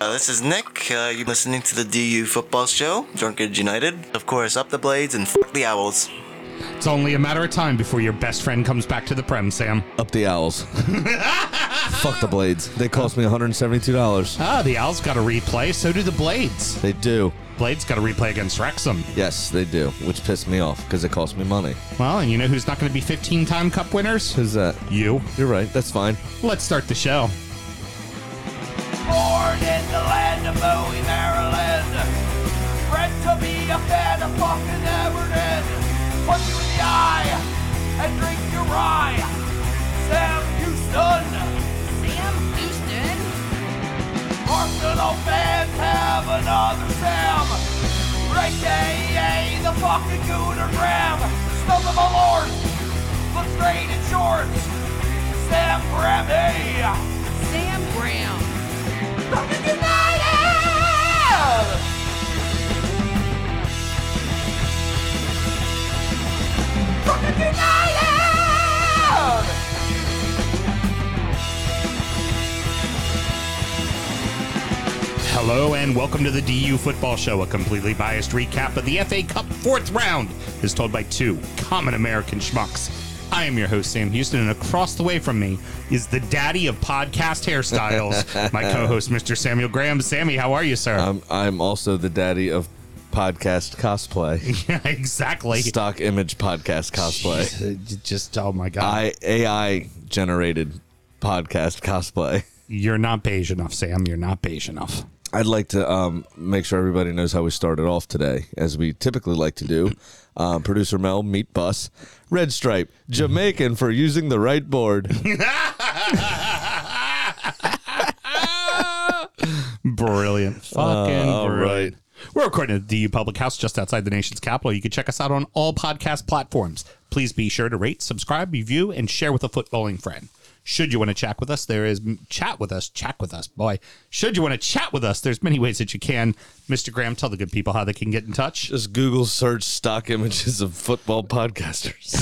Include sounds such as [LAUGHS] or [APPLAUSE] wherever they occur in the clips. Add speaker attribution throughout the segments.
Speaker 1: Uh, this is Nick. Uh, you're listening to the DU Football Show, Drunkard United. Of course, up the blades and f the owls.
Speaker 2: It's only a matter of time before your best friend comes back to the prem, Sam.
Speaker 3: Up the owls. Fuck the blades. They cost me $172.
Speaker 2: Ah, the Owls got a replay. So do the Blades.
Speaker 3: They do.
Speaker 2: Blades got a replay against Wrexham.
Speaker 3: Yes, they do. Which pissed me off because it cost me money.
Speaker 2: Well, and you know who's not going to be 15 time cup winners?
Speaker 3: Who's that?
Speaker 2: You.
Speaker 3: You're right. That's fine.
Speaker 2: Let's start the show.
Speaker 4: Born in the land of Bowie, Maryland. Bred to be a fan of fucking Everton. Punch you in the eye and drink your rye. Sam Houston.
Speaker 5: Sam Houston.
Speaker 4: Arsenal fans have another Sam. Great day, the fucking Gooner Graham. Stump of a lord. Looks great in shorts. Sam Grammy.
Speaker 5: Sam Graham.
Speaker 4: Fucking United! Fucking United!
Speaker 2: Hello, and welcome to the DU Football Show, a completely biased recap of the FA Cup fourth round, as told by two common American schmucks. I am your host, Sam Houston, and across the way from me is the daddy of podcast hairstyles, my co host, Mr. Samuel Graham. Sammy, how are you, sir?
Speaker 3: I'm, I'm also the daddy of
Speaker 2: [LAUGHS]
Speaker 3: podcast cosplay,
Speaker 2: yeah, [LAUGHS] exactly.
Speaker 3: stock image podcast cosplay,
Speaker 2: Uh, j- Just, oh my God.
Speaker 3: I, AI generated podcast cosplay. [LAUGHS]
Speaker 2: You're not beige enough, Sam. You're not beige enough.
Speaker 3: I'd like to um, make sure everybody knows how we started off today, as we typically like to do. Um, Producer Mel, meet Bus, Red Stripe, Jamaican for using the right board.
Speaker 2: Brilliant. [LAUGHS] Fucking
Speaker 3: [LAUGHS] all
Speaker 2: brilliant.
Speaker 3: right.
Speaker 2: We're recording at the DU Public House just outside the nation's capital. You can check us out on all podcast platforms. Please be sure to rate, subscribe, review, and share with a footballing friend. Should you want to chat with us, there is chat with us, chat with us, boy. Should you want to chat with us, there's many ways that you can. Mr. Graham, tell the good people how they can get in
Speaker 3: [LAUGHS]
Speaker 2: touch.
Speaker 3: Just Google search stock images of football [LAUGHS] podcasters.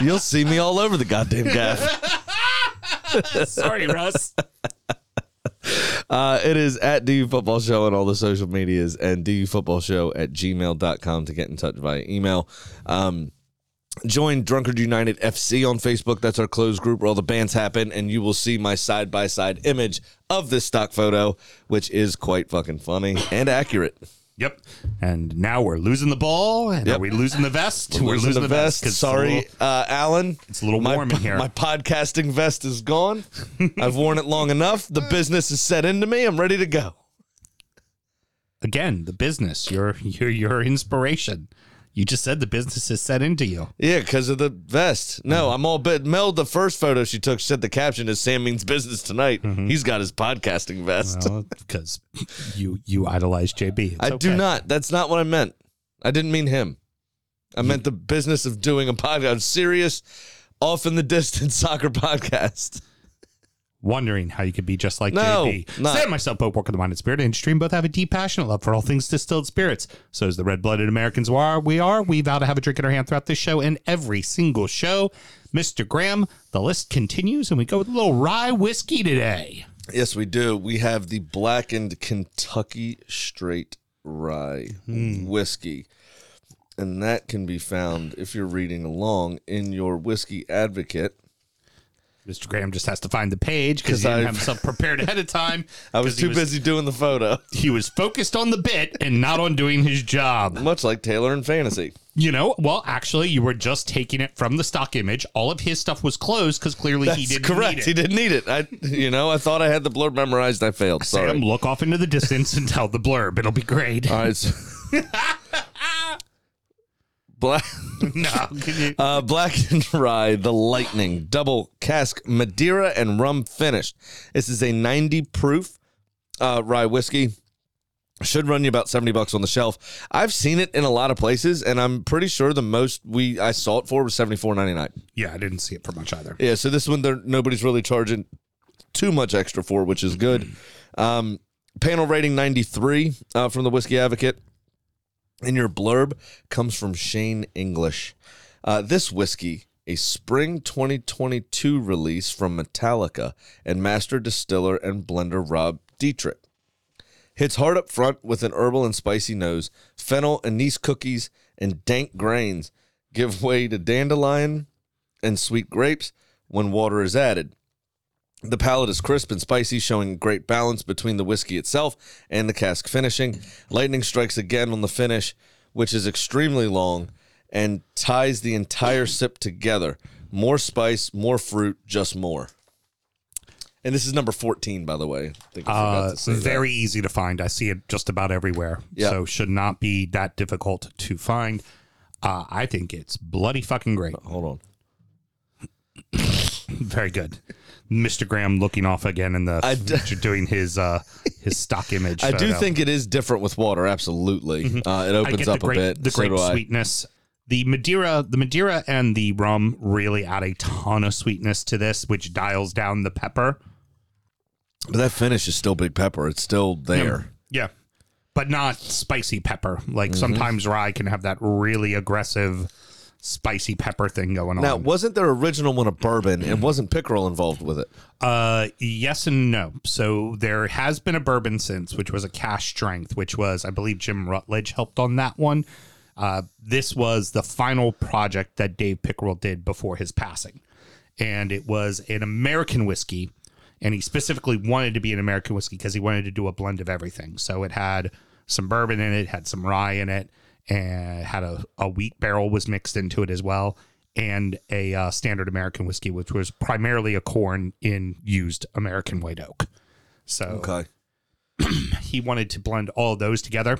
Speaker 3: You'll see me all over the goddamn [LAUGHS] gaff.
Speaker 2: Sorry, Russ.
Speaker 3: Uh, it is at DU Football Show on all the social medias and DU Football Show at gmail.com to get in touch via email. Um, join Drunkard United FC on Facebook. That's our closed group where all the bands happen, and you will see my side by side image of this stock photo, which is quite fucking funny
Speaker 2: [LAUGHS]
Speaker 3: and accurate.
Speaker 2: Yep. And now we're losing the ball. And
Speaker 3: Yep.
Speaker 2: Are we losing the vest?
Speaker 3: We're losing the vest.
Speaker 2: 'cause it's a
Speaker 3: Sorry,
Speaker 2: little-
Speaker 3: uh, Alan. It's
Speaker 2: a little warm in here.
Speaker 3: My podcasting vest is
Speaker 2: [LAUGHS]
Speaker 3: gone. I've worn it long enough. The business is set into me. I'm ready to go.
Speaker 2: again the business your your your inspiration you just said the business is set into you
Speaker 3: Yeah, because of the vest. No, I'm all bit. Mel, the first photo she took said the caption is Sam means business tonight. He's got his podcasting vest.
Speaker 2: [LAUGHS] because you you idolize jb It's
Speaker 3: I do
Speaker 2: okay.
Speaker 3: not. That's not what I meant. I didn't mean him. I meant the business of doing a podcast, serious, off in the [LAUGHS] distance soccer podcast.
Speaker 2: wondering how you could be just like
Speaker 3: No,
Speaker 2: jb
Speaker 3: not-
Speaker 2: sam and myself both work in the minded spirit industry and both have a deep passionate love for all things distilled spirits so as the red-blooded americans we are we are we vow to have a drink in our hand throughout this show and every single show mr graham the list continues and we go with a little rye whiskey today
Speaker 3: Yes, we do. We have the blackened Kentucky straight rye Mm-hmm. whiskey. And that can be found if you're reading along in your whiskey advocate.
Speaker 2: mr graham just has to find the page because
Speaker 3: 'Cause
Speaker 2: he didn't
Speaker 3: I've-
Speaker 2: have himself prepared ahead of time
Speaker 3: [LAUGHS] I was
Speaker 2: 'cause he
Speaker 3: too busy doing the photo,
Speaker 2: he was focused on the bit and not on doing his job.
Speaker 3: much like Taylor in fantasy.
Speaker 2: You know, well, actually, you were just taking it from the stock image. All of his stuff was closed because clearly [LAUGHS] he
Speaker 3: That's
Speaker 2: didn't.
Speaker 3: correct.
Speaker 2: need it.
Speaker 3: He didn't need it. I, you know, I thought I had the blurb memorized. I failed. Sorry. Uh,
Speaker 2: Sam, look off into the distance and tell the blurb. It'll be great.
Speaker 3: All right. so- [LAUGHS] Black.
Speaker 2: [LAUGHS] no, can you-
Speaker 3: Uh, black and rye, the lightning, double cask Madeira and rum finished. This is a 90 proof uh, rye whiskey. Should run you about 70 bucks on the shelf. I've seen it in a lot of places, and I'm pretty sure the most we I saw it for was 74.99.
Speaker 2: yeah, I didn't see it for much either.
Speaker 3: Yeah, so this one they're nobody's really charging too much extra for, which is good. Um, panel rating 93 uh, from the Whiskey Advocate. And your blurb comes from Shane English. Uh, this whiskey, a spring 2022 release from Metallica and master distiller and blender Rob Dietrich. Hits hard up front with an herbal and spicy nose. Fennel, anise cookies, and dank grains give way to dandelion and sweet grapes when water is added. The palate is crisp and spicy, showing great balance between the whiskey itself and the cask finishing. Lightning strikes again on the finish, which is extremely long and ties the entire sip together. More spice, more fruit, just more. And this is number 14, by the way. I think I forgot
Speaker 2: Uh,
Speaker 3: to say that.
Speaker 2: very easy to find. I see it just about everywhere.
Speaker 3: Yeah.
Speaker 2: So should not be that difficult to find. Uh, I think it's bloody fucking great.
Speaker 3: Hold on.
Speaker 2: [LAUGHS] Very good. Mr. Graham looking off again in the
Speaker 3: I d-
Speaker 2: doing his uh, his stock image.
Speaker 3: [LAUGHS] I do
Speaker 2: photo.
Speaker 3: think it is different with water, absolutely. Uh, it
Speaker 2: Mm-hmm. I
Speaker 3: opens
Speaker 2: get the
Speaker 3: up
Speaker 2: grape,
Speaker 3: a bit.
Speaker 2: the
Speaker 3: so
Speaker 2: grape
Speaker 3: do I.
Speaker 2: sweetness. The Madeira, the Madeira and the rum really add a ton of sweetness to this, which dials down the pepper.
Speaker 3: But that finish is still big pepper. It's still there. Mm-hmm.
Speaker 2: Yeah. But not spicy pepper. Like sometimes rye can have that really aggressive spicy pepper thing going
Speaker 3: Now,
Speaker 2: on.
Speaker 3: wasn't there original one a bourbon and wasn't pickerel involved with it?
Speaker 2: Uh, yes and no. So there has been a bourbon since, which was a cash strength, which was, I believe, Jim Rutledge helped on that one. Uh, this was the final project that Dave Pickerel did before his passing, and it was an American whiskey. And he specifically wanted to be an American whiskey because he wanted to do a blend of everything. So it had some bourbon in it, had some rye in it, and had a, a wheat barrel was mixed into it as well and a uh, standard American whiskey, which was primarily a corn in used American white oak. So
Speaker 3: Okay.
Speaker 2: Oh, he wanted to blend all those together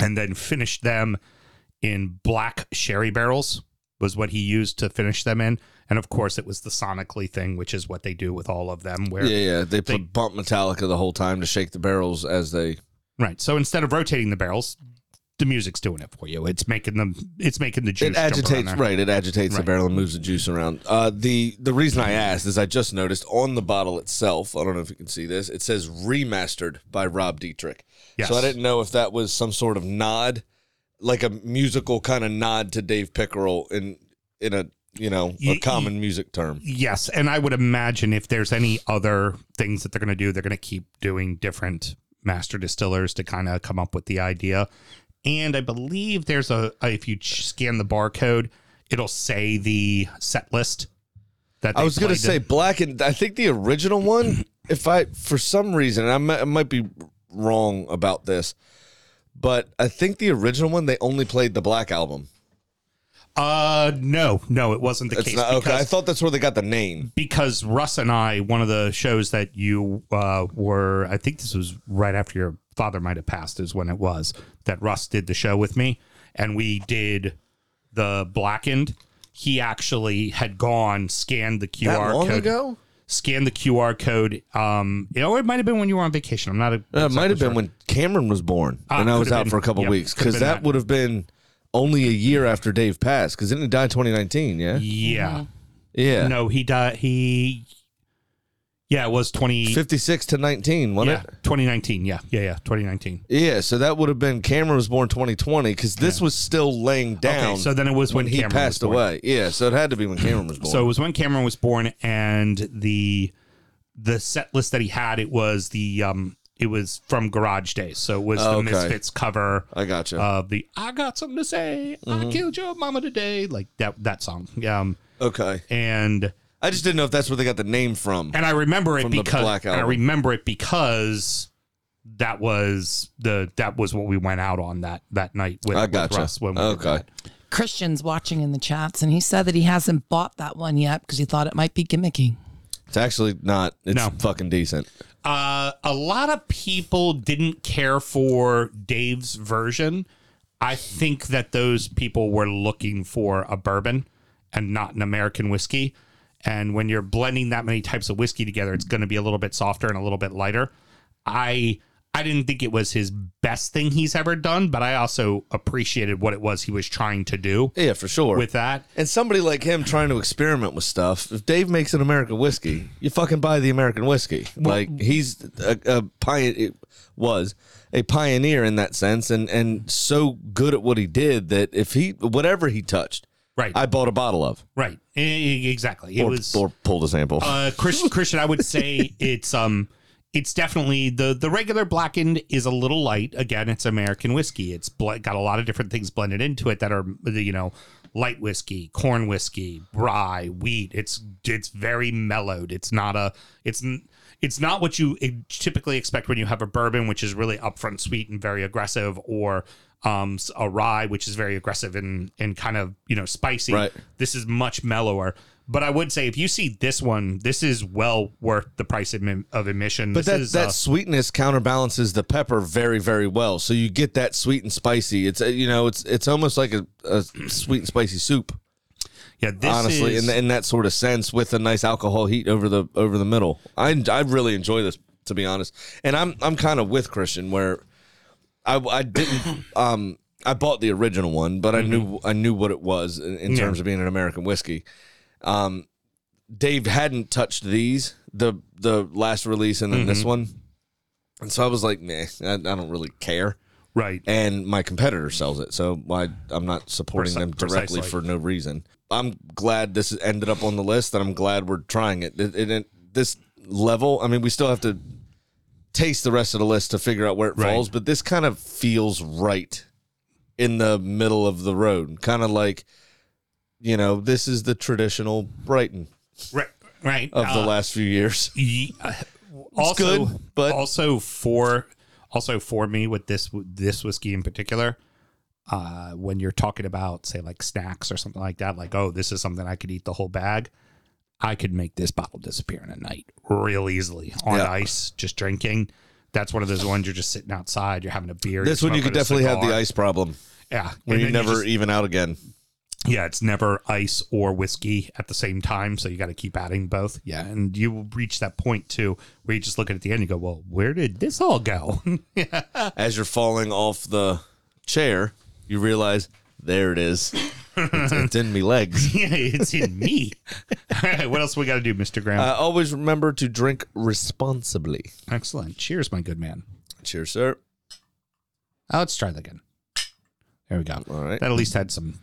Speaker 2: and then finish them in black sherry barrels was what he used to finish them in. And of course, it was the sonically thing, which is what they do with all of them. Where
Speaker 3: Yeah, yeah. They
Speaker 2: They-
Speaker 3: put bump Metallica the whole time to shake the barrels as they.
Speaker 2: right, so instead of rotating the barrels, the music's doing it for you. It's making them. It's making the juice.
Speaker 3: it
Speaker 2: jump around
Speaker 3: agitates,
Speaker 2: there.
Speaker 3: right? It agitates the
Speaker 2: Right.
Speaker 3: barrel and moves the juice around. Uh, the the reason I asked is I just noticed on the bottle itself. I don't know if you can see this. It says remastered by Rob Dietrich.
Speaker 2: Yes.
Speaker 3: So I didn't know if that was some sort of nod, like a musical kind of nod to Dave Pickerel in in a you know
Speaker 2: Ye-
Speaker 3: a common music term.
Speaker 2: Yes, and I would imagine if there's any other things that they're going to do, they're going to keep doing different master distillers to kind of come up with the idea. And I believe there's a if you ch- scan the barcode, it'll say the set list. That
Speaker 3: I
Speaker 2: they
Speaker 3: was gonna
Speaker 2: played.
Speaker 3: say black and I think the original
Speaker 2: [CLEARS THROAT]
Speaker 3: one. If I for some reason I might, I might be wrong about this, but I think the original one they only played the black album.
Speaker 2: uh, no, no, it wasn't the
Speaker 3: That's
Speaker 2: case
Speaker 3: not, okay, I
Speaker 2: because
Speaker 3: thought that's where they got the name.
Speaker 2: because Russ and I, one of the shows that you uh, were, I think this was right after your father might have passed, is when it was that Russ did the show with me, and we did the blackened. He actually had gone scanned the QR code. Scanned the QR code. Um, you know, it might have been when you were on vacation. I'm not. A,
Speaker 3: Uh, it might have
Speaker 2: exactly
Speaker 3: been
Speaker 2: sure.
Speaker 3: when Cameron was born,
Speaker 2: Ah,
Speaker 3: and I
Speaker 2: could
Speaker 3: was
Speaker 2: have
Speaker 3: out
Speaker 2: been-
Speaker 3: for a couple
Speaker 2: yep,
Speaker 3: weeks
Speaker 2: could have
Speaker 3: because
Speaker 2: been
Speaker 3: that
Speaker 2: that.
Speaker 3: would have been only a year after Dave passed. Because didn't he die 2019? Yeah,
Speaker 2: Yeah.
Speaker 3: yeah.
Speaker 2: No, he died. He. Yeah, it was 20.
Speaker 3: 56 to 19, wasn't
Speaker 2: yeah,
Speaker 3: it?
Speaker 2: 2019. Yeah, yeah, yeah. 2019.
Speaker 3: Yeah, so that would have been Cameron was born 2020 because this was still laying down.
Speaker 2: Okay, so then it was when,
Speaker 3: when he
Speaker 2: Cameron was
Speaker 3: passed
Speaker 2: born.
Speaker 3: away. Yeah, so it had to be when Cameron was born.
Speaker 2: So it was when Cameron was born, and the the set list that he had it was the um it was from Garage Days, so it was the
Speaker 3: Okay.
Speaker 2: Misfits cover
Speaker 3: I gotcha.
Speaker 2: of the "I got something to say,
Speaker 3: Mm-hmm.
Speaker 2: I killed your mama today," like that that song. Um,
Speaker 3: okay,
Speaker 2: and
Speaker 3: I just didn't know if that's where they got the name from.
Speaker 2: and I remember it
Speaker 3: From the
Speaker 2: because
Speaker 3: Black
Speaker 2: I
Speaker 3: Album.
Speaker 2: remember it because that was the that was what we went out on that that night with,
Speaker 3: I
Speaker 2: with
Speaker 3: gotcha.
Speaker 2: Russ when we did
Speaker 3: Okay,
Speaker 2: that.
Speaker 6: Christian's watching in the chats, and he said that he hasn't bought that one yet because he thought it might be gimmicky.
Speaker 3: it's actually not. It's
Speaker 2: No.
Speaker 3: fucking decent.
Speaker 2: uh, a lot of people didn't care for Dave's version. I think that those people were looking for a bourbon and not an American whiskey. And when you're blending that many types of whiskey together, it's going to be a little bit softer and a little bit lighter. I I didn't think it was his best thing he's ever done, but I also appreciated what it was he was trying to do
Speaker 3: Yeah, for sure.
Speaker 2: with that.
Speaker 3: and somebody like him trying to experiment with stuff. If Dave makes an American whiskey, you fucking buy the American whiskey. like he's a, a pioneer. Was a pioneer in that sense, and and so good at what he did that if he whatever he touched,
Speaker 2: Right.
Speaker 3: I bought a bottle of
Speaker 2: Right. E- Exactly. It
Speaker 3: or,
Speaker 2: was
Speaker 3: or pulled a sample.
Speaker 2: uh Chris, Christian, I would say it's um It's definitely the the regular blackened is a little light. Again, it's American whiskey. It's bl- got a lot of different things blended into it that are you know light whiskey, corn whiskey, rye, wheat. It's it's very mellowed. It's not a it's n- it's not what you e, typically expect when you have a bourbon, which is really upfront sweet and very aggressive, or um, a rye, which is very aggressive and and kind of you know spicy.
Speaker 3: Right.
Speaker 2: This is much mellower. But I would say if you see this one, this is well worth the price of, admi- of admission.
Speaker 3: But
Speaker 2: this
Speaker 3: that,
Speaker 2: is,
Speaker 3: that
Speaker 2: uh,
Speaker 3: sweetness counterbalances the pepper very, very well. So you get that sweet and spicy. It's uh, you know, it's it's almost like a, a sweet and spicy soup,
Speaker 2: yeah, this
Speaker 3: honestly,
Speaker 2: is,
Speaker 3: in, in that sort of sense, with a nice alcohol heat over the over the middle. I I really enjoy this, to be honest. And I'm I'm kind of with Christian where I I didn't [COUGHS] um I bought the original one, but I knew I knew what it was in, in
Speaker 2: Mm-hmm. Yeah.
Speaker 3: terms of being an American whiskey. Um, Dave hadn't touched these the the last release and then
Speaker 2: Mm-hmm.
Speaker 3: this one, and so I was like, nah, I, I don't really care.
Speaker 2: right.
Speaker 3: And my competitor sells it, so why I'm not supporting
Speaker 2: Preci-
Speaker 3: them directly
Speaker 2: precisely.
Speaker 3: for no reason. I'm glad this ended up on the list, and I'm glad we're trying it. It, it, it this level, I mean, we still have to taste the rest of the list to figure out where it
Speaker 2: Right.
Speaker 3: falls, but this kind of feels right in the middle of the road. Kind of like, you know, this is the traditional Brighton
Speaker 2: right, right
Speaker 3: of the
Speaker 2: uh,
Speaker 3: last few years.
Speaker 2: Ye- uh, also,
Speaker 3: good, but-
Speaker 2: also for also for me with this this whiskey in particular, uh, when you're talking about say like snacks or something like that, like oh this is something I could eat the whole bag, I could make this bottle disappear in a night real easily on
Speaker 3: Yeah.
Speaker 2: ice, just drinking. That's one of those ones you're just sitting outside, you're having a beer.
Speaker 3: This
Speaker 2: you're
Speaker 3: one you could
Speaker 2: smoking a
Speaker 3: definitely have the
Speaker 2: cigar.
Speaker 3: ice problem
Speaker 2: Yeah,
Speaker 3: where
Speaker 2: and
Speaker 3: you
Speaker 2: then
Speaker 3: never
Speaker 2: just-
Speaker 3: even out again.
Speaker 2: yeah, it's never ice or whiskey at the same time, so you got to keep adding both. Yeah, and you will reach that point too where you just look at it at the end and you go, "Well, where did this all go?" [LAUGHS]
Speaker 3: as you're falling off the chair, you realize there it is. It's, it's in
Speaker 2: [LAUGHS]
Speaker 3: me legs.
Speaker 2: yeah, it's in me. [LAUGHS] all right, what else we got to do, Mister Graham?
Speaker 3: I always remember to drink responsibly.
Speaker 2: Excellent. Cheers, my good man.
Speaker 3: Cheers, sir.
Speaker 2: Oh, let's try that again. There we go.
Speaker 3: All right.
Speaker 2: That at least had some.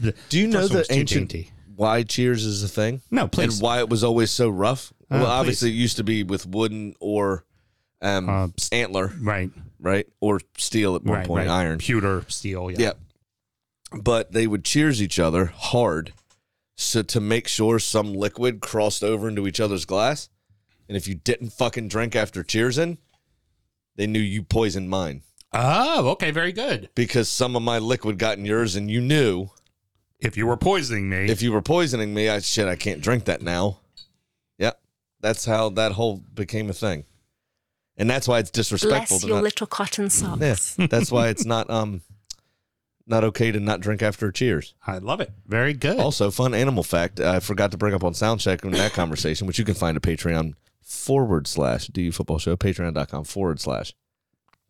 Speaker 3: Do you know
Speaker 2: First one
Speaker 3: the
Speaker 2: was too
Speaker 3: ancient
Speaker 2: dainty.
Speaker 3: why cheers is a thing?
Speaker 2: No, please. Uh,
Speaker 3: And why it was always so rough? well,
Speaker 2: please.
Speaker 3: obviously it used to be with wooden or um,
Speaker 2: Uh, s-
Speaker 3: antler,
Speaker 2: Right.
Speaker 3: right? Or steel at one
Speaker 2: Right.
Speaker 3: point,
Speaker 2: right.
Speaker 3: iron.
Speaker 2: pewter, steel. Yeah.
Speaker 3: Yep. But they would cheers each other hard so to make sure some liquid crossed over into each other's glass. And if you didn't fucking drink after cheersing, they knew you poisoned mine
Speaker 2: Oh, okay. Very good.
Speaker 3: because some of my liquid got in yours and you knew
Speaker 2: If you were poisoning me,
Speaker 3: if you were poisoning me, I shit, I can't drink that now. Yep. That's how that whole became a thing. And that's why it's disrespectful
Speaker 7: Bless
Speaker 3: to
Speaker 7: your
Speaker 3: not,
Speaker 7: little cotton socks.
Speaker 3: Yeah, that's why it's not um not okay to not drink after a cheers.
Speaker 2: I love it. Very good.
Speaker 3: Also, fun animal fact I forgot to bring up on Soundcheck in that conversation, which you can find at Patreon forward slash DU Football Show, patreon.com forward slash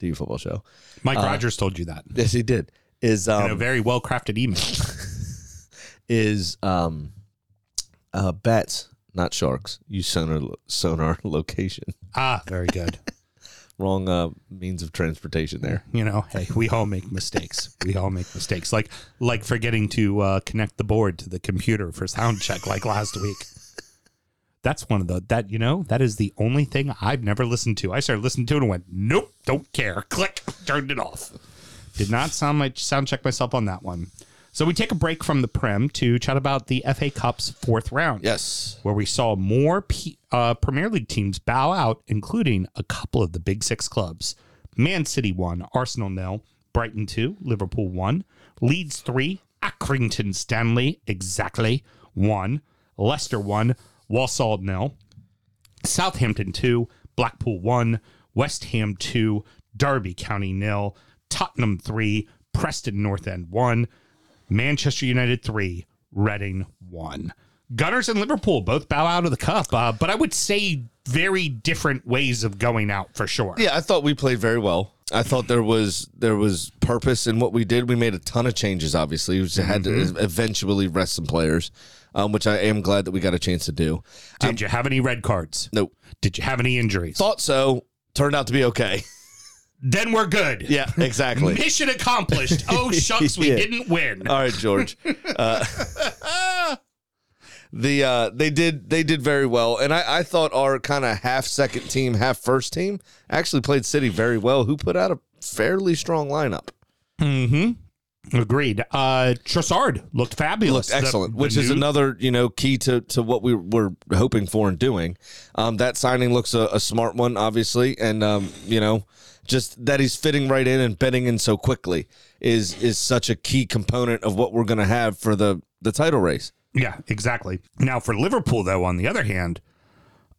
Speaker 3: DU Football Show.
Speaker 2: Mike Rogers told you that
Speaker 3: Yes, he did. Is
Speaker 2: in a
Speaker 3: uh, um,
Speaker 2: very well crafted email.
Speaker 3: is um, uh, bats, not sharks. You sonar sonar [LAUGHS] location.
Speaker 2: Ah, very good.
Speaker 3: Wrong uh, means of transportation there.
Speaker 2: You know, hey, we all make mistakes. We all make mistakes, like like forgetting to uh, connect the board to the computer for sound check, like last week. That's one of the that you know that is the only thing I've never listened to. I started listening to it and went, nope, don't care. Click, turned it off. Did not sound my sound check myself on that one. So we take a break from the prem to chat about the FA Cup's fourth round.
Speaker 3: Yes.
Speaker 2: where we saw more P- uh, Premier League teams bow out, including a couple of the Big Six clubs. Man City 1, Arsenal nil, Brighton 2, Liverpool 1, Leeds 3, Accrington Stanley exactly 1, Leicester 1, Walsall nil, Southampton 2, Blackpool 1, West Ham 2, Derby County nil, Tottenham 3, Preston North End 1, Manchester United 3, Reading 1. Gunners and Liverpool both bow out of the cup, uh, but I would say very different ways of going out for sure.
Speaker 3: Yeah, I thought we played very well. I thought there was there was purpose in what we did. We made a ton of changes. Obviously, we just had to eventually rest some players, um, which I am glad that we got a chance to do.
Speaker 2: Did you have any red cards?
Speaker 3: Nope.
Speaker 2: Did you have any injuries?
Speaker 3: Thought so. Turned out to be okay.
Speaker 2: then we're good.
Speaker 3: [LAUGHS] Yeah, [LAUGHS] exactly.
Speaker 2: Mission
Speaker 3: Uh,
Speaker 2: accomplished. Oh, shucks, we
Speaker 3: Yeah.
Speaker 2: didn't win.
Speaker 3: All right, George. Uh, the uh, they did they did very well, and I, I thought our kind of half second team, half first team actually played City very well, who put out a fairly strong lineup.
Speaker 2: Agreed. Uh Trossard looked fabulous.
Speaker 3: Looked excellent,
Speaker 2: The-
Speaker 3: which
Speaker 2: the
Speaker 3: is
Speaker 2: new-
Speaker 3: another you know key to to what we were hoping for and doing. Um, that signing looks a, a smart one, obviously, and um, you know just that he's fitting right in and betting in so quickly is is such a key component of what we're going to have for the the title race.
Speaker 2: Yeah, exactly. Now for Liverpool though, on the other hand,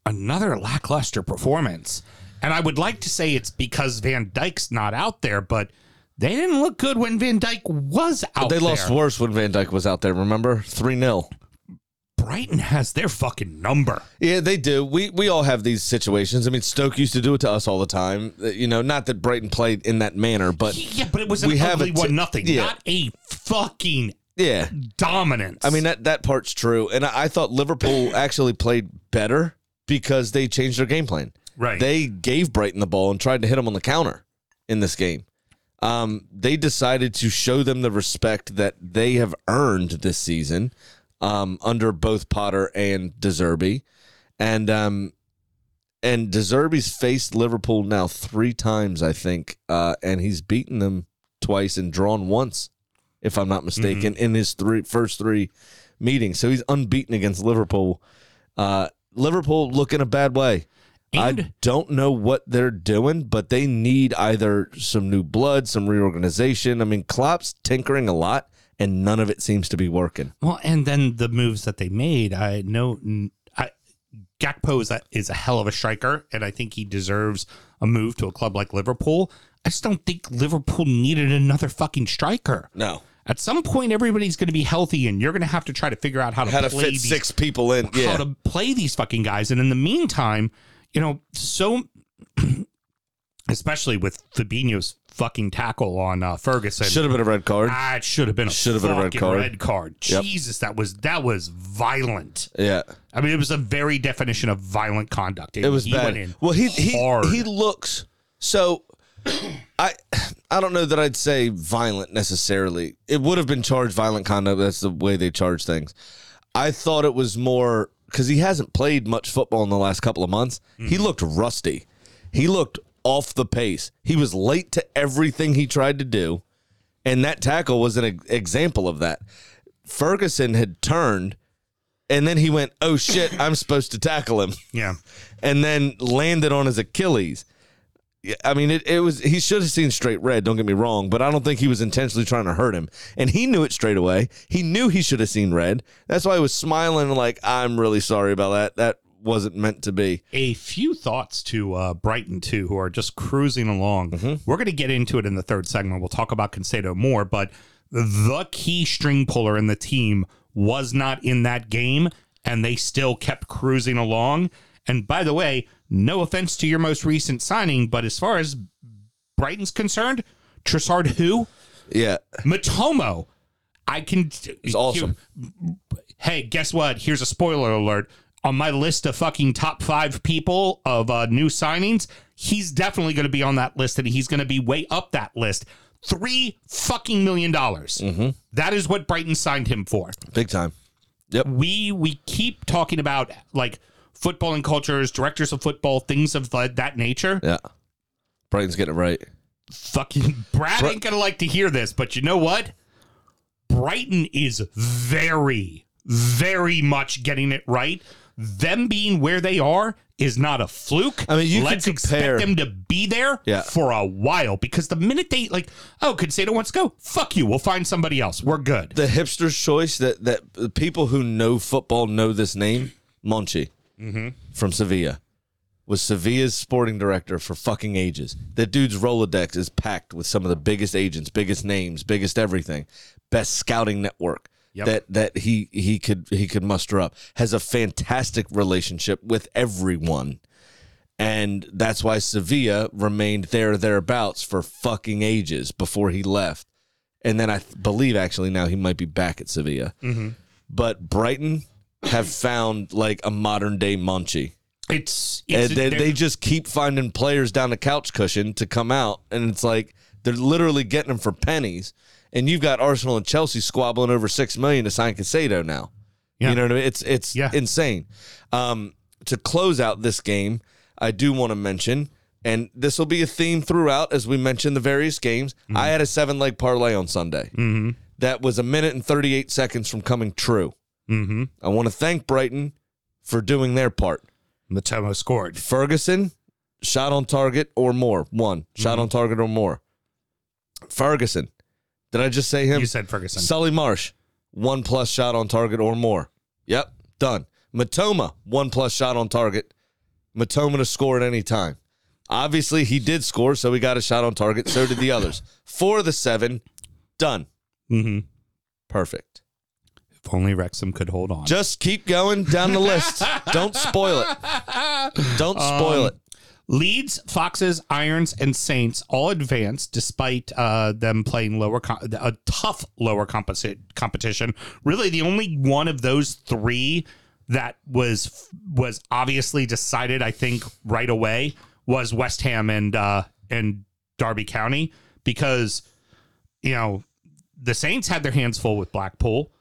Speaker 2: another lackluster performance. And I would like to say it's because Van Dyke's not out there, but they didn't look good when Van Dyke was out
Speaker 3: They
Speaker 2: there.
Speaker 3: lost worse when Van Dyke was out there. Remember three 0
Speaker 2: Brighton has their fucking number.
Speaker 3: Yeah, they do. We we all have these situations. I mean, Stoke used to do it to us all the time. Uh, You know, not that Brighton played in that manner, but
Speaker 2: Yeah, but it was an
Speaker 3: We have
Speaker 2: ugly
Speaker 3: a t-
Speaker 2: one nothing.
Speaker 3: yeah.
Speaker 2: Not a fucking
Speaker 3: yeah.
Speaker 2: dominance.
Speaker 3: I mean that that part's true, and I, I thought Liverpool actually played better because they changed their game plan.
Speaker 2: Right.
Speaker 3: They gave Brighton the ball and tried to hit them on the counter in this game. Um, they decided to show them the respect that they have earned this season um, under both Potter and Deserby, and um, and Deserby's faced Liverpool now three times, I think, uh, and he's beaten them twice and drawn once, if I'm
Speaker 2: Mm-hmm.
Speaker 3: not mistaken, in his three first three meetings. So he's unbeaten against Liverpool. Uh, Liverpool look in a bad way. I
Speaker 2: And-
Speaker 3: don't know what they're doing, but they need either some new blood, some reorganization. I mean, Klopp's tinkering a lot, and none of it seems to be working.
Speaker 2: Well, and then the moves that they made, I know n- I, Gakpo is a, is a hell of a striker, and I think he deserves a move to a club like Liverpool. I just don't think Liverpool needed another fucking striker.
Speaker 3: No,
Speaker 2: At some point, everybody's going to be healthy, and you're going to have to try to figure out how to
Speaker 3: how to
Speaker 2: play
Speaker 3: fit
Speaker 2: these,
Speaker 3: six people in? Yeah,
Speaker 2: how to play these fucking guys. And in the meantime, you know, so [CLEARS THROAT] especially with Fabinho's fucking tackle on uh, Ferguson,
Speaker 3: should have been a red card.
Speaker 2: Ah, it should have been a
Speaker 3: Should have been a red
Speaker 2: fucking
Speaker 3: card.
Speaker 2: red card.
Speaker 3: Yep.
Speaker 2: Jesus, that was that was violent.
Speaker 3: yeah.
Speaker 2: I mean, it was a very definition of violent conduct.
Speaker 3: It was
Speaker 2: he
Speaker 3: bad.
Speaker 2: Went in
Speaker 3: well, he he
Speaker 2: hard.
Speaker 3: he looks so. I I don't know that I'd say violent necessarily. It would have been charged violent conduct. That's the way they charge things. I thought it was more because he hasn't played much football in the last couple of months. He
Speaker 2: Mm-hmm.
Speaker 3: looked rusty. He looked off the pace. He was late to everything he tried to do, and that tackle was an e- example of that. Ferguson had turned, and then he went, "Oh shit, I'm supposed to tackle him."
Speaker 2: yeah,
Speaker 3: and then landed on his Achilles. Yeah, I mean, it, it was he should have seen straight red. Don't get me wrong, but I don't think he was intentionally trying to hurt him, and he knew it straight away. He knew he should have seen red. That's why he was smiling like, "I'm really sorry about that. That wasn't meant to be."
Speaker 2: a few thoughts to uh, Brighton too, who are just cruising along. We're going to get into it in the third segment. We'll talk about Concedo more, but the key string puller in the team was not in that game, and they still kept cruising along. And by the way, no offense to your most recent signing, but as far as Brighton's concerned, Trissard who
Speaker 3: Yeah,
Speaker 2: Matomo. I can.
Speaker 3: He's awesome.
Speaker 2: Hey, guess what? Here's a spoiler alert. On my list of fucking top five people of uh, new signings, he's definitely going to be on that list, and he's going to be way up that list. Three fucking million dollars.
Speaker 3: Mm-hmm.
Speaker 2: That is what Brighton signed him for.
Speaker 3: big time.
Speaker 2: We we keep talking about like footballing cultures, directors of football, things of the, that nature.
Speaker 3: Yeah, Brighton's getting it right.
Speaker 2: fucking Brad ain't gonna like to hear this, but you know what? Brighton is very, very much getting it right. Them being where they are is not a fluke.
Speaker 3: I mean, you could
Speaker 2: let's
Speaker 3: compare-
Speaker 2: expect them to be there
Speaker 3: Yeah.
Speaker 2: for a while because the minute they like, oh, Concedo wants to go, fuck you, we'll find somebody else. We're good.
Speaker 3: The hipster's choice that that the people who know football know this name, Monchi from Sevilla. was Sevilla's sporting director for fucking ages. That dude's Rolodex is packed with some of the biggest agents, biggest names, biggest everything, best scouting network
Speaker 2: Yep.
Speaker 3: that that he he could he could muster up. Has a fantastic relationship with everyone. And that's why Sevilla remained there thereabouts for fucking ages before he left. And then I th- believe actually now he might be back at Sevilla.
Speaker 2: Mm-hmm.
Speaker 3: But Brighton have found like a modern day Munchie.
Speaker 2: It's,
Speaker 3: And
Speaker 2: it's
Speaker 3: they,
Speaker 2: they're-
Speaker 3: they just keep finding players down the couch cushion to come out, and it's like they're literally getting them for pennies. And you've got Arsenal and Chelsea squabbling over six million to sign Casado now.
Speaker 2: Yeah.
Speaker 3: You know what I mean? It's it's
Speaker 2: Yeah.
Speaker 3: insane. Um, to close out this game, I do want to mention, and this will be a theme throughout as we mention the various games.
Speaker 2: Mm-hmm.
Speaker 3: I had a seven leg parlay on Sunday. That was a minute and thirty eight seconds from coming true.
Speaker 2: Mm-hmm.
Speaker 3: I want to thank Brighton for doing their part.
Speaker 2: Matemo scored.
Speaker 3: Ferguson, shot on target or more. One, shot
Speaker 2: Mm-hmm.
Speaker 3: on target or more. Ferguson. Did I just say him?
Speaker 2: You said Ferguson.
Speaker 3: Sully Marsh, one plus shot on target or more. Yep, done. Matoma, one plus shot on target. Matoma to score at any time. Obviously, he did score, so he got a shot on target. So did the others.
Speaker 2: [LAUGHS]
Speaker 3: Four of the seven, done.
Speaker 2: mm-hmm.
Speaker 3: Perfect.
Speaker 2: If only Wrexham could hold on.
Speaker 3: Just keep going down the list. Don't spoil it.
Speaker 2: [LAUGHS]
Speaker 3: Don't spoil it.
Speaker 2: Leeds, Foxes, Irons, and Saints all advance despite uh, them playing lower co- a tough lower compensa- competition. Really, the only one of those three that was was obviously decided, I think, right away was West Ham and uh, and Derby County because you know the Saints had their hands full with Blackpool.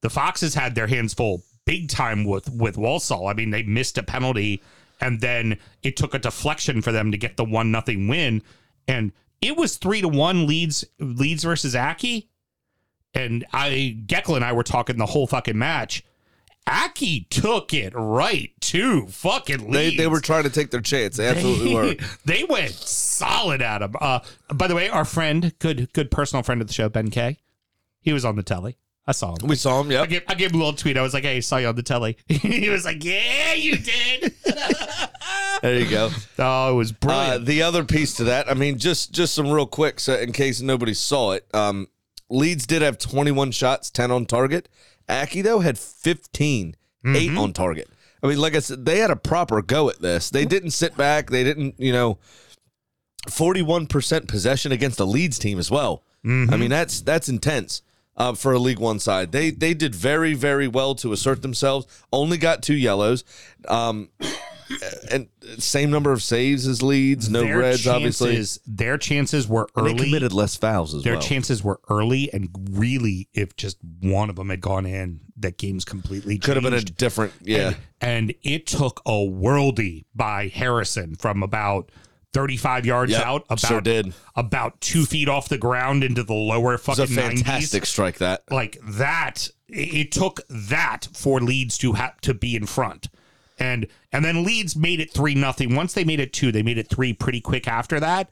Speaker 2: The Foxes had their hands full big time with with Walsall. I mean, they missed a penalty and then it took a deflection for them to get the one nothing win and it was 3 to 1 leads leads versus Aki and I Geckle and I were talking the whole fucking match. Aki took it right to fucking
Speaker 3: They,
Speaker 2: Leeds.
Speaker 3: they were trying to take their chance. They absolutely were.
Speaker 2: [LAUGHS] they went solid at him. Uh, by the way, our friend, good good personal friend of the show, Ben K. He was on the telly. I saw him.
Speaker 3: [LAUGHS] We saw him.
Speaker 2: I
Speaker 3: Yep.
Speaker 2: gave, I gave him a little tweet. I was like, "Hey, saw you on the telly." [LAUGHS] he was like, "Yeah, you did." [LAUGHS]
Speaker 3: There you go.
Speaker 2: oh, it was
Speaker 3: Uh,
Speaker 2: brilliant.
Speaker 3: the other piece to that, I mean, just just some real quick, so in case nobody saw it, um, Leeds did have 21 shots, 10 on target. Aki though had 15, eight on target. I mean, like I said, they had a proper go at this. They didn't sit back. They didn't, you know, 41% possession against the Leeds team as well. I
Speaker 2: Mm-hmm.
Speaker 3: mean, that's that's intense. Uh, for a League One side, they they did very very well to assert themselves. Only got two yellows. Um, [COUGHS] and same number of saves as leads, no reds, obviously.
Speaker 2: chances, Their chances were
Speaker 3: They
Speaker 2: early.
Speaker 3: committed less fouls as
Speaker 2: their
Speaker 3: well.
Speaker 2: chances were early, and really, if just one of them had gone in, that game's completely
Speaker 3: Could have been a
Speaker 2: changed.
Speaker 3: different, yeah.
Speaker 2: and it took a worldie by Harrison from about 35 yards
Speaker 3: Yep,
Speaker 2: out, about
Speaker 3: sure did.
Speaker 2: about two feet off the ground into the lower
Speaker 3: It was a
Speaker 2: fucking
Speaker 3: fantastic
Speaker 2: 90s.
Speaker 3: strike that.
Speaker 2: Like that, it it took that for Leeds to have to be in front. And and then Leeds made it three nothing. Once they made it two, they made it three pretty quick after that.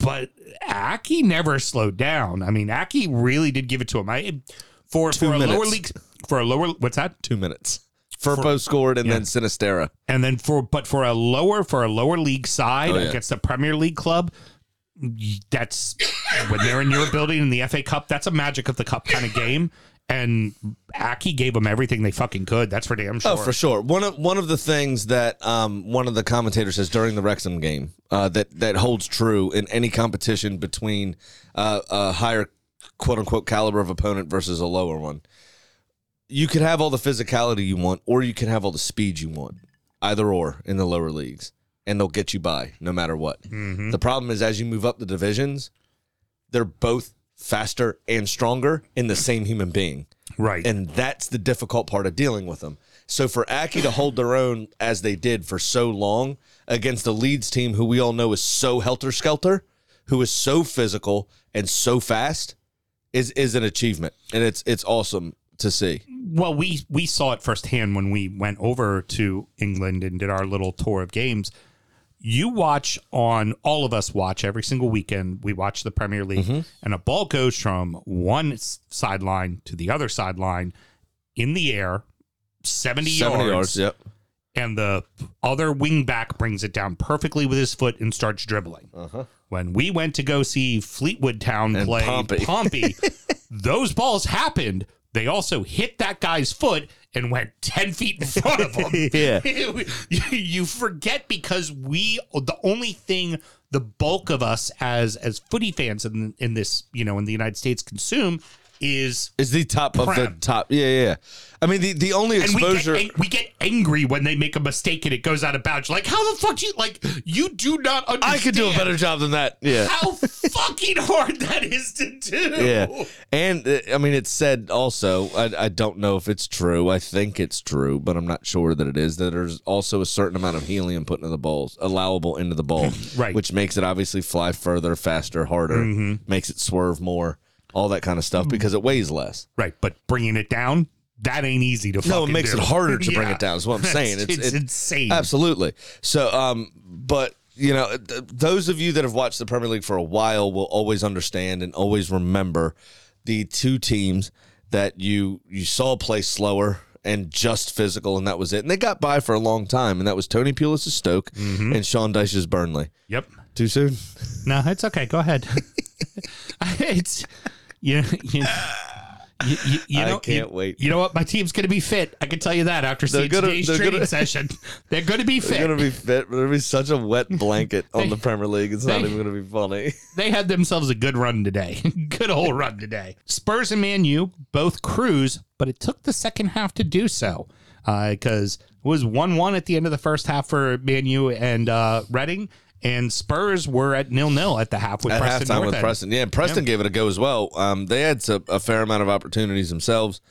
Speaker 2: But Aki never slowed down. I mean, Aki really did give it to him. I for for a lower
Speaker 3: minutes.
Speaker 2: league for a lower what's that?
Speaker 3: Two minutes. Furpo scored and then Sinistera.
Speaker 2: and then for but for a lower for a lower league side
Speaker 3: Oh, yeah.
Speaker 2: against a Premier League club, that's when they're in your building in the FA Cup. That's a magic of the cup kind of game. And Aki gave them everything they fucking could. That's for damn sure.
Speaker 3: Oh, for sure. One of one of the things that um, one of the commentators says during the Wrexham game uh, that that holds true in any competition between uh, a higher quote unquote caliber of opponent versus a lower one. You could have all the physicality you want, or you can have all the speed you want. Either or in the lower leagues, and they'll get you by no matter what. The problem is as you move up the divisions, they're both faster and stronger in the same human being.
Speaker 2: Right.
Speaker 3: And that's the difficult part of dealing with them. So for Aki to hold their own as they did for so long against the Leeds team, who we all know is so helter skelter, who is so physical and so fast, is is an achievement, and it's it's awesome to see.
Speaker 2: well, we we saw it firsthand when we went over to England and did our little tour of games. You watch on all of us watch every single weekend. We watch the Premier League,
Speaker 3: Mm-hmm.
Speaker 2: and a ball goes from one s- sideline to the other sideline in the air, seventy,
Speaker 3: Seventy
Speaker 2: yards,
Speaker 3: yards, yep.
Speaker 2: and the other wing back brings it down perfectly with his foot and starts dribbling. When we went to go see Fleetwood Town
Speaker 3: Uh-huh. And
Speaker 2: play
Speaker 3: Pompey. [LAUGHS]
Speaker 2: Pompey, those balls happened. They also hit that guy's foot and went 10 feet in front of him.
Speaker 3: [LAUGHS] Yeah.
Speaker 2: [LAUGHS] You- you forget because we, the only thing the bulk of us as as footy fans in, in this, you know, in the United States consume is
Speaker 3: It's the top of the
Speaker 2: Prem.
Speaker 3: top. Yeah, yeah. yeah. I mean, the, the only
Speaker 2: and we get,
Speaker 3: exposure.
Speaker 2: ang- we get angry when they make a mistake and it goes out of bounds. Like how the fuck do you like you do not understand.
Speaker 3: I could do a better job than that. Yeah.
Speaker 2: How fucking hard that is to do.
Speaker 3: [LAUGHS] Yeah. And uh, I mean, it's said also, I, I don't know if it's true. I think it's true, but I'm not sure that it is. That there's also a certain amount of helium put into the bowl, allowable into the bowl,
Speaker 2: Right.
Speaker 3: Which makes it obviously fly further, faster, harder, makes it swerve more, all that kind of stuff because it weighs less.
Speaker 2: Right, but bringing it down, that ain't easy to
Speaker 3: No, it
Speaker 2: fucking
Speaker 3: makes
Speaker 2: do.
Speaker 3: it
Speaker 2: [LAUGHS]
Speaker 3: harder to bring
Speaker 2: Yeah.
Speaker 3: it down. Is what I'm
Speaker 2: That's-
Speaker 3: saying.
Speaker 2: It's,
Speaker 3: it-
Speaker 2: insane.
Speaker 3: Absolutely. So, um, but you know, th- those of you that have watched the Premier League for a while will always understand and always remember the two teams that you you saw play slower and just physical, and that was it. And they got by for a long time, and that was Tony Pulis' Stoke and Sean Dyche's Burnley.
Speaker 2: Yep.
Speaker 3: Too soon.
Speaker 2: No, it's okay. Go ahead. [LAUGHS] it's you. you you, you, you
Speaker 3: I
Speaker 2: know,
Speaker 3: can't
Speaker 2: you-
Speaker 3: wait.
Speaker 2: You know what? My team's going to be fit. I can tell you that after
Speaker 3: They're
Speaker 2: seeing
Speaker 3: gonna-
Speaker 2: today's
Speaker 3: they're
Speaker 2: training
Speaker 3: gonna-
Speaker 2: session, they're going to be fit.
Speaker 3: [LAUGHS] They're gonna be fit, but it'll be such a wet blanket on the
Speaker 2: They-
Speaker 3: Premier League. It's not
Speaker 2: they-
Speaker 3: even gonna be funny.
Speaker 2: they had themselves a good run today. [LAUGHS] good old run today. Spurs and Man U both cruise, but it took the second half to do so because it was 1 1 at the end of the first half for Man U and uh, Reading, and Spurs were at nil nil at the half with
Speaker 3: at
Speaker 2: Preston.
Speaker 3: halftime
Speaker 2: North
Speaker 3: with
Speaker 2: End.
Speaker 3: Preston. Yeah, and Preston gave it a go as well. Um, they had some, a fair amount of opportunities themselves.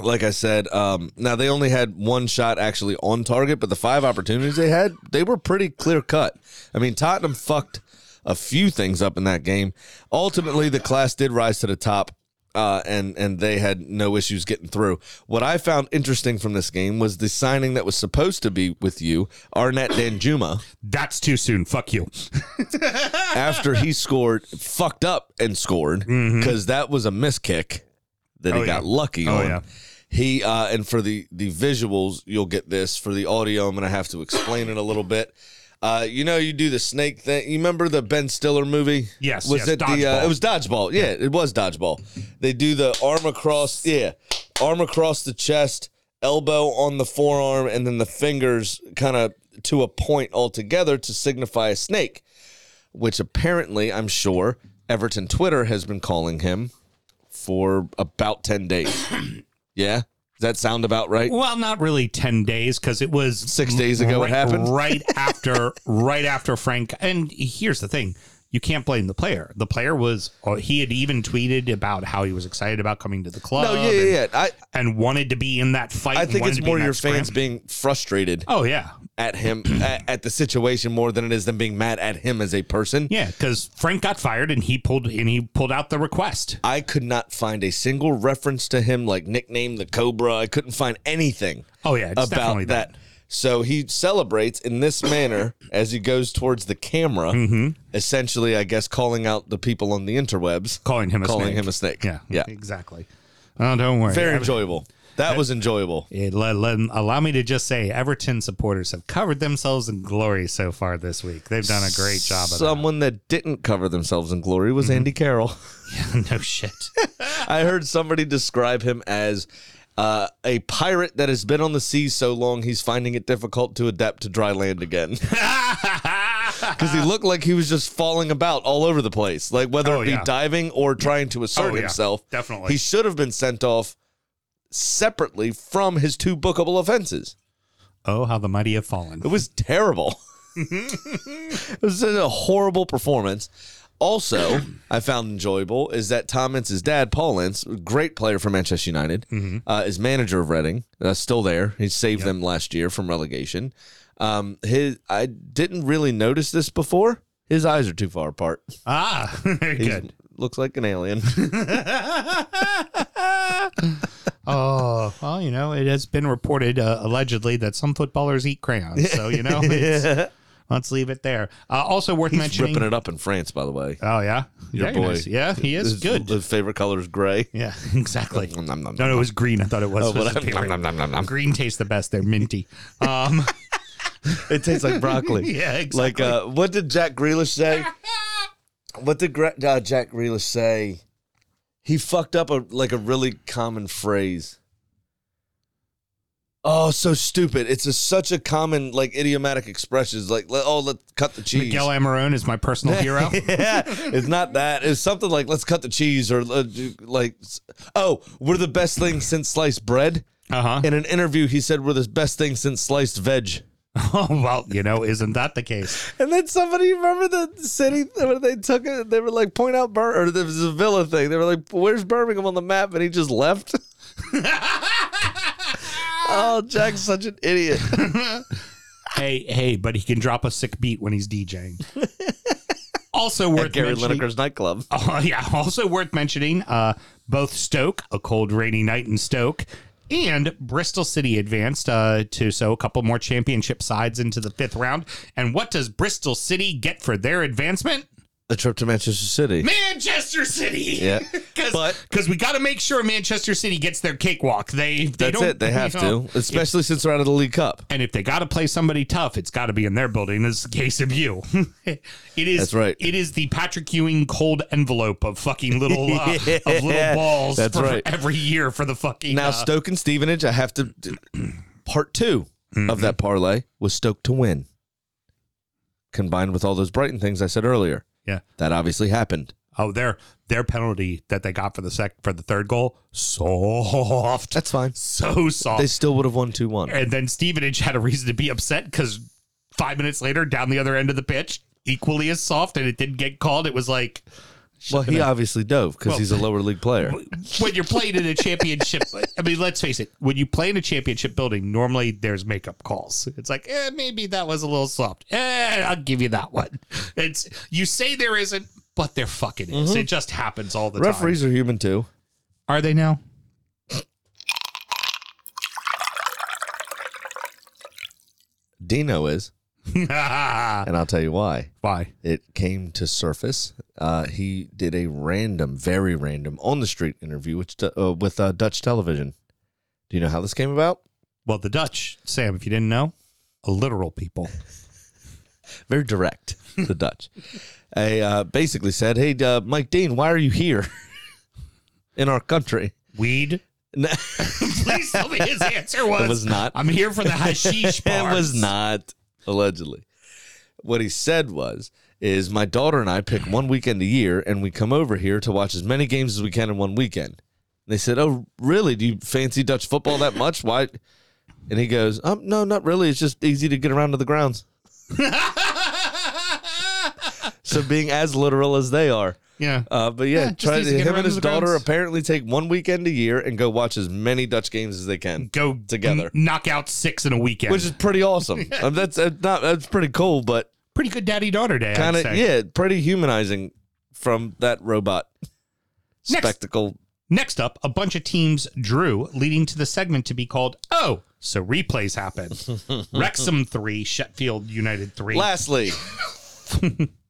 Speaker 3: Like I said, um, now they only had one shot actually on target, but the five opportunities they had, they were pretty clear cut. I mean, Tottenham fucked a few things up in that game. Ultimately, the class did rise to the top. Uh, and and they had no issues getting through. What I found interesting from this game was the signing that was supposed to be with you, Arnett Danjuma
Speaker 2: That's too soon. Fuck you.
Speaker 3: after he scored, fucked up and scored because that was a miss kick that
Speaker 2: Mm-hmm. Oh,
Speaker 3: he got
Speaker 2: yeah.
Speaker 3: lucky
Speaker 2: Oh,
Speaker 3: on.
Speaker 2: yeah.
Speaker 3: He uh, and for the the visuals, you'll get this. For the audio, I'm gonna have to explain it a little bit. Uh, you know, you do the snake thing. You remember the Ben Stiller movie?
Speaker 2: Yes,
Speaker 3: Was
Speaker 2: yes,
Speaker 3: it the? Uh,
Speaker 2: Dodgeball.
Speaker 3: it was dodgeball. Yeah, it was dodgeball. They do the arm across. Yeah, arm across the chest, elbow on the forearm, and then the fingers kind of to a point altogether to signify a snake which apparently I'm sure Everton Twitter has been calling him for about 10 [CLEARS THROAT] days. yeah? Does that sound about right?
Speaker 2: Well, not really ten days because it was
Speaker 3: Six days ago
Speaker 2: right,
Speaker 3: it happened. [LAUGHS]
Speaker 2: Right after, right after Frank. And here's the thing: you can't blame the player. The player was oh, he had even tweeted about how he was excited about coming to the club.
Speaker 3: No, yeah, yeah,
Speaker 2: and,
Speaker 3: yeah. I,
Speaker 2: and wanted to be in that fight.
Speaker 3: I
Speaker 2: and
Speaker 3: think
Speaker 2: wanted
Speaker 3: it's
Speaker 2: to be
Speaker 3: more
Speaker 2: in that
Speaker 3: your fans
Speaker 2: scrim.
Speaker 3: being frustrated
Speaker 2: Oh yeah,
Speaker 3: at [CLEARS THROAT] him, at, at the situation more than it is them being mad at him as a person.
Speaker 2: yeah. Because Frank got fired and he pulled and he pulled out the request.
Speaker 3: I could not find a single reference to him, like nickname the Cobra. I couldn't find anything.
Speaker 2: Oh, yeah, it's
Speaker 3: about
Speaker 2: definitely
Speaker 3: that.
Speaker 2: that.
Speaker 3: So he celebrates in this manner as he goes towards the camera,
Speaker 2: Mm-hmm.
Speaker 3: essentially, I guess, calling out the people on the interwebs,
Speaker 2: Calling him a
Speaker 3: calling
Speaker 2: snake.
Speaker 3: him a snake.
Speaker 2: Yeah,
Speaker 3: yeah,
Speaker 2: exactly. Oh, don't worry.
Speaker 3: very
Speaker 2: I-
Speaker 3: enjoyable. That was enjoyable.
Speaker 2: It, let, let- allow me to just say, Everton supporters have covered themselves in glory so far this week. They've done a great job Mm-hmm. of
Speaker 3: Someone that didn't cover themselves in glory was Andy Carroll. [LAUGHS]
Speaker 2: that. [LAUGHS] no shit. [LAUGHS]
Speaker 3: I heard somebody describe him as uh, a pirate that has been on the sea so long he's finding it difficult to adapt to dry land again. [LAUGHS] Because he looked like he was just falling about all over the place, like whether
Speaker 2: Oh,
Speaker 3: it be
Speaker 2: yeah.
Speaker 3: diving or trying to assert
Speaker 2: Oh, yeah.
Speaker 3: himself.
Speaker 2: Definitely.
Speaker 3: he should have been sent off separately from his two bookable offenses.
Speaker 2: oh, how the mighty have fallen.
Speaker 3: It was terrible. [LAUGHS] it was a horrible performance. Also, I found enjoyable is that Tom Ince's dad, Paul Ince, great player for Manchester United,
Speaker 2: Mm-hmm.
Speaker 3: uh, is manager of Reading, uh, still there. He saved them last year from relegation. Um, his I didn't really notice this before. His eyes are too far apart.
Speaker 2: Ah, [LAUGHS] very
Speaker 3: He
Speaker 2: good.
Speaker 3: looks like
Speaker 2: [LAUGHS]
Speaker 3: an alien.
Speaker 2: Oh, well, you know, it has been reported uh, allegedly that some footballers eat crayons. So, you
Speaker 3: [LAUGHS]
Speaker 2: know, it's- let's leave it there. Uh, also worth
Speaker 3: He's
Speaker 2: mentioning.
Speaker 3: ripping it up in France, by the way.
Speaker 2: Oh, yeah.
Speaker 3: Your
Speaker 2: Very
Speaker 3: boy.
Speaker 2: nice. Yeah, he is
Speaker 3: His-
Speaker 2: good.
Speaker 3: His favorite color is gray. [LAUGHS]
Speaker 2: Yeah, [LAUGHS] exactly.
Speaker 3: Nom, nom, nom,
Speaker 2: no, no, it was green. I thought it was. [LAUGHS]
Speaker 3: Oh,
Speaker 2: It was
Speaker 3: whatever.
Speaker 2: superior.
Speaker 3: [LAUGHS] Nom, nom, nom, nom.
Speaker 2: Green tastes the best. They're minty. Um,
Speaker 3: It tastes like [LAUGHS] broccoli.
Speaker 2: [LAUGHS] yeah,
Speaker 3: Like,
Speaker 2: exactly.
Speaker 3: uh, what did Jack Grealish say? What did Gra- uh, Jack Grealish say? He fucked up a like a really common phrase. Oh, so stupid. It's a, such a common like idiomatic expressions like let, oh let's cut the cheese.
Speaker 2: Miguel Amarone is my personal hero.
Speaker 3: [LAUGHS] yeah, it's not that. It's something like let's cut the cheese or uh, like oh, we're the best thing since sliced bread.
Speaker 2: Uh-huh. [LAUGHS]
Speaker 3: In an interview he said we're the best thing since sliced veg.
Speaker 2: oh, well, you know, isn't that the case?
Speaker 3: And then somebody remember the city when they took it. They were like, point out Bur or there was a villa thing. They were like, where's Birmingham on the map? And he just left. [LAUGHS] oh, Jack's such an idiot.
Speaker 2: Hey, hey, but he can drop a sick beat when he's
Speaker 3: [LAUGHS]
Speaker 2: DJing. also [LAUGHS] worth
Speaker 3: At Gary
Speaker 2: mentioning.
Speaker 3: Lineker's nightclub.
Speaker 2: Oh, [LAUGHS] yeah. Also worth mentioning uh, both Stoke, a cold, rainy night in Stoke, and Bristol City advanced uh, to so a couple more championship sides into the fifth round. And what does Bristol City get for their advancement?
Speaker 3: A trip to Manchester City.
Speaker 2: Manchester City. [LAUGHS]
Speaker 3: Yeah.
Speaker 2: Because
Speaker 3: But-
Speaker 2: we got to make sure Manchester City gets their cakewalk. They, they
Speaker 3: That's
Speaker 2: don't,
Speaker 3: it.
Speaker 2: [LAUGHS]
Speaker 3: They
Speaker 2: you
Speaker 3: have
Speaker 2: know,
Speaker 3: to, especially since they're out of the League Cup.
Speaker 2: and if they got to play somebody tough, it's got to be in their building. This is the case of you. [LAUGHS] it is.
Speaker 3: That's right.
Speaker 2: It is the Patrick Ewing cold envelope of fucking little
Speaker 3: [LAUGHS]
Speaker 2: uh, of little balls.
Speaker 3: That's
Speaker 2: for
Speaker 3: right.
Speaker 2: Every year for the fucking
Speaker 3: Now
Speaker 2: uh,
Speaker 3: Stoke and Stevenage. I have to. [CLEARS THROAT] part 2 of
Speaker 2: Mm-hmm.
Speaker 3: that parlay was Stoke to win, combined with all those Brighton things I said earlier.
Speaker 2: yeah.
Speaker 3: That obviously happened.
Speaker 2: Oh, their their penalty that they got for the sec for the third goal soft.
Speaker 3: That's fine.
Speaker 2: so soft.
Speaker 3: They still would have won two one.
Speaker 2: and then Stevenage had a reason to be upset because five minutes later, down the other end of the pitch, equally as soft, and it didn't get called. It was like
Speaker 3: Well, he obviously dove because he's a lower league player.
Speaker 2: when you're playing in a championship. I mean, let's face it. When you play in a championship building, normally there's makeup calls. It's like, eh, maybe that was a little soft. Eh, I'll give you that one. It's you say there isn't, but there fucking is. It just happens all the
Speaker 3: Referees are human
Speaker 2: time.
Speaker 3: too.
Speaker 2: Mm-hmm. Are they now?
Speaker 3: Dino is, and I'll tell you why.
Speaker 2: [LAUGHS] Why?
Speaker 3: It came to surface. Uh, he did a random, very random, on the street interview which, uh, with uh, Dutch television. Do you know how this came about?
Speaker 2: Well, the Dutch, Sam, if you didn't know, a literal people.
Speaker 3: very direct [LAUGHS] the dutch i uh, basically said hey uh, mike dean why are you here [LAUGHS] in our country [LAUGHS]
Speaker 2: Weed.
Speaker 3: No,
Speaker 2: Please tell me his answer was.
Speaker 3: it was not
Speaker 2: I'm here for the hashish
Speaker 3: [LAUGHS] it
Speaker 2: bars.
Speaker 3: was not allegedly what he said was is my daughter and i pick one weekend a year and we come over here to watch as many games as we can in one weekend they said oh really do you fancy dutch football that much why and he goes um, no not really it's just easy to get around to
Speaker 2: [LAUGHS]
Speaker 3: the grounds so being as literal as they are
Speaker 2: Yeah.
Speaker 3: Uh, but
Speaker 2: Yeah,
Speaker 3: yeah,
Speaker 2: just
Speaker 3: try
Speaker 2: easy
Speaker 3: to,
Speaker 2: to get
Speaker 3: him
Speaker 2: around
Speaker 3: and
Speaker 2: to
Speaker 3: his
Speaker 2: the
Speaker 3: daughter
Speaker 2: grounds.
Speaker 3: apparently take one weekend a year and go watch as many Dutch games as they can,
Speaker 2: Go
Speaker 3: together.
Speaker 2: n- knock out six in a weekend.
Speaker 3: which is
Speaker 2: [LAUGHS]
Speaker 3: pretty awesome. um, that's uh, not that's pretty cool, but
Speaker 2: pretty good daddy daughter day. I'd
Speaker 3: kind of
Speaker 2: say.
Speaker 3: yeah, pretty humanizing from that robot
Speaker 2: Next.
Speaker 3: spectacle.
Speaker 2: Next up, a bunch of teams drew, leading to the segment to be called "Oh, so replays
Speaker 3: [LAUGHS]
Speaker 2: happen." Wrexham three, Sheffield United three. [LAUGHS]
Speaker 3: Lastly,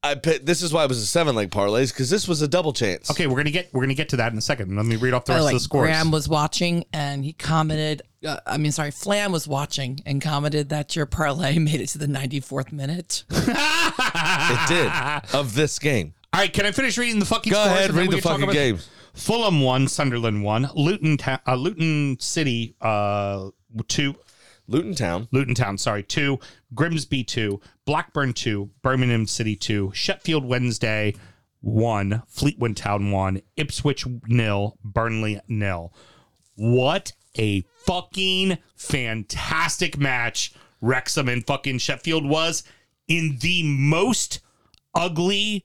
Speaker 3: I picked, this is why it was a seven leg parlays because this was a double chance.
Speaker 2: Okay, we're gonna get we're gonna get to that in a second. Let me read off the
Speaker 6: By
Speaker 2: rest of
Speaker 6: the way,
Speaker 2: the scores.
Speaker 6: Oh,
Speaker 2: [LAUGHS]
Speaker 6: Graham was watching and he commented. Uh, I mean, sorry, Flan was watching and commented that your parlay [LAUGHS] made it to the 94th minute.
Speaker 2: [LAUGHS]
Speaker 3: it did of this game.
Speaker 2: All right, can I finish reading the fucking
Speaker 3: Go
Speaker 2: scores?
Speaker 3: ahead,
Speaker 2: and then
Speaker 3: read
Speaker 2: we
Speaker 3: the
Speaker 2: can talk
Speaker 3: fucking
Speaker 2: about-
Speaker 3: games.
Speaker 2: Fulham one, Sunderland one, Luton Ta- uh, Luton City uh, two,
Speaker 3: Luton Town.
Speaker 2: Luton Town, sorry, two, Grimsby two, Blackburn two, Birmingham City two, Sheffield Wednesday one, Fleetwood Town one, Ipswich nil, Burnley nil. What a fucking fantastic match Wrexham and fucking Sheffield was in the most ugly,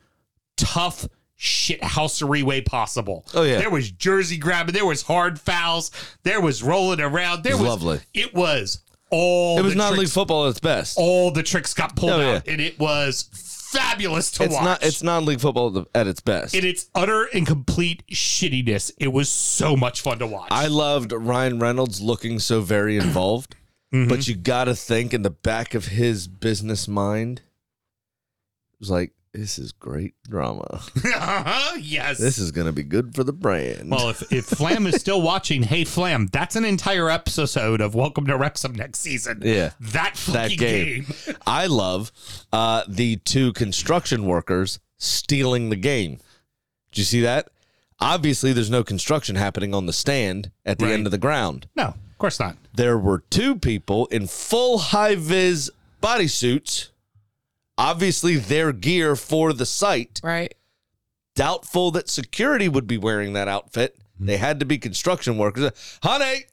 Speaker 2: tough shithousery way possible.
Speaker 3: Oh, yeah.
Speaker 2: There was jersey grabbing, there was hard fouls, there was rolling around. There
Speaker 3: It was
Speaker 2: was
Speaker 3: lovely.
Speaker 2: It was all
Speaker 3: It was
Speaker 2: the
Speaker 3: not league
Speaker 2: tricks,
Speaker 3: football at its best.
Speaker 2: all the tricks got pulled
Speaker 3: Oh,
Speaker 2: out, and it was fabulous to
Speaker 3: it's
Speaker 2: watch.
Speaker 3: not. It's not league football at the- at its best.
Speaker 2: in its utter and complete shittiness, it was so much fun to watch.
Speaker 3: I loved Ryan Reynolds looking
Speaker 2: [CLEARS THROAT]
Speaker 3: so very involved, but
Speaker 2: Mm-hmm.
Speaker 3: you got to think in the back of his business mind, it was like, this is great drama.
Speaker 2: [LAUGHS]
Speaker 3: [LAUGHS]
Speaker 2: yes.
Speaker 3: this is [LAUGHS] going to be good for the brand.
Speaker 2: well, if, if Flam is still watching, hey Flam, that's an entire episode of Welcome to Wrexham next season.
Speaker 3: Yeah.
Speaker 2: that fucking
Speaker 3: [LAUGHS] that
Speaker 2: game.
Speaker 3: game. I love uh, the two construction workers stealing the game. Did you see that? Obviously, there's no construction happening on the stand at the
Speaker 2: Right.
Speaker 3: end of the ground.
Speaker 2: No, Of course not.
Speaker 3: There were two people in full high vis bodysuits, obviously their gear for the site.
Speaker 6: right?
Speaker 3: Doubtful that security would be wearing that outfit. They had to be construction workers. Uh, Honey,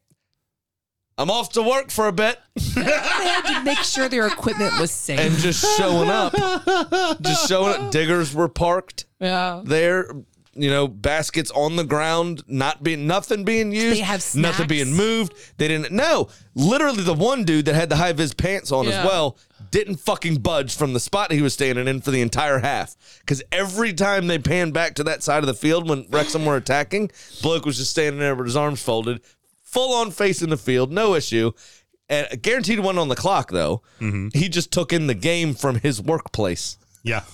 Speaker 3: I'm off to work for a bit
Speaker 6: They had to make sure their equipment was safe.
Speaker 3: and just showing up. Just showing up. Diggers were parked
Speaker 6: yeah.
Speaker 3: there. You know, baskets on the ground, not being nothing being used,
Speaker 6: They have
Speaker 3: nothing
Speaker 6: snacks.
Speaker 3: being moved. They didn't. No, literally, the one dude that had the high vis pants on as
Speaker 6: Yeah.
Speaker 3: well didn't fucking budge from the spot he was standing in for the entire half. Because every time they panned back to that side of the field when Wrexham were attacking, bloke was just standing there with his arms folded, full on face in the field, no issue. And guaranteed one on the clock though. He just took in the game from his workplace.
Speaker 2: Yeah.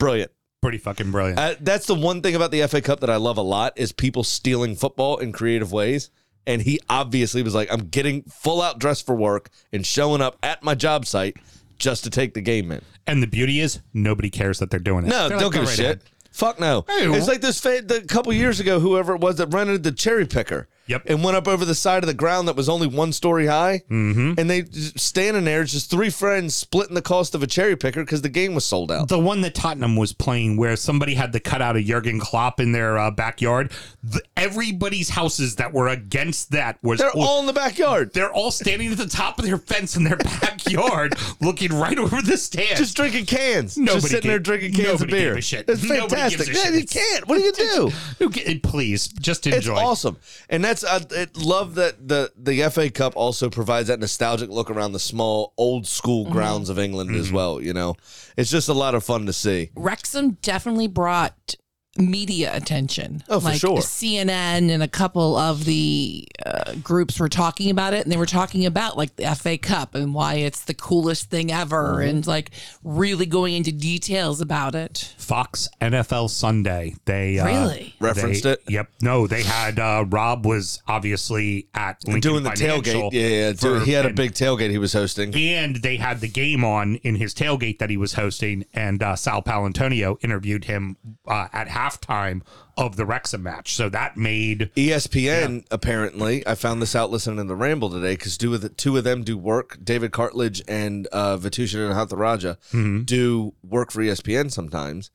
Speaker 3: Brilliant.
Speaker 2: Pretty fucking brilliant.
Speaker 3: Uh, that's the one thing about the FA Cup that I love a lot is people stealing football in creative ways. And he obviously was like, "I'm getting full out dressed for work and showing up at my job site just to take the game in."
Speaker 2: and the beauty is nobody cares that they're doing it.
Speaker 3: No,
Speaker 2: They're like, "Oh,
Speaker 3: don't
Speaker 2: "Go
Speaker 3: give a
Speaker 2: right
Speaker 3: shit.
Speaker 2: ahead."
Speaker 3: Fuck no.
Speaker 2: Hey,
Speaker 3: it's
Speaker 2: wh-
Speaker 3: like this fa- the couple years ago, whoever it was that rented the cherry picker.
Speaker 2: Yep.
Speaker 3: And went up over the side of the ground that was only one story high. Mm-hmm. And they just standing there, it's just three friends splitting the cost of a cherry picker because the game was sold out.
Speaker 2: The one that Tottenham was playing, where somebody had to cut out a Jurgen Klopp in their uh, backyard, the, everybody's houses that were against that was
Speaker 3: They're all in the backyard.
Speaker 2: they're all standing at the top of their fence in their [LAUGHS] backyard, looking right over the stand.
Speaker 3: just drinking cans.
Speaker 2: Nobody
Speaker 3: just sitting there
Speaker 2: gave-
Speaker 3: drinking cans of
Speaker 2: nobody
Speaker 3: beer.
Speaker 2: gave a shit.
Speaker 3: It's
Speaker 2: Nobody gives a
Speaker 3: fantastic.
Speaker 2: shit.
Speaker 3: Yeah, you can't. What do you do?
Speaker 2: Who ca- please just
Speaker 3: It's
Speaker 2: enjoy.
Speaker 3: awesome, and that's I I love that the the FA Cup also provides that nostalgic look around the small old school
Speaker 2: Mm-hmm.
Speaker 3: grounds of England as well. You know, it's just a lot of fun to see.
Speaker 6: Wrexham definitely brought media attention.
Speaker 3: Oh, for
Speaker 6: like
Speaker 3: sure.
Speaker 6: CNN and a couple of the uh, groups were talking about it, and they were talking about like the FA Cup and why it's the coolest thing ever,
Speaker 3: Mm-hmm.
Speaker 6: and like really going into details about it.
Speaker 2: Fox NFL Sunday. They uh,
Speaker 6: Really?
Speaker 3: Referenced
Speaker 2: they-
Speaker 3: it?
Speaker 2: Yep. No, they had uh, Rob was obviously at Lincoln
Speaker 3: Doing the
Speaker 2: Financial
Speaker 3: tailgate, yeah, yeah.
Speaker 2: for-
Speaker 3: dude, he had a
Speaker 2: and-
Speaker 3: big tailgate he was hosting.
Speaker 2: and they had the game on in his tailgate that he was hosting, and uh, Sal Palantonio interviewed him uh, at halftime of the Wrexham match. So that made
Speaker 3: E ESPN apparently. I found this out listening to the Ramble today because two of the two of them do work. David Cartledge and uh, Vitusha and Hatharaja do work for E ESPN sometimes.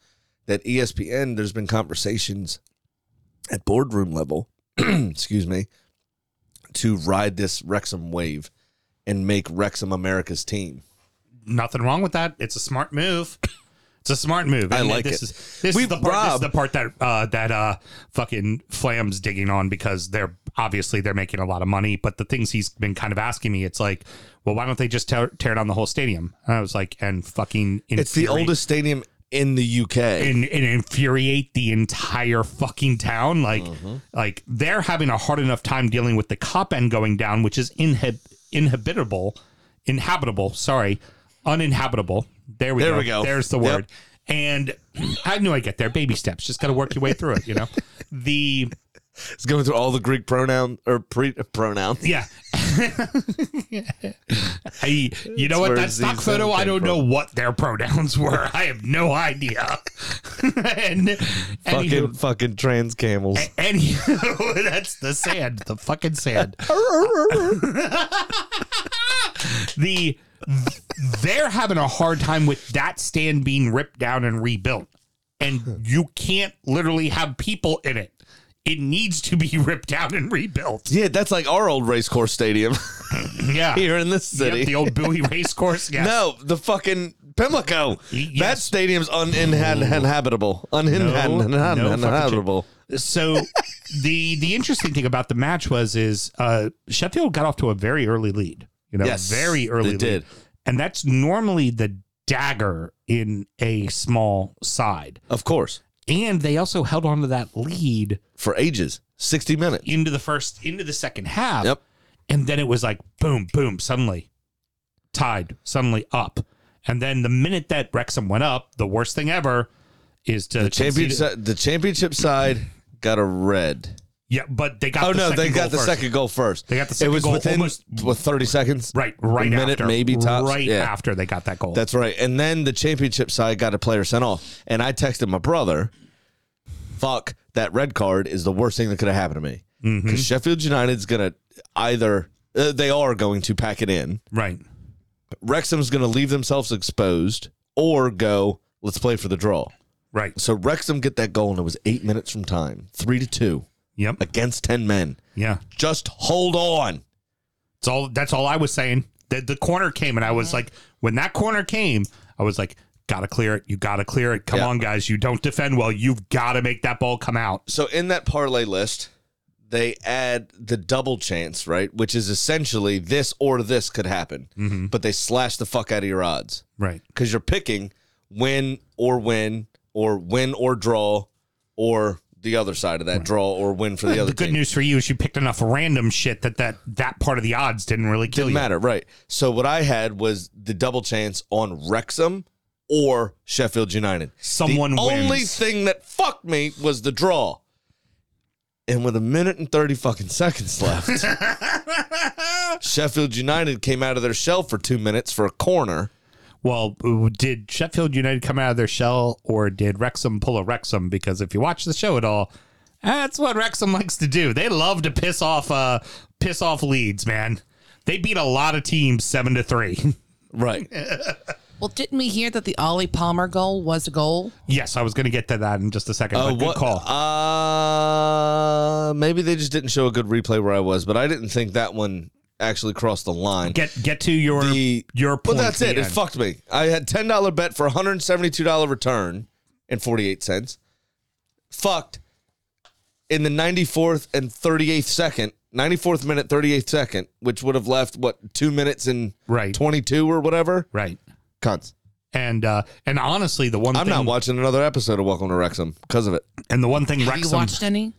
Speaker 3: That E ESPN, there's been conversations at boardroom level. [CLEARS THROAT] excuse me, to ride this Wrexham wave and make Wrexham America's team.
Speaker 2: nothing wrong with that. It's a smart move. [COUGHS] It's a smart move.
Speaker 3: I
Speaker 2: And
Speaker 3: like
Speaker 2: this
Speaker 3: it.
Speaker 2: is this
Speaker 3: We've
Speaker 2: is the part. This is
Speaker 3: robbed-
Speaker 2: the part that uh, that uh, fucking Flam's digging on because they're obviously they're making a lot of money. But the things he's been kind of asking me, it's like, well, why don't they just tear, tear down the whole stadium? And I was like, and fucking,
Speaker 3: It's the
Speaker 2: infuriate-
Speaker 3: oldest stadium in the UK.
Speaker 2: and, and infuriate the entire fucking town. Like,
Speaker 3: Mm-hmm.
Speaker 2: like they're having a hard enough time dealing with the cop end going down, which is inhab- inhabitable, inhabitable. Sorry, uninhabitable. There we
Speaker 3: There
Speaker 2: go.
Speaker 3: we go.
Speaker 2: There's the
Speaker 3: Yep.
Speaker 2: word. And [CLEARS THROAT] I knew I'd get there. Baby steps. Just got to work your way through it. You know, the
Speaker 3: it's going through all the Greek pronoun or pre pronoun.
Speaker 2: Yeah. [LAUGHS] I, you know what?
Speaker 3: where
Speaker 2: That stock
Speaker 3: these
Speaker 2: photo,
Speaker 3: things
Speaker 2: I
Speaker 3: came
Speaker 2: don't
Speaker 3: from.
Speaker 2: know what their [LAUGHS] pronouns were. I have no idea. [LAUGHS] and
Speaker 3: Fucking
Speaker 2: anywho,
Speaker 3: fucking trans camels.
Speaker 2: anywho, [LAUGHS] that's the sand, the fucking sand. the they're having a hard time with that stand being ripped down and rebuilt. And you can't literally have people in it. It needs to be [LAUGHS] ripped down and rebuilt.
Speaker 3: Yeah, that's like our old race course stadium [LAUGHS]
Speaker 2: Yeah.
Speaker 3: here in this
Speaker 2: Ah. Yep,
Speaker 3: city.
Speaker 2: the old
Speaker 3: [LAUGHS]
Speaker 2: Bowie race course. Yes.
Speaker 3: No, the fucking Pimlico.
Speaker 2: Y- yes.
Speaker 3: That stadium's uninhabitable. Uninhabitable.
Speaker 2: No, no fucking
Speaker 3: uninhabitable.
Speaker 2: So the the interesting thing about the match was is uh, Sheffield got off to a very early lead. You know,
Speaker 3: Yes,
Speaker 2: very early
Speaker 3: they
Speaker 2: lead.
Speaker 3: did.
Speaker 2: And that's normally the dagger in a small side.
Speaker 3: Of course.
Speaker 2: And they also held on to that lead
Speaker 3: For ages. 60 minutes.
Speaker 2: into the first into the second half.
Speaker 3: Yep.
Speaker 2: And then it was like boom, boom, suddenly tied, suddenly up. And then the minute that Wrexham went up, the worst thing ever is to
Speaker 3: Championship,
Speaker 2: concede-
Speaker 3: si- the championship side got a red.
Speaker 2: Yeah, but they got
Speaker 3: oh,
Speaker 2: the
Speaker 3: no,
Speaker 2: second
Speaker 3: they got
Speaker 2: goal
Speaker 3: the
Speaker 2: first.
Speaker 3: second goal first.
Speaker 2: They got the
Speaker 3: It
Speaker 2: second
Speaker 3: was
Speaker 2: goal
Speaker 3: within
Speaker 2: almost-
Speaker 3: what, 30 seconds?
Speaker 2: Right, right
Speaker 3: A minute,
Speaker 2: after.
Speaker 3: maybe tops.
Speaker 2: Right
Speaker 3: Yeah.
Speaker 2: after they got that goal.
Speaker 3: That's right. And then the championship side got a player sent off. And I texted my brother, fuck, that red card is the worst thing that could have happened to me. Because Sheffield United's going to either uh, they are going to pack it in.
Speaker 2: Right.
Speaker 3: Wrexham's going to leave themselves exposed or go, let's play for the draw.
Speaker 2: Right.
Speaker 3: So Wrexham get that goal, and it was eight minutes from time, three to two
Speaker 2: Yep.
Speaker 3: against 10 men.
Speaker 2: Yeah.
Speaker 3: Just hold on.
Speaker 2: It's all that's all I was saying. That the corner came and I
Speaker 3: Mm-hmm.
Speaker 2: was like, when that corner came, I was like, gotta clear it. You gotta clear it. Come
Speaker 3: Yeah.
Speaker 2: on, guys. You don't defend well. You've gotta make that ball come out.
Speaker 3: So in that parlay list, they add the double chance, right? Which is essentially this or this could happen,
Speaker 2: Mm-hmm.
Speaker 3: but they slash the fuck out of your odds
Speaker 2: Right.
Speaker 3: because you're picking win or win or win or draw or the other side of that draw or win for the other
Speaker 2: The good
Speaker 3: team.
Speaker 2: news for you is you picked enough random shit that that, that part of the odds didn't really kill
Speaker 3: Didn't
Speaker 2: you.
Speaker 3: matter, right? So what I had was the double chance on Wrexham or Sheffield United.
Speaker 2: Someone
Speaker 3: the only
Speaker 2: wins.
Speaker 3: thing that fucked me was the draw. And with a minute and thirty fucking
Speaker 2: [LAUGHS]
Speaker 3: seconds left, Sheffield United came out of their shell for two minutes for a corner.
Speaker 2: Well, did Sheffield United come out of their shell or did Wrexham pull a Wrexham? Because if you watch the show at all, that's what Wrexham likes to do. They love to piss off uh piss off leads, man. They beat a lot of teams seven to three. [LAUGHS]
Speaker 3: Right.
Speaker 6: Well, didn't we hear that the Ollie Palmer goal was a goal?
Speaker 2: yes, I was gonna get to that in just a second.
Speaker 3: Oh,
Speaker 2: but good
Speaker 3: what?
Speaker 2: call.
Speaker 3: Uh, maybe they just didn't show a good replay where I was, but I didn't think that one actually crossed the line.
Speaker 2: get get to your
Speaker 3: the
Speaker 2: your
Speaker 3: Well,
Speaker 2: point.
Speaker 3: that's
Speaker 2: at
Speaker 3: it.
Speaker 2: the
Speaker 3: It
Speaker 2: end.
Speaker 3: fucked me. I had ten dollar bet for one hundred seventy two dollar return and forty eight cents. Fucked in the ninety fourth and thirty eighth second, ninety fourth minute, thirty eighth second, which would have left what two minutes and
Speaker 2: Right.
Speaker 3: twenty two or whatever.
Speaker 2: right.
Speaker 3: Cunts.
Speaker 2: And uh and honestly, the one
Speaker 3: I'm
Speaker 2: thing
Speaker 3: not watching another episode of Welcome to Wrexham because of it.
Speaker 2: and the one thing
Speaker 6: Have you
Speaker 2: Wrexham
Speaker 6: watched any?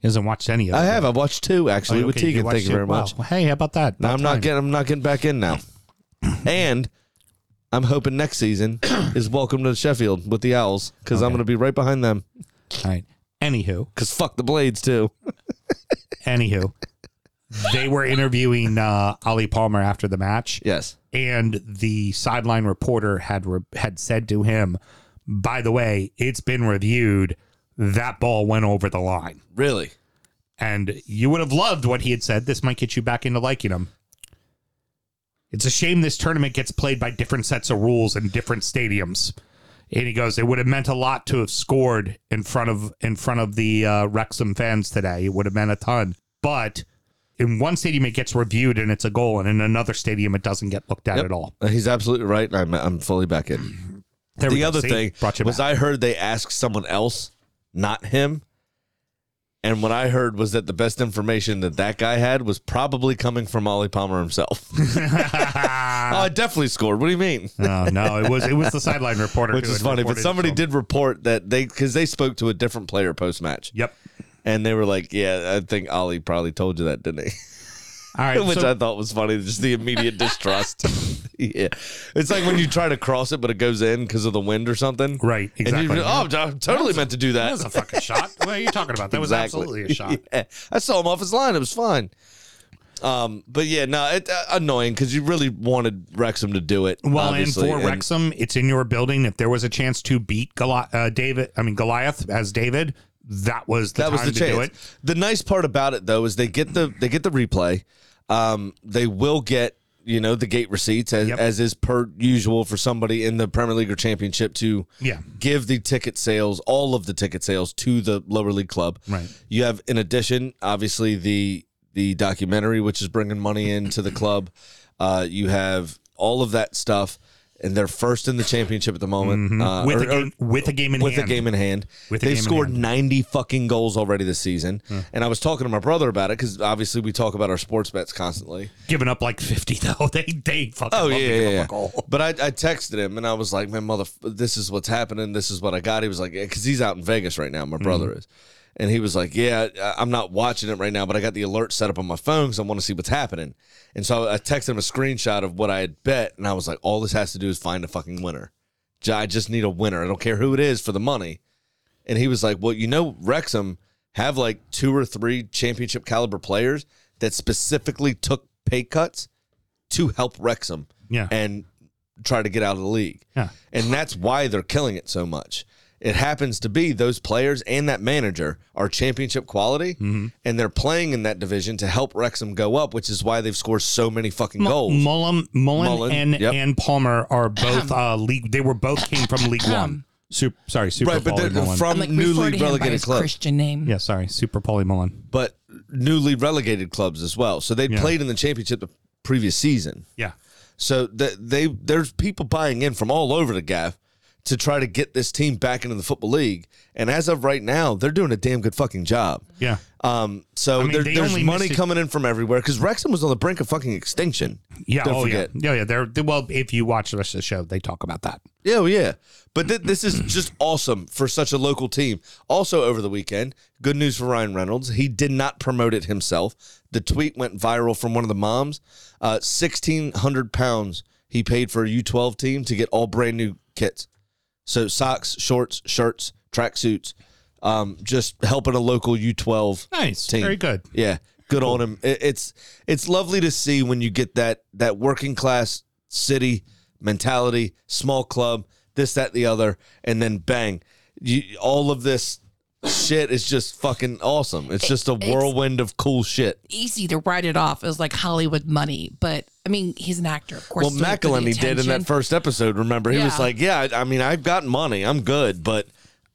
Speaker 2: he hasn't watched any of.
Speaker 3: I
Speaker 2: it.
Speaker 3: have. I've watched two
Speaker 2: Oh,
Speaker 3: actually with
Speaker 2: okay,
Speaker 3: Tegan.
Speaker 2: watched
Speaker 3: Thank you
Speaker 2: it.
Speaker 3: very much.
Speaker 2: Wow. Hey, how about that?
Speaker 3: Now
Speaker 2: About
Speaker 3: I'm not
Speaker 2: time.
Speaker 3: getting. I'm not getting back
Speaker 2: [COUGHS]
Speaker 3: in now. and I'm hoping
Speaker 2: [COUGHS]
Speaker 3: next season is Welcome to Sheffield with the Owls because I'm
Speaker 2: Okay.
Speaker 3: going to be right behind them.
Speaker 2: All right. Anywho,
Speaker 3: Because fuck the
Speaker 2: [LAUGHS]
Speaker 3: Blades too.
Speaker 2: Anywho, they were interviewing uh, Ali Palmer after the match,
Speaker 3: Yes.
Speaker 2: and the sideline reporter had re- had said to him, "By the way, it's been reviewed. That ball went over the line."
Speaker 3: Really?
Speaker 2: And you would have loved what he had said. This might get you back into liking him. It's a shame this tournament gets played by different sets of rules in different stadiums. And he goes, it would have meant a lot to have scored in front of in front of the uh, Wrexham fans today. It would have meant a ton. But in one stadium, it gets reviewed and it's a goal, and in another stadium, it doesn't get looked at at all.
Speaker 3: Uh, He's absolutely right. and I'm I'm fully back in.
Speaker 2: There we
Speaker 3: the
Speaker 2: go.
Speaker 3: other
Speaker 2: See?
Speaker 3: thing
Speaker 2: brought you
Speaker 3: was
Speaker 2: back.
Speaker 3: I heard they asked someone else, not him. And what I heard was that the best information that that guy had was probably coming from Ollie
Speaker 2: [LAUGHS]
Speaker 3: Palmer himself. [LAUGHS] oh, I definitely scored. What do you mean?
Speaker 2: no, no, it was it was the sideline reporter,
Speaker 3: [LAUGHS] Which
Speaker 2: who
Speaker 3: is
Speaker 2: had
Speaker 3: funny, but
Speaker 2: reported it
Speaker 3: somebody
Speaker 2: from-
Speaker 3: did report that they because they spoke to a different player post match,
Speaker 2: Yep.
Speaker 3: and they were like, "Yeah, I think Ollie probably told you that, didn't he?"
Speaker 2: All right.
Speaker 3: [LAUGHS] which
Speaker 2: so-
Speaker 3: I thought was funny. Just the immediate distrust. [LAUGHS] yeah, it's like when you try to cross it, but it goes in because of the wind or something.
Speaker 2: Right,
Speaker 3: And
Speaker 2: exactly.
Speaker 3: you, oh, I totally meant to do that.
Speaker 2: That was a fucking shot. What are you talking about? That was absolutely
Speaker 3: [LAUGHS]
Speaker 2: a shot.
Speaker 3: Yeah. I saw him off his line. It was fine. Um, but yeah, no, it uh, annoying because you really wanted Wrexham to do it.
Speaker 2: [LAUGHS] Well, and
Speaker 3: obviously,
Speaker 2: for Wrexham, it's in your building. If there was a chance to beat Goli- uh, David, I mean Goliath as David, that was the
Speaker 3: that
Speaker 2: time
Speaker 3: was the
Speaker 2: to
Speaker 3: chance.
Speaker 2: do it.
Speaker 3: The nice part about it though is they get the they get the replay. Um, they will get you know the gate receipts as,
Speaker 2: Yep.
Speaker 3: as is per usual for somebody in the Premier League or Championship to
Speaker 2: Yeah.
Speaker 3: give the ticket sales all of the ticket sales to the lower league club.
Speaker 2: Right.
Speaker 3: You have in addition obviously the the documentary which is bringing money into the club. Uh, you have all of that stuff. And they're first in the championship at the moment. Uh,
Speaker 2: with
Speaker 3: or-
Speaker 2: a game, with a game in
Speaker 3: with
Speaker 2: hand.
Speaker 3: a game in hand.
Speaker 2: With a
Speaker 3: They've
Speaker 2: game in
Speaker 3: scored
Speaker 2: hand. Hmm.
Speaker 3: 90 fucking goals already this season. And I was talking to my brother about it because obviously we talk about our sports bets constantly.
Speaker 2: giving up like fifty though. [LAUGHS] They they fucking
Speaker 3: Oh,
Speaker 2: love
Speaker 3: yeah,
Speaker 2: to
Speaker 3: yeah,
Speaker 2: give
Speaker 3: yeah.
Speaker 2: up a goal.
Speaker 3: But I, I texted him and I was like, man, mother, this is what's happening. This is what I got. He was like, because he's out in Vegas right now. My brother
Speaker 2: Hmm.
Speaker 3: is. And he was like, yeah, I- I'm not watching it right now, but I got the alert set up on my phone because I want to see what's happening. And so I texted him a screenshot of what I had bet. And I was like, all this has to do is find a fucking winner. J- I just need a winner. I don't care who it is for the money. And he was like, Well, you know, Wrexham have like two or three championship caliber players that specifically took pay cuts to help Wrexham
Speaker 2: Yeah.
Speaker 3: and try to get out of the league.
Speaker 2: Yeah.
Speaker 3: And that's why they're killing it so much. it happens to be those players and that manager are championship quality,
Speaker 2: Mm-hmm.
Speaker 3: and they're playing in that division to help Wrexham go up, which is why they've scored so many fucking goals.
Speaker 2: Mullen, Mullen,
Speaker 3: Mullen,
Speaker 2: and
Speaker 3: yep.
Speaker 2: and Palmer [CLEARS THROAT] are both uh, league. They were both came from League One. Super, sorry, Super
Speaker 3: right, but
Speaker 2: Paulie
Speaker 3: they're
Speaker 2: Mullen.
Speaker 3: from
Speaker 6: I'm like refer
Speaker 3: newly
Speaker 6: to him by
Speaker 3: Um, relegated
Speaker 6: his
Speaker 3: clubs.
Speaker 6: Christian name.
Speaker 2: yeah, sorry, Super Paulie Mullen.
Speaker 3: but newly relegated clubs as well. So they
Speaker 2: Yeah.
Speaker 3: played in the championship the previous season.
Speaker 2: Yeah,
Speaker 3: So th they there's people buying in from all over the gaff to try to get this team back into the football league. And as of right now, they're doing a damn good fucking job.
Speaker 2: yeah,
Speaker 3: Um, so
Speaker 2: mean,
Speaker 3: there-
Speaker 2: they
Speaker 3: there's
Speaker 2: only
Speaker 3: money
Speaker 2: missed it-
Speaker 3: coming in from everywhere because Wrexham was on the brink of fucking extinction.
Speaker 2: yeah.
Speaker 3: Don't
Speaker 2: oh
Speaker 3: forget.
Speaker 2: yeah, yeah, yeah. They're, they well. If you watch the rest of the show, they talk about that.
Speaker 3: Yeah, oh, yeah. But th- this is just [CLEARS THROAT] awesome for such a local team. Also, over the weekend, good news for Ryan Reynolds. He did not promote it himself. The tweet went viral from one of the moms. Uh, 1,600 pounds he paid for a U12 team to get all brand new kits. So, socks, shorts, shirts, tracksuits, um, just helping a local U12
Speaker 2: Nice,
Speaker 3: team.
Speaker 2: very good.
Speaker 3: Yeah, good on him. It, it's it's lovely to see when you get that that working class city mentality, small club, this that the other, and then bang, you all of this shit is just fucking awesome. It's just a whirlwind of cool shit.
Speaker 6: Easy to write it off as like Hollywood money, but I mean, he's an actor, of course.
Speaker 3: Well,
Speaker 6: he's doing it for the
Speaker 3: McElhenney did in that
Speaker 6: attention.
Speaker 3: first episode. Remember, he was
Speaker 6: Yeah.
Speaker 3: like, "Yeah, I, I mean, I've got money, I'm good, but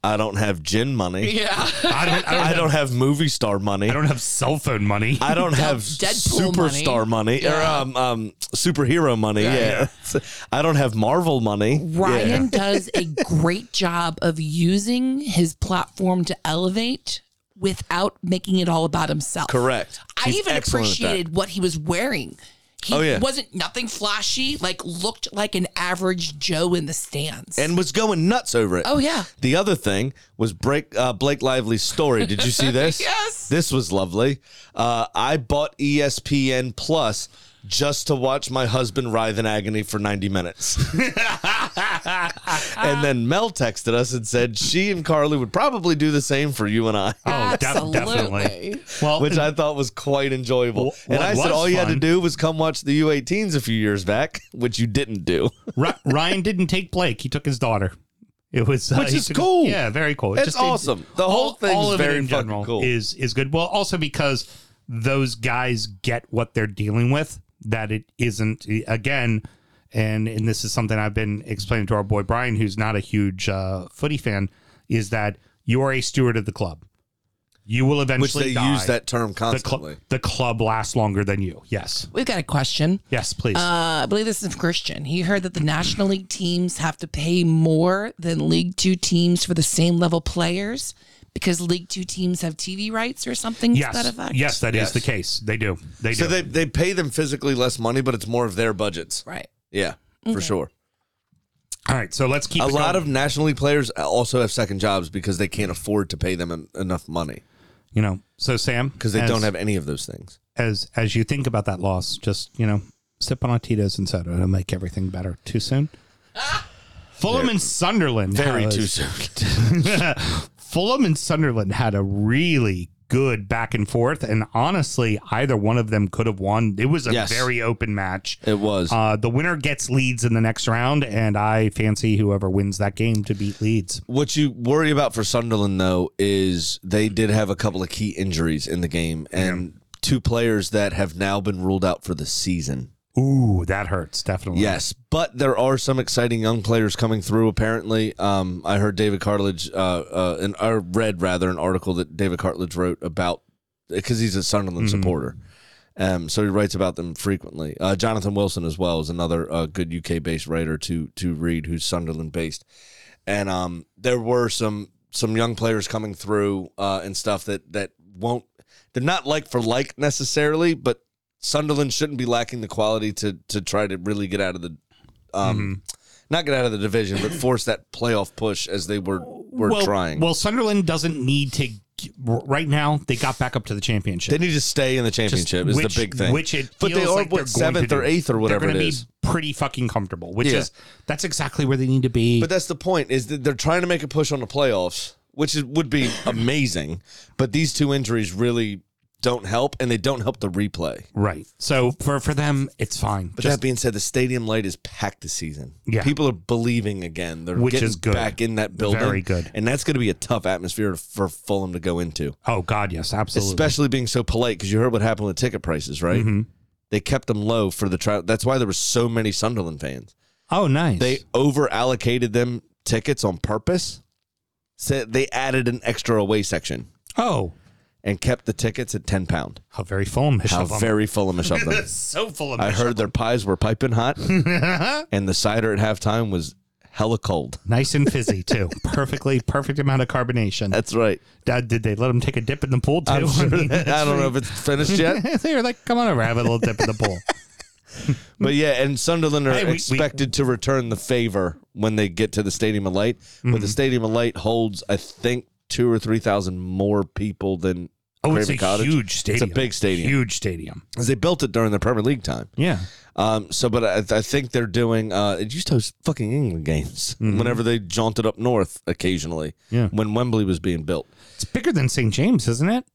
Speaker 3: I don't have gin money.
Speaker 6: Yeah.
Speaker 2: I don't, I don't,
Speaker 3: [LAUGHS] I
Speaker 2: have,
Speaker 3: don't have movie star money.
Speaker 2: I don't have cell phone
Speaker 3: [LAUGHS]
Speaker 2: money.
Speaker 3: I don't have
Speaker 6: Deadpool
Speaker 3: superstar money, or um, um, superhero money. Yeah, [LAUGHS] I don't have Marvel money.
Speaker 6: Ryan
Speaker 3: Yeah.
Speaker 6: does a great job of using his platform to elevate without making it all about himself.
Speaker 3: correct.
Speaker 6: I
Speaker 3: He's
Speaker 6: even
Speaker 3: excellent at that.
Speaker 6: appreciated what he was wearing. He
Speaker 3: Oh, yeah.
Speaker 6: wasn't nothing flashy, like looked like an average Joe in the stands.
Speaker 3: and was going nuts over it.
Speaker 6: Oh, yeah.
Speaker 3: The other thing was Blake, uh, Blake Lively's story. Did you see this?
Speaker 6: [LAUGHS] Yes.
Speaker 3: This was lovely. Uh, I bought ESPN Plus just to watch my husband writhe in agony for 90
Speaker 6: [LAUGHS]
Speaker 3: minutes. and then Mel texted us and said she and Carly would probably do the same for you and I.
Speaker 2: Oh, def- definitely.
Speaker 6: Absolutely.
Speaker 2: Well,
Speaker 3: which I thought was quite enjoyable.
Speaker 2: Oh. Wh-
Speaker 3: And
Speaker 2: what
Speaker 3: I said
Speaker 2: was
Speaker 3: all you had to
Speaker 2: fun-
Speaker 3: do was come watch the U18s a few years back, which you didn't do.
Speaker 2: Ri- Ryan didn't take Blake; he took his daughter. It was uh,
Speaker 3: Which
Speaker 2: he
Speaker 3: is
Speaker 2: took-
Speaker 3: cool.
Speaker 2: Yeah, very cool. It
Speaker 3: It's
Speaker 2: it-
Speaker 3: awesome. The whole thing's
Speaker 2: of it
Speaker 3: very
Speaker 2: in
Speaker 3: fucking
Speaker 2: general
Speaker 3: cool.
Speaker 2: Is is good. Well, also because those guys get what they're dealing with. That it isn't again. And, and this is something I've been explaining to our boy Brian, who's not a huge uh, footy fan, is that you are a steward of the club. You will
Speaker 3: Which
Speaker 2: eventually
Speaker 3: they
Speaker 2: die.
Speaker 3: use that term
Speaker 2: the, cl-
Speaker 3: constantly.
Speaker 2: the club lasts longer than you. Yes,
Speaker 6: We've got a question.
Speaker 2: yes, please.
Speaker 6: Uh, I believe this is from Christian. He heard that the National League teams have to pay more than League Two teams for the same level players because League Two teams have TV rights or something
Speaker 2: yes,
Speaker 6: to that effect.
Speaker 2: yes, that is
Speaker 3: Yes.
Speaker 2: the case. They do. They
Speaker 3: so
Speaker 2: do.
Speaker 3: they, they pay them physically less money, but it's more of their budgets.
Speaker 6: Right.
Speaker 3: Yeah, for sure.
Speaker 2: All right, so let's keep
Speaker 3: A
Speaker 2: it
Speaker 3: lot
Speaker 2: going.
Speaker 3: of National League players also have second jobs because they can't afford to pay them en- enough money
Speaker 2: you know. So Sam,
Speaker 3: because they
Speaker 2: as-
Speaker 3: don't have any of those things.
Speaker 2: as as you think about that loss, just you know, sip on a Tito's and soda. It'll make everything better. Too
Speaker 3: [LAUGHS]
Speaker 2: soon. Fulham and Sunderland.
Speaker 3: Very
Speaker 2: has-
Speaker 3: too
Speaker 2: [LAUGHS]
Speaker 3: soon.
Speaker 2: Fulham and Sunderland had a really good back and forth, and honestly, either one of them could have won. It was a
Speaker 3: Yes.
Speaker 2: very open match.
Speaker 3: [LAUGHS] it was.
Speaker 2: Uh, the winner gets Leeds in the next round, and I fancy whoever wins that game to beat Leeds.
Speaker 3: What you worry about for Sunderland though is they did have a couple of key injuries in the game and two players that have now been ruled out for the season.
Speaker 2: Ooh, that hurts definitely.
Speaker 3: Yes, but there are some exciting young players coming through. Apparently, um, I heard David Cartledge, uh, uh, and I read rather an article that David Cartledge wrote about because he's a Sunderland supporter. Um, so he writes about them frequently. Uh, Jonathan Wilson as well is another uh, good UK based writer to to read who's Sunderland based, and um, there were some some young players coming through uh, and stuff that that won't they're not like for like necessarily, but Sunderland shouldn't be lacking the quality to to try to really get out of the um
Speaker 2: Mm-hmm.
Speaker 3: not get out of the division,
Speaker 2: [LAUGHS]
Speaker 3: but force that playoff push as they were were
Speaker 2: well,
Speaker 3: trying.
Speaker 2: Well, Sunderland doesn't need to. Right now, they got back up to the championship.
Speaker 3: they need to stay in the championship
Speaker 2: Just
Speaker 3: is the big thing.
Speaker 2: Which it
Speaker 3: but they
Speaker 2: feels
Speaker 3: are
Speaker 2: like they're
Speaker 3: what
Speaker 2: going
Speaker 3: seventh
Speaker 2: to
Speaker 3: or
Speaker 2: do.
Speaker 3: eighth or whatever
Speaker 2: they're
Speaker 3: it
Speaker 2: gonna
Speaker 3: is.
Speaker 2: Be pretty fucking comfortable, which
Speaker 3: Yeah.
Speaker 2: is that's exactly where they need to be.
Speaker 3: But that's the point is that they're trying to make
Speaker 2: [COUGHS]
Speaker 3: a push on the playoffs, which is, would be amazing. But these two injuries really don't help, and they don't help the replay.
Speaker 2: Right. So for for them, it's fine.
Speaker 3: But
Speaker 2: Just-
Speaker 3: that being said, the stadium light is packed this season.
Speaker 2: Yeah.
Speaker 3: people are believing again. They're
Speaker 2: Which
Speaker 3: getting
Speaker 2: is good.
Speaker 3: back in that building.
Speaker 2: Very good.
Speaker 3: and that's going to be a tough atmosphere for Fulham to go into,
Speaker 2: oh God, yes, absolutely. Mm-hmm.
Speaker 3: especially being so polite. Because you heard what happened with ticket prices, right? They kept them low for the trial. That's why there were so many Sunderland fans.
Speaker 2: oh, nice.
Speaker 3: They over allocated them tickets on purpose. Said they added an extra away section
Speaker 2: oh,
Speaker 3: and kept the tickets at ten pound.
Speaker 2: how very Fulhamish
Speaker 3: How
Speaker 2: of them.
Speaker 3: very Fulhamish
Speaker 2: [LAUGHS]
Speaker 3: of them.
Speaker 2: so Fulhamish.
Speaker 3: I heard their pies were piping
Speaker 2: [LAUGHS]
Speaker 3: hot, and the cider at halftime was hella cold.
Speaker 2: nice and fizzy
Speaker 3: [LAUGHS]
Speaker 2: too. Perfectly, perfect amount of carbonation.
Speaker 3: That's right.
Speaker 2: Dad, did they let him take a dip in the pool too? [LAUGHS]
Speaker 3: Uh, I'm sure
Speaker 2: mean,
Speaker 3: that- I don't know if it's
Speaker 2: [LAUGHS]
Speaker 3: finished yet,
Speaker 2: they were like, "Come on over, have a little dip in the
Speaker 3: [LAUGHS]
Speaker 2: pool."
Speaker 3: but yeah. And Sunderland are
Speaker 2: Hey, we- we-
Speaker 3: expected to return the favor when they get to the Stadium of Light, but
Speaker 2: Mhm.
Speaker 3: the Stadium of Light holds, I think, two or three thousand more people than.
Speaker 2: Oh, it's
Speaker 3: Craven
Speaker 2: a
Speaker 3: Cottage.
Speaker 2: huge stadium.
Speaker 3: It's a big stadium
Speaker 2: Huge stadium.
Speaker 3: 'Cause they built it during the Premier League time.
Speaker 2: Yeah.
Speaker 3: Um, so, but I, I think they're doing. Uh, it used to host fucking England games whenever they jaunted up north occasionally.
Speaker 2: Mm-hmm. Yeah.
Speaker 3: when Wembley was being built.
Speaker 2: It's bigger than St. James, isn't it?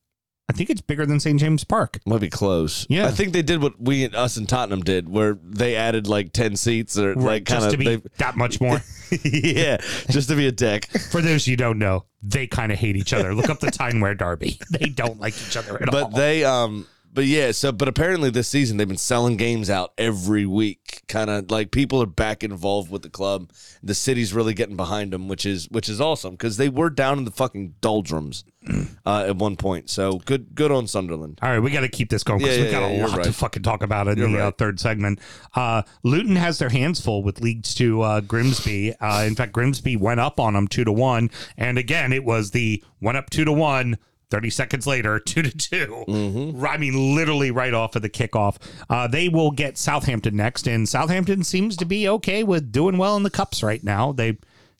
Speaker 2: I think it's bigger than St. James Park.
Speaker 3: Might be close.
Speaker 2: Yeah.
Speaker 3: I think they did what we us and Tottenham did, where they added like ten seats or like kind
Speaker 2: just to
Speaker 3: of
Speaker 2: be
Speaker 3: they,
Speaker 2: that much
Speaker 3: [LAUGHS]
Speaker 2: more. [LAUGHS]
Speaker 3: yeah, just to be a dick.
Speaker 2: For those you don't know, they kind of hate each other. Look up the Tyneware Derby. [LAUGHS] They don't like each other at all.
Speaker 3: But they um, but yeah. So but apparently this season they've been selling games out every week. Kind of like people are back involved with the club. The city's really getting behind them, which is which is awesome because they were down in the fucking doldrums [CLEARS THROAT] uh, at one point. So good good on Sunderland.
Speaker 2: All right, we got to keep this going because
Speaker 3: Yeah,
Speaker 2: we
Speaker 3: yeah,
Speaker 2: got
Speaker 3: yeah,
Speaker 2: a
Speaker 3: you're
Speaker 2: lot to
Speaker 3: right.
Speaker 2: fucking talk about in
Speaker 3: You're
Speaker 2: the uh,
Speaker 3: right.
Speaker 2: third segment. Uh, Luton has their hands full with leagues to uh, Grimsby. Uh, in fact, Grimsby went up on them two to one, and again, it was the one up two to one. 30 seconds later, [LAUGHS] two to 2 I mean, literally right off of the kickoff. Uh, they will get Southampton next, and Southampton seems to be okay with doing well in the cups right now. They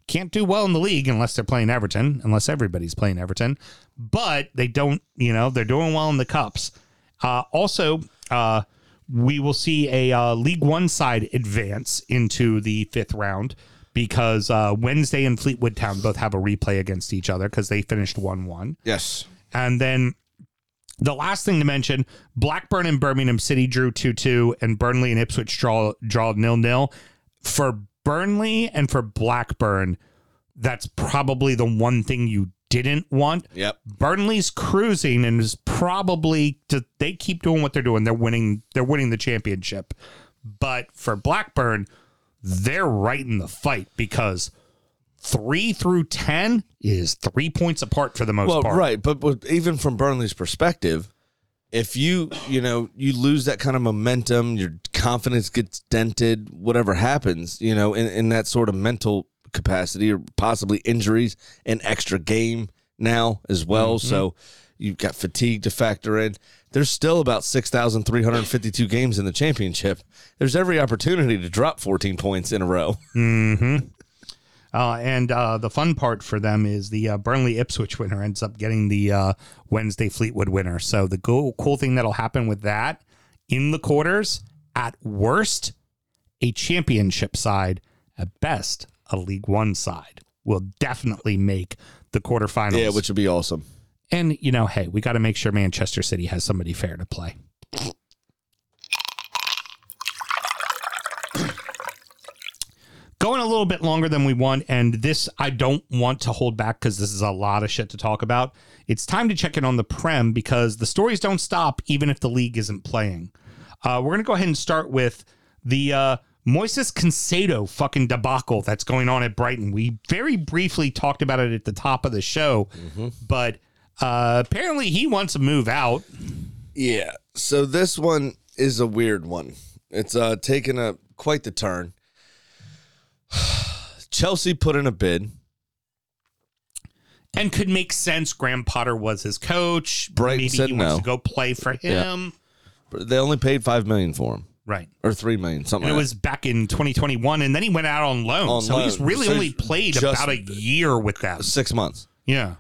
Speaker 2: can't do well in the league unless they're playing Everton, unless everybody's playing Everton. But they don't, you know, they're doing well in the cups. Uh, also, uh, we will see a uh, League One side advance into the fifth round because uh, Wednesday and Fleetwood Town both have a replay against each other because they finished 1 1.
Speaker 3: Yes.
Speaker 2: And then the last thing to mention Blackburn and Birmingham City drew 2 2, and Burnley and Ipswich draw, draw nil nil. For Burnley and for Blackburn, that's probably the one thing you didn't want.
Speaker 3: Yep.
Speaker 2: Burnley's cruising and is probably they keep doing what they're doing. They're winning. They're winning the championship. But for Blackburn, they're right in the fight because three through ten is three points apart for the most
Speaker 3: Well,
Speaker 2: part.
Speaker 3: right, but, but even from Burnley's perspective, if you you know you lose that kind of momentum, your confidence gets dented. Whatever happens, you know, in, in that sort of mental capacity, or possibly injuries, an extra game now as well. So you've got fatigue to factor in. There's still about six thousand three hundred fifty-two games in the championship. There's every opportunity to drop fourteen points in a row.
Speaker 2: Mm-hmm. Uh, and uh, the fun part for them is the uh, Burnley Ipswich winner ends up getting the uh, Wednesday Fleetwood winner. So the go- cool thing that'll happen with that in the quarters, at worst, a championship side, at best, a League One side will definitely make the quarterfinals.
Speaker 3: Yeah, which would be awesome.
Speaker 2: and you know, hey, we got to make sure Manchester City has somebody fair to play. Going a little bit longer than we want, and this I don't want to hold back because this is a lot of shit to talk about. It's time to check in on the Prem because the stories don't stop even if the league isn't playing. Uh, we're gonna go ahead and start with the uh, Moises Cancedo fucking debacle that's going on at Brighton. We very briefly talked about it at the top of the show,
Speaker 3: Mm-hmm.
Speaker 2: but uh, apparently he wants to move out.
Speaker 3: Yeah. So this one is a weird one. It's uh taken a quite the turn. [SIGHS] Chelsea put in a bid.
Speaker 2: and could make sense. Graham Potter was his coach.
Speaker 3: Brighton
Speaker 2: Maybe
Speaker 3: said
Speaker 2: he wants
Speaker 3: no.
Speaker 2: to go play for him.
Speaker 3: They only paid five million for him
Speaker 2: Right.
Speaker 3: or three million, something.
Speaker 2: And it
Speaker 3: like
Speaker 2: was back in 2021, and then he went out on loan.
Speaker 3: On
Speaker 2: so he's
Speaker 3: loan.
Speaker 2: really
Speaker 3: So
Speaker 2: only
Speaker 3: he's
Speaker 2: played
Speaker 3: just-
Speaker 2: about a year with them.
Speaker 3: that. six months.
Speaker 2: Yeah.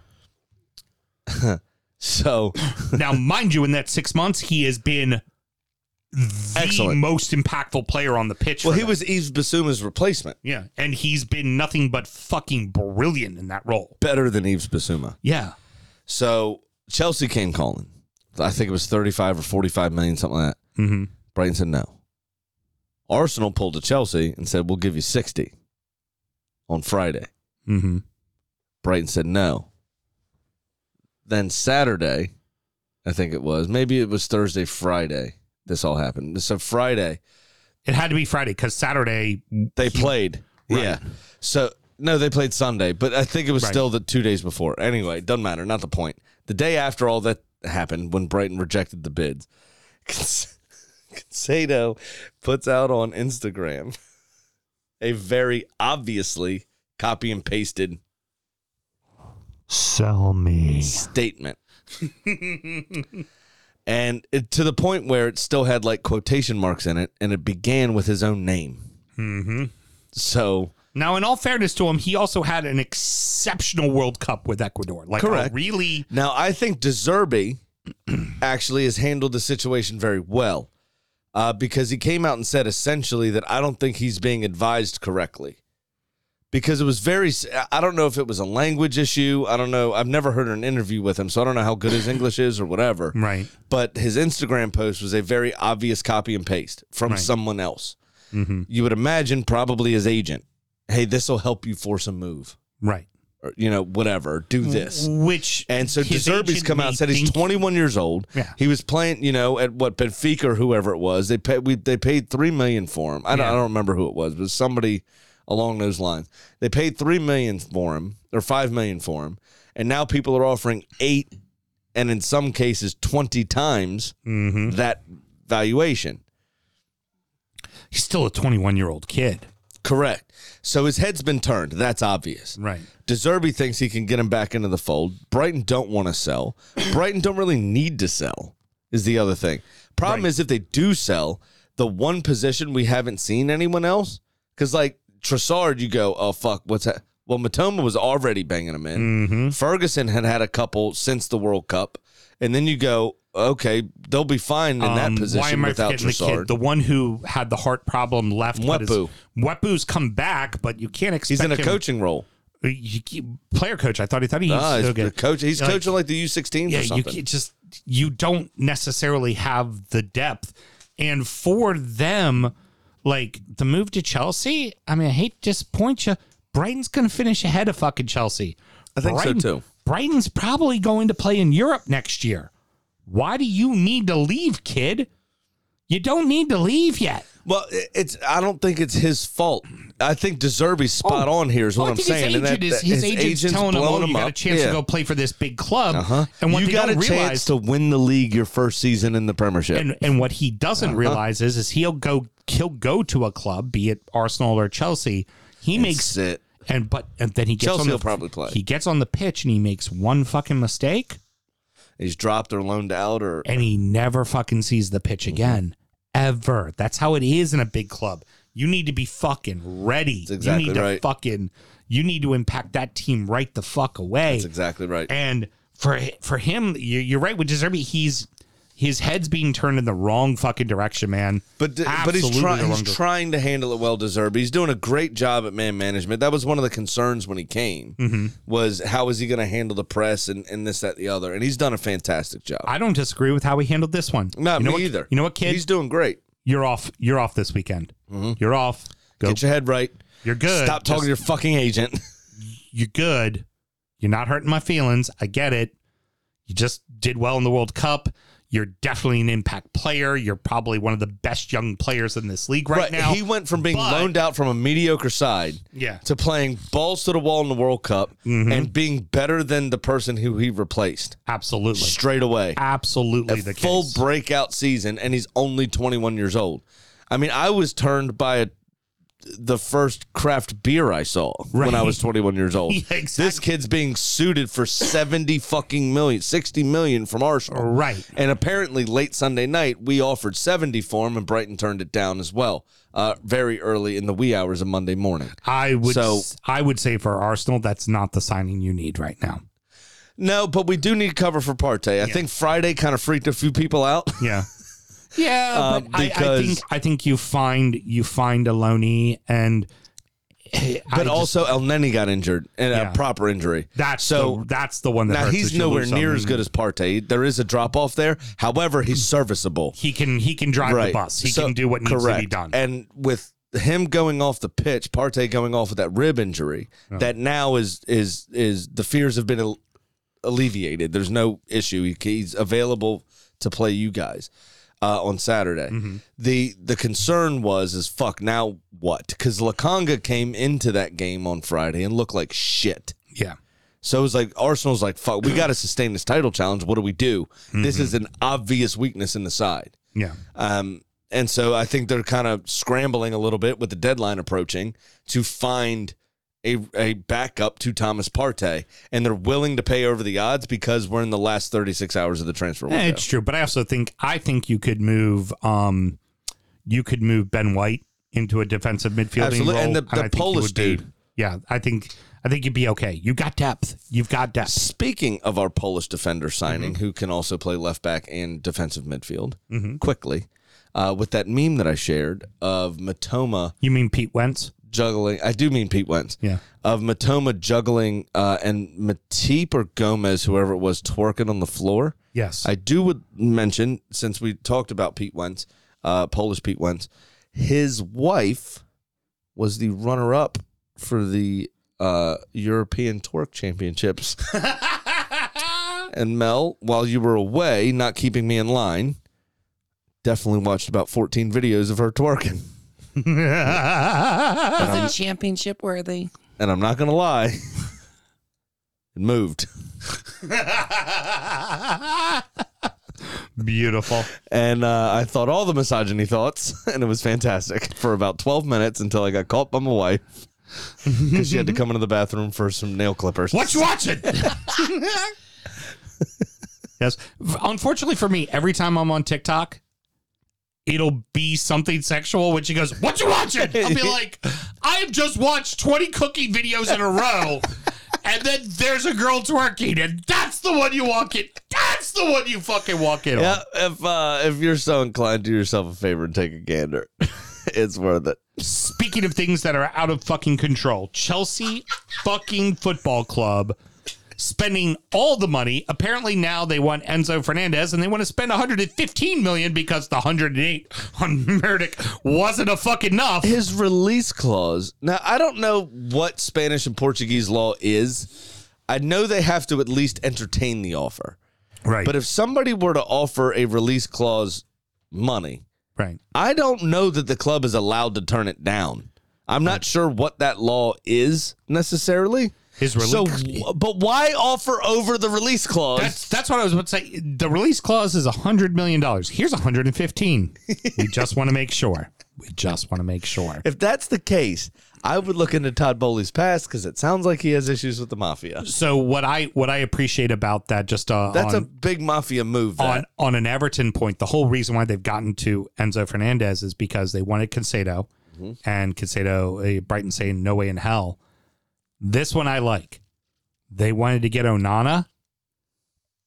Speaker 2: [LAUGHS]
Speaker 3: So [LAUGHS]
Speaker 2: Now, mind you, in that six months, he has been the
Speaker 3: Excellent.
Speaker 2: most impactful player on the pitch.
Speaker 3: well,
Speaker 2: for
Speaker 3: he
Speaker 2: them.
Speaker 3: was Yves Basuma's replacement,
Speaker 2: Yeah. And he's been nothing but fucking brilliant in that role.
Speaker 3: better than Yves Basuma.
Speaker 2: Yeah.
Speaker 3: So Chelsea came calling. I think it was 35 or 45 million, something like that.
Speaker 2: Mhm.
Speaker 3: Brighton said no. Arsenal pulled to Chelsea and said, we'll give you 60 on Friday.
Speaker 2: Mm-hmm.
Speaker 3: Brighton said no. Then Saturday, I think it was, maybe it was Thursday, Friday, this all happened. So Friday,
Speaker 2: It had to be Friday because Saturday.
Speaker 3: they played.
Speaker 2: Right.
Speaker 3: Yeah. So no, they played Sunday, but I think it was
Speaker 2: Right.
Speaker 3: still the two days before. Anyway, doesn't matter. Not the point. The day after all that happened, when Brighton rejected the bids, [LAUGHS] Casado puts out on Instagram a very obviously copy and pasted
Speaker 7: Sell me.
Speaker 3: statement. [LAUGHS] and it, to the point where it still had like quotation marks in it, and it began with his own name. Mm-hmm. So
Speaker 2: Now, in all fairness to him, he also had an exceptional World Cup with Ecuador. Like, a
Speaker 3: Correct.
Speaker 2: really.
Speaker 3: Now, I think Deserby [CLEARS THROAT] actually has handled the situation very well uh, because he came out and said essentially that I don't think he's being advised correctly. Because it was very, I don't know if it was a language issue. I don't know. I've never heard an interview with him, so I don't know how good his English is or whatever.
Speaker 2: Right.
Speaker 3: But his Instagram post was a very obvious copy and paste from
Speaker 2: Right.
Speaker 3: someone else.
Speaker 2: Mm-hmm.
Speaker 3: You would imagine probably his agent. Hey, this will help you force a move,
Speaker 2: Right.
Speaker 3: or, you know, whatever. Do
Speaker 2: Mm,
Speaker 3: this.
Speaker 2: Which.
Speaker 3: And so
Speaker 2: his
Speaker 3: Deserby's
Speaker 2: agent
Speaker 3: come out and
Speaker 2: may
Speaker 3: said he's
Speaker 2: think-
Speaker 3: 21 years old.
Speaker 2: Yeah.
Speaker 3: He was playing, you know, at what Benfica or whoever it was. They paid we, they paid three million for him. I don't, I
Speaker 2: Yeah.
Speaker 3: don't remember who it was, but somebody along those lines. They paid three million for him or five million for him, and now people are offering eight, and in some cases twenty times
Speaker 2: Mhm.
Speaker 3: that valuation.
Speaker 2: He's still a 21 year old kid.
Speaker 3: Correct. So his head's been turned. That's obvious.
Speaker 2: Right.
Speaker 3: Deserby thinks he can get him back into the fold. Brighton don't want
Speaker 2: [COUGHS]
Speaker 3: to sell. Brighton don't really need to sell, is the other thing. Problem
Speaker 2: Right.
Speaker 3: is, if they do sell, the one position we haven't seen anyone else, because like Tressard, you go, oh, fuck, what's that? Well, Matoma was already banging him in.
Speaker 2: Mm-hmm.
Speaker 3: Ferguson had had a couple since the World Cup. And then you go, okay, they'll be fine in that
Speaker 2: Um,
Speaker 3: position
Speaker 2: why am I
Speaker 3: without
Speaker 2: forgetting the kid?
Speaker 3: Tressard.
Speaker 2: The one who had the heart problem left. but is-
Speaker 3: Mwepu.
Speaker 2: Mwepu's come back, but you can't expect
Speaker 3: He's in a
Speaker 2: him-
Speaker 3: coaching role.
Speaker 2: He- he- player coach. I thought he thought he
Speaker 3: Ah,
Speaker 2: was
Speaker 3: he's,
Speaker 2: still
Speaker 3: the
Speaker 2: good.
Speaker 3: coach, he's
Speaker 2: Like,
Speaker 3: coaching like the U16s
Speaker 2: Yeah,
Speaker 3: or
Speaker 2: you
Speaker 3: something.
Speaker 2: ca- just you don't necessarily have the depth, and for them, like the move to Chelsea. I mean, I hate to disappoint you. Brighton's going to finish ahead of fucking Chelsea. I
Speaker 3: think so, too.
Speaker 2: Brighton's probably going to play in Europe next year. Why do you need to leave, kid? You don't need to leave yet.
Speaker 3: Well, i- it's. I don't think it's his fault. I think Deserby's spot on here is what
Speaker 2: Well,
Speaker 3: I'm
Speaker 2: Oh. I think
Speaker 3: saying.
Speaker 2: his
Speaker 3: and that-
Speaker 2: agent is
Speaker 3: that-
Speaker 2: his, agent's, telling him,
Speaker 3: blowing
Speaker 2: "Oh, you got a
Speaker 3: up."
Speaker 2: chance
Speaker 3: Yeah.
Speaker 2: to go play for this big club."
Speaker 3: Uh-huh.
Speaker 2: And what
Speaker 3: you
Speaker 2: they
Speaker 3: got a
Speaker 2: don't
Speaker 3: chance
Speaker 2: realize,
Speaker 3: to win the league your first season in the Premiership.
Speaker 2: and and what he doesn't
Speaker 3: Uh-huh.
Speaker 2: realize is, is he'll go he'll go to a club, be it Arsenal or Chelsea. He makes
Speaker 3: That's it.
Speaker 2: and but and then he gets
Speaker 3: Chelsea
Speaker 2: on the,
Speaker 3: will probably play.
Speaker 2: He gets on the pitch and he makes one fucking mistake,
Speaker 3: He's dropped or loaned out or
Speaker 2: and he never fucking sees the pitch
Speaker 3: Mm-hmm.
Speaker 2: again ever. That's how it is in a big club. You need to be fucking ready.
Speaker 3: exactly
Speaker 2: you need
Speaker 3: right.
Speaker 2: to fucking you need to impact that team right the fuck away.
Speaker 3: that's exactly right.
Speaker 2: And for for him, you- you're right with Deserby. He's his head's being turned in the wrong fucking direction, man.
Speaker 3: But but
Speaker 2: Absolutely
Speaker 3: he's trying
Speaker 2: the wrong
Speaker 3: he's
Speaker 2: direction.
Speaker 3: trying to handle it well. Deserby. He's doing a great job at man management. That was one of the concerns when he came
Speaker 2: Mm-hmm.
Speaker 3: was how is he going to handle the press and, and this that the other. And he's done a fantastic job.
Speaker 2: I don't disagree with how he handled this one.
Speaker 3: Not
Speaker 2: you know
Speaker 3: me
Speaker 2: what,
Speaker 3: either.
Speaker 2: You know what, kid?
Speaker 3: He's doing great.
Speaker 2: you're off. You're off this weekend. You're off. Go.
Speaker 3: Get your head right.
Speaker 2: you're good.
Speaker 3: Stop talking to your
Speaker 2: Just- [LAUGHS]
Speaker 3: fucking agent.
Speaker 2: You're good. You're not hurting my feelings. I get it. You just did well in the World Cup. You're definitely an impact player. You're probably one of the best young players in this league right, now.
Speaker 3: He went from being
Speaker 2: but-
Speaker 3: loaned out from a mediocre side
Speaker 2: yeah.
Speaker 3: to playing balls to the wall in the World Cup
Speaker 2: Mm-hmm.
Speaker 3: and being better than the person who he replaced
Speaker 2: Absolutely.
Speaker 3: straight away.
Speaker 2: Absolutely the
Speaker 3: Full
Speaker 2: case.
Speaker 3: breakout season, and he's only 21 years old. I mean, I was turned by a, the first craft beer I saw when I was 21 years old.
Speaker 2: [LAUGHS] Yeah,
Speaker 3: This
Speaker 2: exactly.
Speaker 3: kid's being suited for 70 fucking million, 60 million from Arsenal.
Speaker 2: Right.
Speaker 3: And apparently, late Sunday night, we offered 70 for him, and Brighton turned it down as well uh, very early in the wee hours of Monday morning.
Speaker 2: I would
Speaker 3: So-
Speaker 2: s- I would say for Arsenal, that's not the signing you need right now.
Speaker 3: No, but we do need cover for Partey. I think Friday kind of freaked a few people out.
Speaker 2: [LAUGHS]
Speaker 3: [LAUGHS]
Speaker 2: Yeah. Yeah,
Speaker 3: Uh,
Speaker 2: but I, I
Speaker 3: because-
Speaker 2: think I think you find you find Aloni and I
Speaker 3: But
Speaker 2: just-
Speaker 3: also, El Neni got injured and
Speaker 2: Yeah.
Speaker 3: a proper injury.
Speaker 2: that's
Speaker 3: so.
Speaker 2: so the, that's the one that
Speaker 3: now
Speaker 2: hurts,
Speaker 3: he's
Speaker 2: is you
Speaker 3: nowhere
Speaker 2: lose
Speaker 3: near as
Speaker 2: something.
Speaker 3: good as Partey. There is a drop off there. However, he's serviceable.
Speaker 2: he can he can drive the bus. He
Speaker 3: So-
Speaker 2: can do what needs to be done.
Speaker 3: And with him going off the pitch, Partey going off with that rib injury, that now is is is the fears have been al- alleviated. There's no issue. He, he's available to play you guys uh, on Saturday.
Speaker 2: Mm-hmm.
Speaker 3: The the concern was is fuck now what? Because Lakanga came into that game on Friday and looked like shit.
Speaker 2: yeah.
Speaker 3: So it was like Arsenal's like fuck. We got
Speaker 2: [CLEARS THROAT]
Speaker 3: to sustain this title challenge. What do we do? This
Speaker 2: Mm-hmm.
Speaker 3: is an obvious weakness in the side.
Speaker 2: Yeah.
Speaker 3: Um, and so I think they're kind of scrambling a little bit with the deadline approaching to find a, a backup to Thomas Partey. And they're willing to pay over the odds because we're in the last 36 hours of the transfer window.
Speaker 2: Eh, it's true, but I also think I think you could move um you could move Ben White into a defensive midfielding
Speaker 3: Absolutely,
Speaker 2: role,
Speaker 3: and the- the
Speaker 2: I think he
Speaker 3: Polish
Speaker 2: would be-
Speaker 3: dude.
Speaker 2: Yeah, I think I think you'd be okay. You got depth. You've got depth.
Speaker 3: Speaking of our Polish defender signing, who can also play left back and defensive midfield quickly, uh, with that meme that I shared of Matoma
Speaker 2: You mean Pete Wentz?
Speaker 3: juggling, I do mean Pete Wentz,
Speaker 2: Yeah.
Speaker 3: of Matoma juggling uh, and Matip or Gomez, whoever it was, twerking on the floor.
Speaker 2: Yes.
Speaker 3: I do would mention since we talked about Pete Wentz, uh, Polish Pete Wentz, his wife was the runner-up for the uh, European Torque Championships. and Mel, while you were away, not keeping me in line, definitely watched about 14 videos of her twerking.
Speaker 6: Was it championship worthy?
Speaker 3: And I'm not gonna lie, [LAUGHS] it moved.
Speaker 2: [LAUGHS] Beautiful.
Speaker 3: And uh, I thought all the misogyny thoughts, [LAUGHS] and it was fantastic for about 12 minutes until I got caught by my wife [LAUGHS] because she had to come into the bathroom for some nail clippers.
Speaker 2: What you watching? [LAUGHS] yes. Unfortunately for me, every time I'm on TikTok, it'll be something sexual when she goes, What you watching? I'll [LAUGHS] be like, I have just watched 20 cooking videos in a row. And then there's a girl twerking, and that's the one you walk in. That's the one you fucking walk in
Speaker 3: Yeah,
Speaker 2: on.
Speaker 3: if uh, if you're so inclined, do yourself a favor and take a gander. [LAUGHS] it's worth it.
Speaker 2: Speaking of things that are out of fucking control, Chelsea fucking football club spending all the money. Apparently now they want Enzo Fernandez and they want to spend 115 million because the 108 on Murdoch wasn't a fuck enough.
Speaker 3: His release clause. Now, I don't know what Spanish and Portuguese law is. I know they have to at least entertain the offer.
Speaker 2: Right.
Speaker 3: But if somebody were to offer a release clause money,
Speaker 2: right.
Speaker 3: I don't know that the club is allowed to turn it down. I'm not sure what that law is necessarily.
Speaker 2: His release.
Speaker 3: So, w- but why offer over the release clause?
Speaker 2: that's that's what I was about to say. The release clause is 100 million dollars. Here's 115. we just want to make sure. We just want to make
Speaker 3: [LAUGHS]
Speaker 2: sure.
Speaker 3: if that's the case, I would look into Todd Bowley's past because it sounds like he has issues with the mafia.
Speaker 2: So what I what I appreciate about that just uh,
Speaker 3: That's
Speaker 2: on,
Speaker 3: a big mafia move. that.
Speaker 2: on on an Everton point, the whole reason why they've gotten to Enzo Fernandez is because they wanted Cancedo,
Speaker 3: Mm-hmm.
Speaker 2: and Cancedo, uh, Brighton saying no way in hell. This one I like. They wanted to get Onana.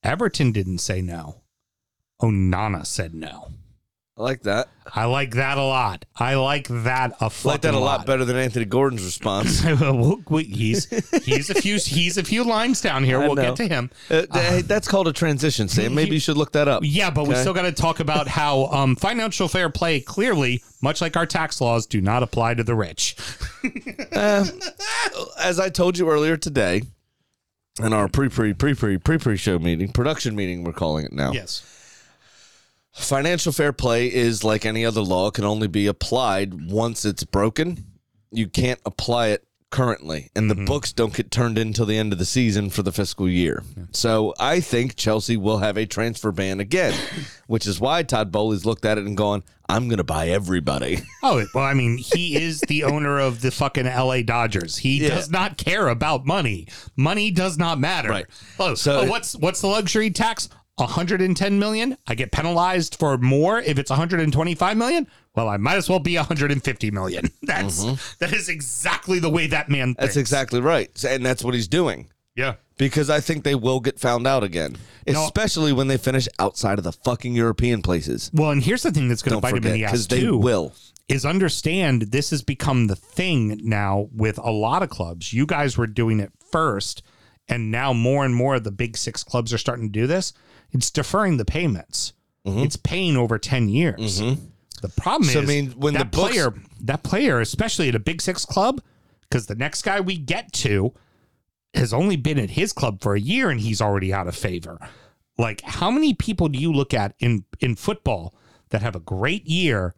Speaker 2: Everton didn't say no. Onana said no.
Speaker 3: I like that.
Speaker 2: I like that a lot. I like that a
Speaker 3: I like that a
Speaker 2: fucking
Speaker 3: lot better than Anthony Gordon's response.
Speaker 2: [LAUGHS]
Speaker 3: Uh,
Speaker 2: We'll- we- he's he's a few he's a few lines down here.
Speaker 3: [LAUGHS] I
Speaker 2: we'll
Speaker 3: know.
Speaker 2: get to him.
Speaker 3: Uh, th- hey, that's called a transition, Sam. Maybe you should look that up.
Speaker 2: Yeah, but we
Speaker 3: Okay.
Speaker 2: still got to talk about how um, financial fair play clearly, much like our tax laws, do not apply to the rich.
Speaker 3: [LAUGHS] as I told you earlier today, in our pre pre pre pre pre pre show meeting, production meeting, we're calling it now.
Speaker 2: Yes.
Speaker 3: Financial fair play is like any other law; can only be applied once it's broken. You can't apply it currently, and the books don't get turned in till the end of the season for the fiscal year. So I think Chelsea will have a transfer ban again, which is why Todd Bowley's looked at it and gone, "I'm going to buy everybody." [LAUGHS]
Speaker 2: Oh well, I mean, he is the owner of the fucking L.A. Dodgers. He
Speaker 3: Yeah.
Speaker 2: does not care about money. Money does not matter.
Speaker 3: Right.
Speaker 2: Oh,
Speaker 3: So-
Speaker 2: so what's what's the luxury tax? 110 million. I get penalized for more if it's 125 million. Well, I might as well be 150 million. [LAUGHS] That's that is exactly the way that man.
Speaker 3: Mm-hmm. that's
Speaker 2: thinks.
Speaker 3: exactly right, and that's what he's doing.
Speaker 2: Yeah.
Speaker 3: because I think they will get found out again,
Speaker 2: No.
Speaker 3: especially when they finish outside of the fucking European places.
Speaker 2: Well, and here's the thing that's going to
Speaker 3: Don't
Speaker 2: bite him in
Speaker 3: forget,
Speaker 2: the ass
Speaker 3: because they
Speaker 2: too.
Speaker 3: will.
Speaker 2: is understand this has become the thing now with a lot of clubs. You guys were doing it first, and now more and more of the big six clubs are starting to do this. It's deferring the payments. It's paying over ten years. The problem
Speaker 3: Mm-hmm. So, I
Speaker 2: is,
Speaker 3: mean, when
Speaker 2: that
Speaker 3: the books-
Speaker 2: player, that player, especially at a big six club, because the next guy we get to has only been at his club for a year and he's already out of favor. Like, how many people do you look at in in football that have a great year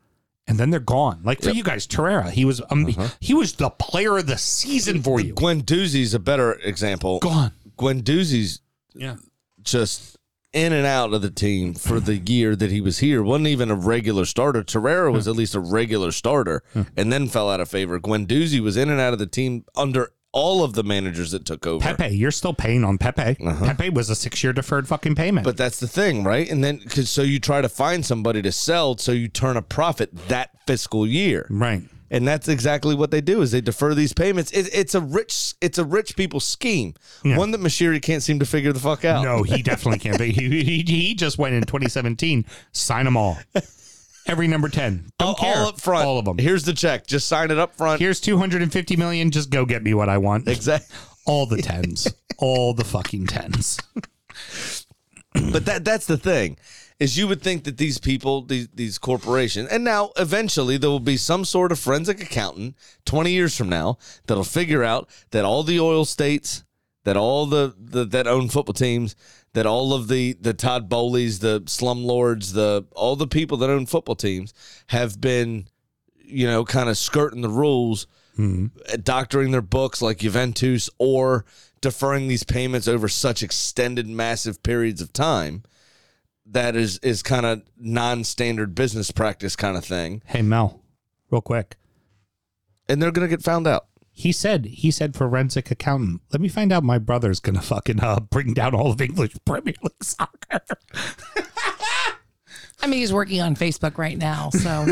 Speaker 2: and then they're gone? Like for you guys, Torreira, he was um,
Speaker 3: Uh-huh.
Speaker 2: he was the player of the season for you.
Speaker 3: Gwen Doozy's a better example.
Speaker 2: Gone.
Speaker 3: Gwen Doozy's
Speaker 2: Yeah.
Speaker 3: just in and out of the team for the year that he was here. Wasn't even a regular starter. Terrera was at least a regular starter and then fell out of favor. Gwendouzi was in and out of the team under all of the managers that took over.
Speaker 2: Pepe, you're still paying on Pepe. Pepe was a six year deferred fucking payment.
Speaker 3: Uh-huh. But that's the thing, right? And then, cause, so you try to find somebody to sell so you turn a profit that fiscal year.
Speaker 2: right.
Speaker 3: and that's exactly what they do is they defer these payments it, it's a rich it's a rich people scheme
Speaker 2: Yeah.
Speaker 3: one that Mashiri can't seem to figure the fuck out
Speaker 2: No, he definitely can't be. [LAUGHS] He, he, he just went in 2017, sign them all. Every number 10. Don't
Speaker 3: all,
Speaker 2: care.
Speaker 3: all up front
Speaker 2: All of them.
Speaker 3: here's the check just sign it up front
Speaker 2: Here's 250 million. Just go get me what I want.
Speaker 3: exactly
Speaker 2: All the tens. all the fucking tens.
Speaker 3: but that that's the thing is you would think that these people these these corporations and now eventually there will be some sort of forensic accountant 20 years from now that'll figure out that all the oil states that all the, the that own football teams that all of the the Todd Bowleys the slumlords the all the people that own football teams have been you know kind of skirting the rules doctoring their books like Juventus or deferring these payments over such extended massive periods of time that is is kind of non-standard business practice kind of thing
Speaker 2: Hey, Mel, real quick.
Speaker 3: and they're going to get found out
Speaker 2: He said, he said forensic accountant. Let me find out my brother's going to fucking uh, bring down all of English Premier League soccer.
Speaker 6: I mean, he's working on Facebook right now, so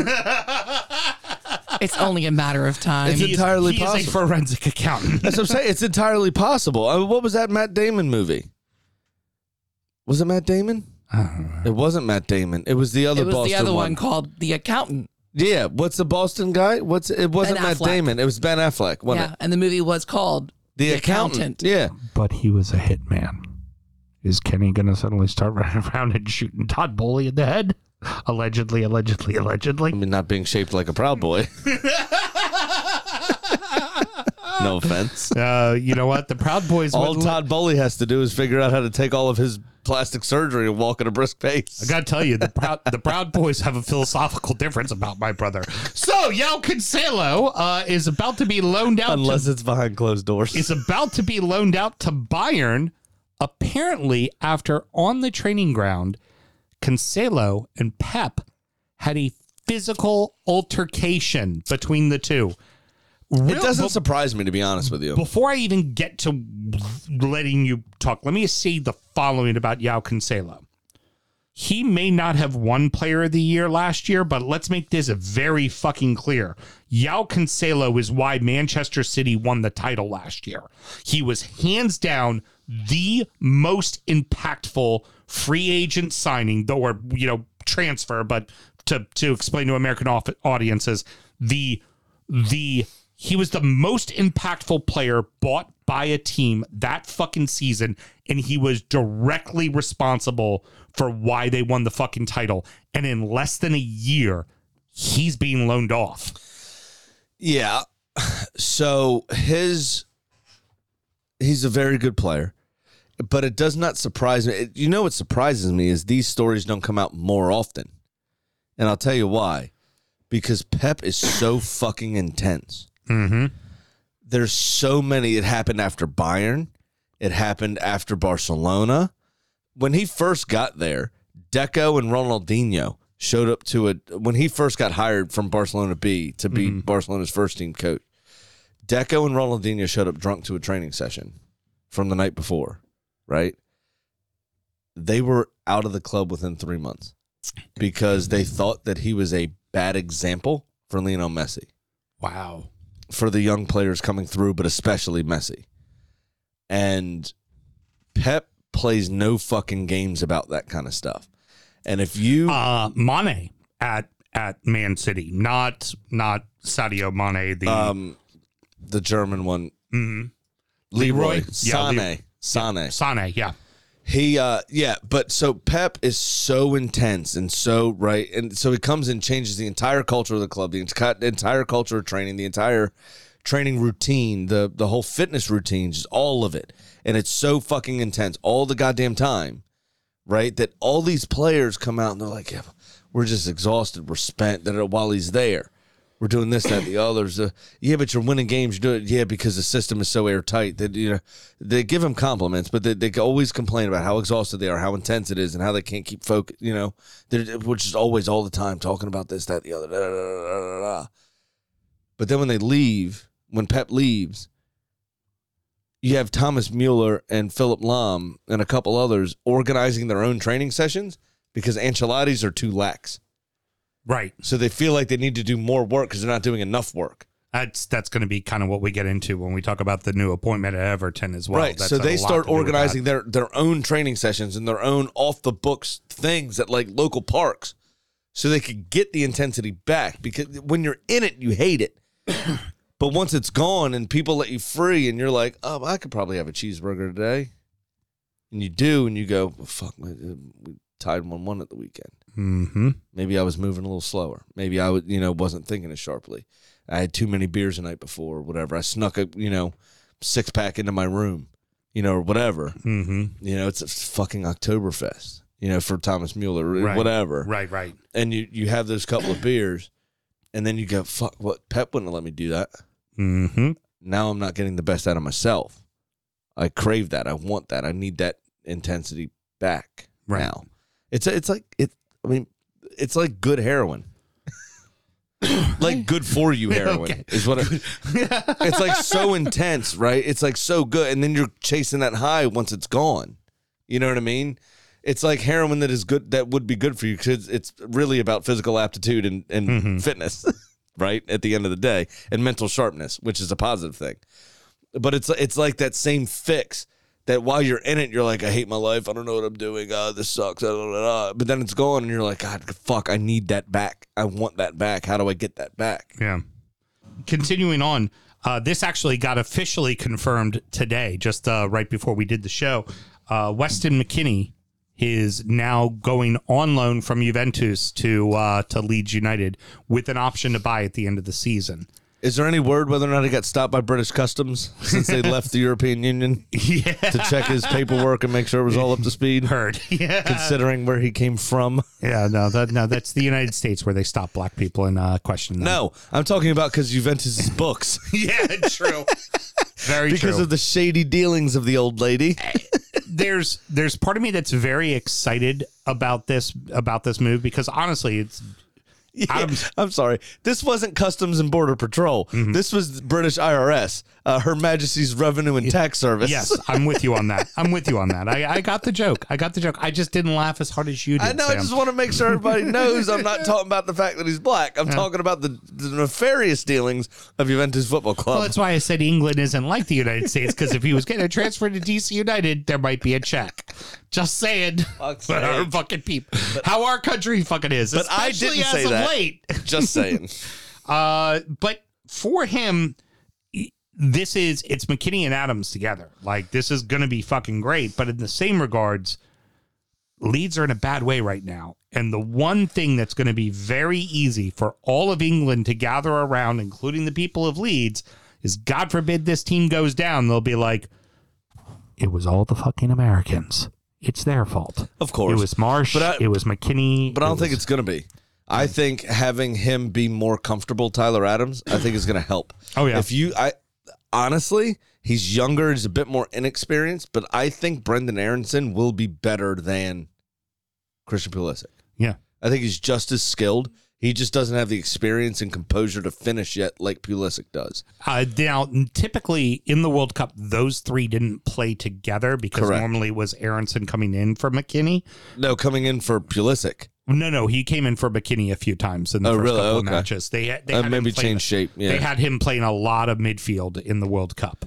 Speaker 6: it's only a matter of time.
Speaker 3: It's entirely
Speaker 2: he is a
Speaker 3: possible.
Speaker 2: forensic accountant.
Speaker 3: That's what I'm saying. It's entirely possible. I mean, what was that Matt Damon movie? Was it Matt Damon? It wasn't Matt Damon. It was the other
Speaker 6: it was
Speaker 3: Boston
Speaker 6: the other
Speaker 3: one.
Speaker 6: one called The Accountant.
Speaker 3: Yeah. What's the Boston guy? What's it wasn't
Speaker 6: Ben
Speaker 3: Matt
Speaker 6: Affleck.
Speaker 3: Damon. It was Ben Affleck. Wasn't
Speaker 6: yeah,
Speaker 3: it?
Speaker 6: and the movie was called
Speaker 3: The, accountant. Yeah.
Speaker 2: but he was a hitman. Is Kenny going to suddenly start running [LAUGHS] around and shooting Todd Bowley in the head? Allegedly, allegedly, allegedly.
Speaker 3: I mean, not being shaped like a proud
Speaker 2: [LAUGHS]
Speaker 3: boy. no offense.
Speaker 2: Uh, you know what? The Proud Boys.
Speaker 3: All
Speaker 2: wouldn't
Speaker 3: Todd Bowley has to do is figure out how to take all of his plastic surgery and walk at a brisk pace.
Speaker 2: I gotta tell you, the proud, the proud boys have a philosophical difference about my brother. So Yao Cancelo uh, is about to be loaned out.
Speaker 3: Unless
Speaker 2: to,
Speaker 3: it's behind closed doors.
Speaker 2: is about to be loaned out to Bayern. Apparently, after on the training ground, Cancelo and Pep had a physical altercation between the two.
Speaker 3: it
Speaker 2: Real-
Speaker 3: doesn't surprise me to be honest with you.
Speaker 2: before I even get to letting you talk, let me say the following about Yao Cancelo. He may not have won player of the year last year, but let's make this very fucking clear. Yao Cancelo is why Manchester City won the title last year. He was hands down the most impactful free agent signing, though, or, you know, transfer, but to, to explain to American off- audiences, the the he was the most impactful player bought by a team that fucking season and he was directly responsible for why they won the fucking title and in less than a year he's being loaned off
Speaker 3: Yeah. [SIGHS] So his he's a very good player, but it does not surprise me. It- You know what surprises me is these stories don't come out more often. And I'll tell you why. Because Pep is so fucking intense.
Speaker 2: mm-hmm
Speaker 3: There's so many it happened after Bayern, it happened after Barcelona. When he first got there, Deco and Ronaldinho showed up to a when he first got hired from Barcelona B to be Barcelona's first team coach. Deco and Ronaldinho showed up drunk to a training session from the night before, right? They were out of the club within three months because they thought that he was a bad example for Lionel Messi.
Speaker 2: wow
Speaker 3: For the young players coming through, but especially Messi. And Pep plays no fucking games about that kind of stuff. And if you
Speaker 2: uh Mane at at Man City, not not Sadio Mane. The
Speaker 3: Um, the German one,
Speaker 2: mhm.
Speaker 3: Leroy,
Speaker 2: Leroy. Yeah,
Speaker 3: Sane,
Speaker 2: Le-
Speaker 3: Sane.
Speaker 2: Sane, yeah,
Speaker 3: He, uh, yeah, but so Pep is so intense and so right, and so he comes and changes the entire culture of the club, the enti- entire culture of training, the entire training routine, the the whole fitness routine, just all of it, and it's so fucking intense all the goddamn time, right? That all these players come out and they're like, yeah, we're just exhausted, we're spent. That while he's there, we're doing this, that, the others. Uh, yeah, but you're winning games. You do it. Yeah, because the system is so airtight that you know they give him compliments, but they, they always complain about how exhausted they are, how intense it is, and how they can't keep focus. You know, They're- which is always all the time talking about this, that, the other. Da, da, da, da, da, da, da. But then when they leave, when Pep leaves, you have Thomas Mueller and Philip Lahm and a couple others organizing their own training sessions because Ancelotti's are too lax.
Speaker 2: right.
Speaker 3: So they feel like they need to do more work because they're not doing enough work.
Speaker 2: That's that's going to be kind of what we get into when we talk about the new appointment at Everton as well.
Speaker 3: right.
Speaker 2: That's
Speaker 3: So
Speaker 2: had a
Speaker 3: they
Speaker 2: lot
Speaker 3: start
Speaker 2: to do with
Speaker 3: organizing
Speaker 2: that.
Speaker 3: their, their own training sessions and their own off the books things at like local parks so they could get the intensity back because when you're in it, you
Speaker 2: [COUGHS]
Speaker 3: hate it. but once it's gone and people let you free and you're like, oh, I could probably have a cheeseburger today. And you do, and you go, well, fuck, we uh, we tied 1 1 at the weekend.
Speaker 2: Mhm.
Speaker 3: Maybe I was moving a little slower. Maybe I would, you know, wasn't thinking as sharply. I had too many beers the night before, or whatever. I snuck a, you know, six pack into my room, you know, or whatever.
Speaker 2: Mhm.
Speaker 3: You know, it's a fucking Oktoberfest, you know, for Thomas Mueller, or
Speaker 2: Right.
Speaker 3: whatever.
Speaker 2: Right, right.
Speaker 3: And you you have those couple of beers, and then you go, fuck, what? Pep wouldn't let me do that.
Speaker 2: Mhm.
Speaker 3: Now I'm not getting the best out of myself. I crave that. I want that. I need that intensity back
Speaker 2: Right.
Speaker 3: now. It's it's like it. I mean, it's like good heroin.
Speaker 2: [COUGHS]
Speaker 3: like good for you heroin
Speaker 2: [LAUGHS] Okay.
Speaker 3: is what
Speaker 2: [LAUGHS]
Speaker 3: it, it's like so intense right it's like so good and then you're chasing that high once it's gone you know what i mean it's like heroin that is good that would be good for you because it's, it's really about physical aptitude and, and fitness [LAUGHS] right at the end of the day and mental sharpness which is a positive thing but it's it's like that same fix that while you're in it, you're like, I hate my life. I don't know what I'm doing. Uh, this sucks. da, da, da, da. But then it's gone, and you're like, God, fuck, I need that back. I want that back. How do I get that back?
Speaker 2: Yeah. Continuing on, uh, this actually got officially confirmed today, just uh, right before we did the show. Uh, Weston McKinney is now going on loan from Juventus to uh, to Leeds United with an option to buy at the end of the season.
Speaker 3: Is there any word whether or not he got stopped by British Customs since they left the European Union
Speaker 2: Yeah,
Speaker 3: to check his paperwork and make sure it was all up to speed,
Speaker 2: heard. [LAUGHS] Yeah,
Speaker 3: considering where he came from?
Speaker 2: yeah. No, that, no, that's the United States where they stop black people and uh, question them.
Speaker 3: [LAUGHS] No, I'm talking about because Juventus' books.
Speaker 2: [LAUGHS] Yeah, true. [LAUGHS] Very true.
Speaker 3: [LAUGHS] Because of the shady dealings of the old [LAUGHS] lady.
Speaker 2: there's there's part of me that's very excited about this about this move because honestly it's
Speaker 3: I'm, I'm sorry. This wasn't Customs and Border Patrol. This was British IRS, uh, Her Majesty's Revenue and Tax Service.
Speaker 2: yes I'm with you on that I'm with you on that I, I got the joke I got the joke I just didn't laugh as hard as you did
Speaker 3: [LAUGHS] I know. I
Speaker 2: Sam.
Speaker 3: just want to make sure [LAUGHS] everybody knows I'm not talking about the fact that he's black. I'm talking about the, the nefarious dealings of Juventus Football Club.
Speaker 2: well, that's why I said England isn't like the United States because if he was getting a transfer to DC United, there might be a check. Just saying. [LAUGHS]
Speaker 3: Fuck's
Speaker 2: But our
Speaker 3: sake.
Speaker 2: fucking people, how our country fucking is.
Speaker 3: But I
Speaker 2: especially
Speaker 3: didn't
Speaker 2: as
Speaker 3: say
Speaker 2: of
Speaker 3: that.
Speaker 2: late.
Speaker 3: [LAUGHS] just saying.
Speaker 2: Uh, but for him, e- this is it's McKinney and Adams together. Like this is going to be fucking great. But in the same regards, Leeds are in a bad way right now. And the one thing that's going to be very easy for all of England to gather around, including the people of Leeds, is God forbid this team goes down, they'll be like, "It was all the fucking Americans. It's their fault.
Speaker 3: Of course.
Speaker 2: it was Marsh.
Speaker 3: But I-
Speaker 2: it was McKinney.
Speaker 3: But I
Speaker 2: it
Speaker 3: don't think
Speaker 2: was-
Speaker 3: it's going to be. I think having him be more comfortable, Tyler Adams, I think is going to help.
Speaker 2: Oh, yeah.
Speaker 3: If you, I honestly, he's younger, he's a bit more inexperienced, but I think Brendan Aronson will be better than Christian Pulisic.
Speaker 2: yeah,
Speaker 3: I think he's just as skilled. He just doesn't have the experience and composure to finish yet, like Pulisic does.
Speaker 2: Uh, now, typically in the World Cup, those three didn't play together because
Speaker 3: Correct.
Speaker 2: normally it was Aronson coming in for McKinney.
Speaker 3: No, coming in for Pulisic,
Speaker 2: No, no, he came in for McKinney a few times in the
Speaker 3: Oh,
Speaker 2: first
Speaker 3: really?
Speaker 2: couple
Speaker 3: Okay.
Speaker 2: of matches. They, had- they
Speaker 3: uh,
Speaker 2: had him
Speaker 3: maybe
Speaker 2: playing-
Speaker 3: change shape. Yeah.
Speaker 2: They had him playing a lot of midfield in the World Cup.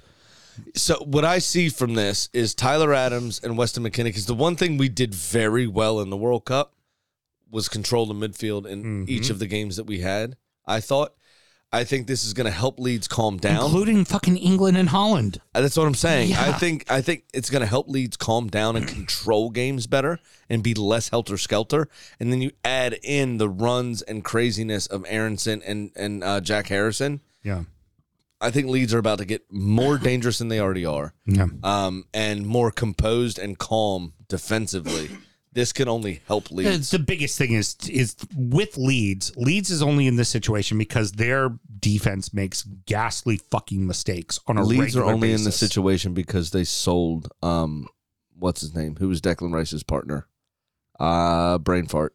Speaker 3: so what I see from this is Tyler Adams and Weston McKinney. Because the one thing we did very well in the World Cup was controlled in midfield in each of the games that we had. I thought. I think this is going to help Leeds calm down.
Speaker 2: including fucking England and Holland.
Speaker 3: Uh, That's what I'm saying. I
Speaker 2: Yeah.
Speaker 3: think I think it's going to help Leeds calm down and control games better and be less helter skelter. And then you add in the runs and craziness of Aronson and and uh, Jack Harrison.
Speaker 2: Yeah,
Speaker 3: I think Leeds are about to get more dangerous than they already are,
Speaker 2: yeah.
Speaker 3: um, and more composed and calm defensively. [COUGHS] This can only help
Speaker 2: The,
Speaker 3: Leeds.
Speaker 2: the biggest thing is is with Leeds. Leeds is only in this situation because their defense makes ghastly fucking mistakes on a
Speaker 3: Leeds are
Speaker 2: regular
Speaker 3: only in the
Speaker 2: basis.
Speaker 3: situation because they sold um, what's his name? Who was Declan Rice's partner? Uh brain fart.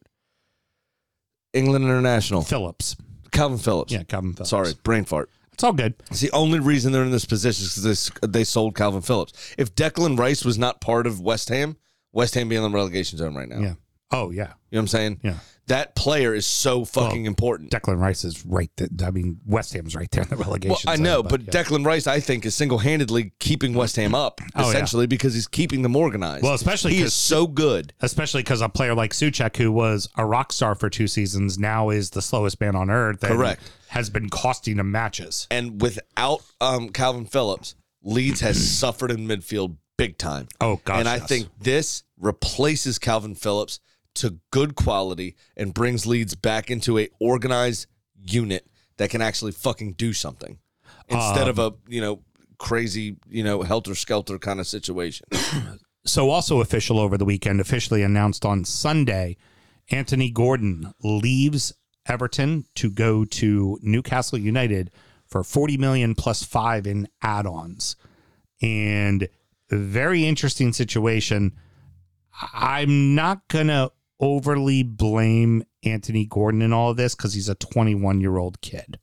Speaker 3: England International.
Speaker 2: Phillips.
Speaker 3: Calvin Phillips.
Speaker 2: Yeah, Calvin Phillips.
Speaker 3: Sorry, brain fart.
Speaker 2: it's all good.
Speaker 3: It's the only reason they're in this position is because they, they sold Calvin Phillips. If Declan Rice was not part of West Ham, West Ham being in the relegation zone right now.
Speaker 2: Yeah. Oh yeah,
Speaker 3: You know what I'm saying?
Speaker 2: yeah.
Speaker 3: That player is so fucking
Speaker 2: Well,
Speaker 3: important.
Speaker 2: Declan Rice is right. Th- I mean, West Ham's right there in the [LAUGHS] relegation.
Speaker 3: Well, I
Speaker 2: zone,
Speaker 3: know, but,
Speaker 2: yeah. Oh,
Speaker 3: Declan Rice, I think, is single handedly keeping West
Speaker 2: [CLEARS THROAT]
Speaker 3: Ham up,
Speaker 2: yeah.
Speaker 3: essentially, because he's keeping them organized.
Speaker 2: Well, especially
Speaker 3: he is
Speaker 2: 'cause-
Speaker 3: so good.
Speaker 2: especially because a player like Suchek, who was a rock star for two seasons, now is the slowest man on earth. and
Speaker 3: Correct.
Speaker 2: Has been costing him matches.
Speaker 3: And without um, Calvin Phillips,
Speaker 2: [CLEARS THROAT]
Speaker 3: Leeds has suffered in midfield big time.
Speaker 2: Oh gosh.
Speaker 3: and I
Speaker 2: yes.
Speaker 3: think this replaces Calvin Phillips to good quality and brings Leeds back into a organized unit that can actually fucking do something instead of
Speaker 2: Um,
Speaker 3: a you know crazy you know helter skelter kind of situation.
Speaker 2: so. Also official over the weekend, officially announced on Sunday, Anthony Gordon leaves Everton to go to Newcastle United for forty million plus five in add-ons, and very interesting situation. I'm not gonna overly blame Anthony Gordon in all of this because he's a 21 year old kid,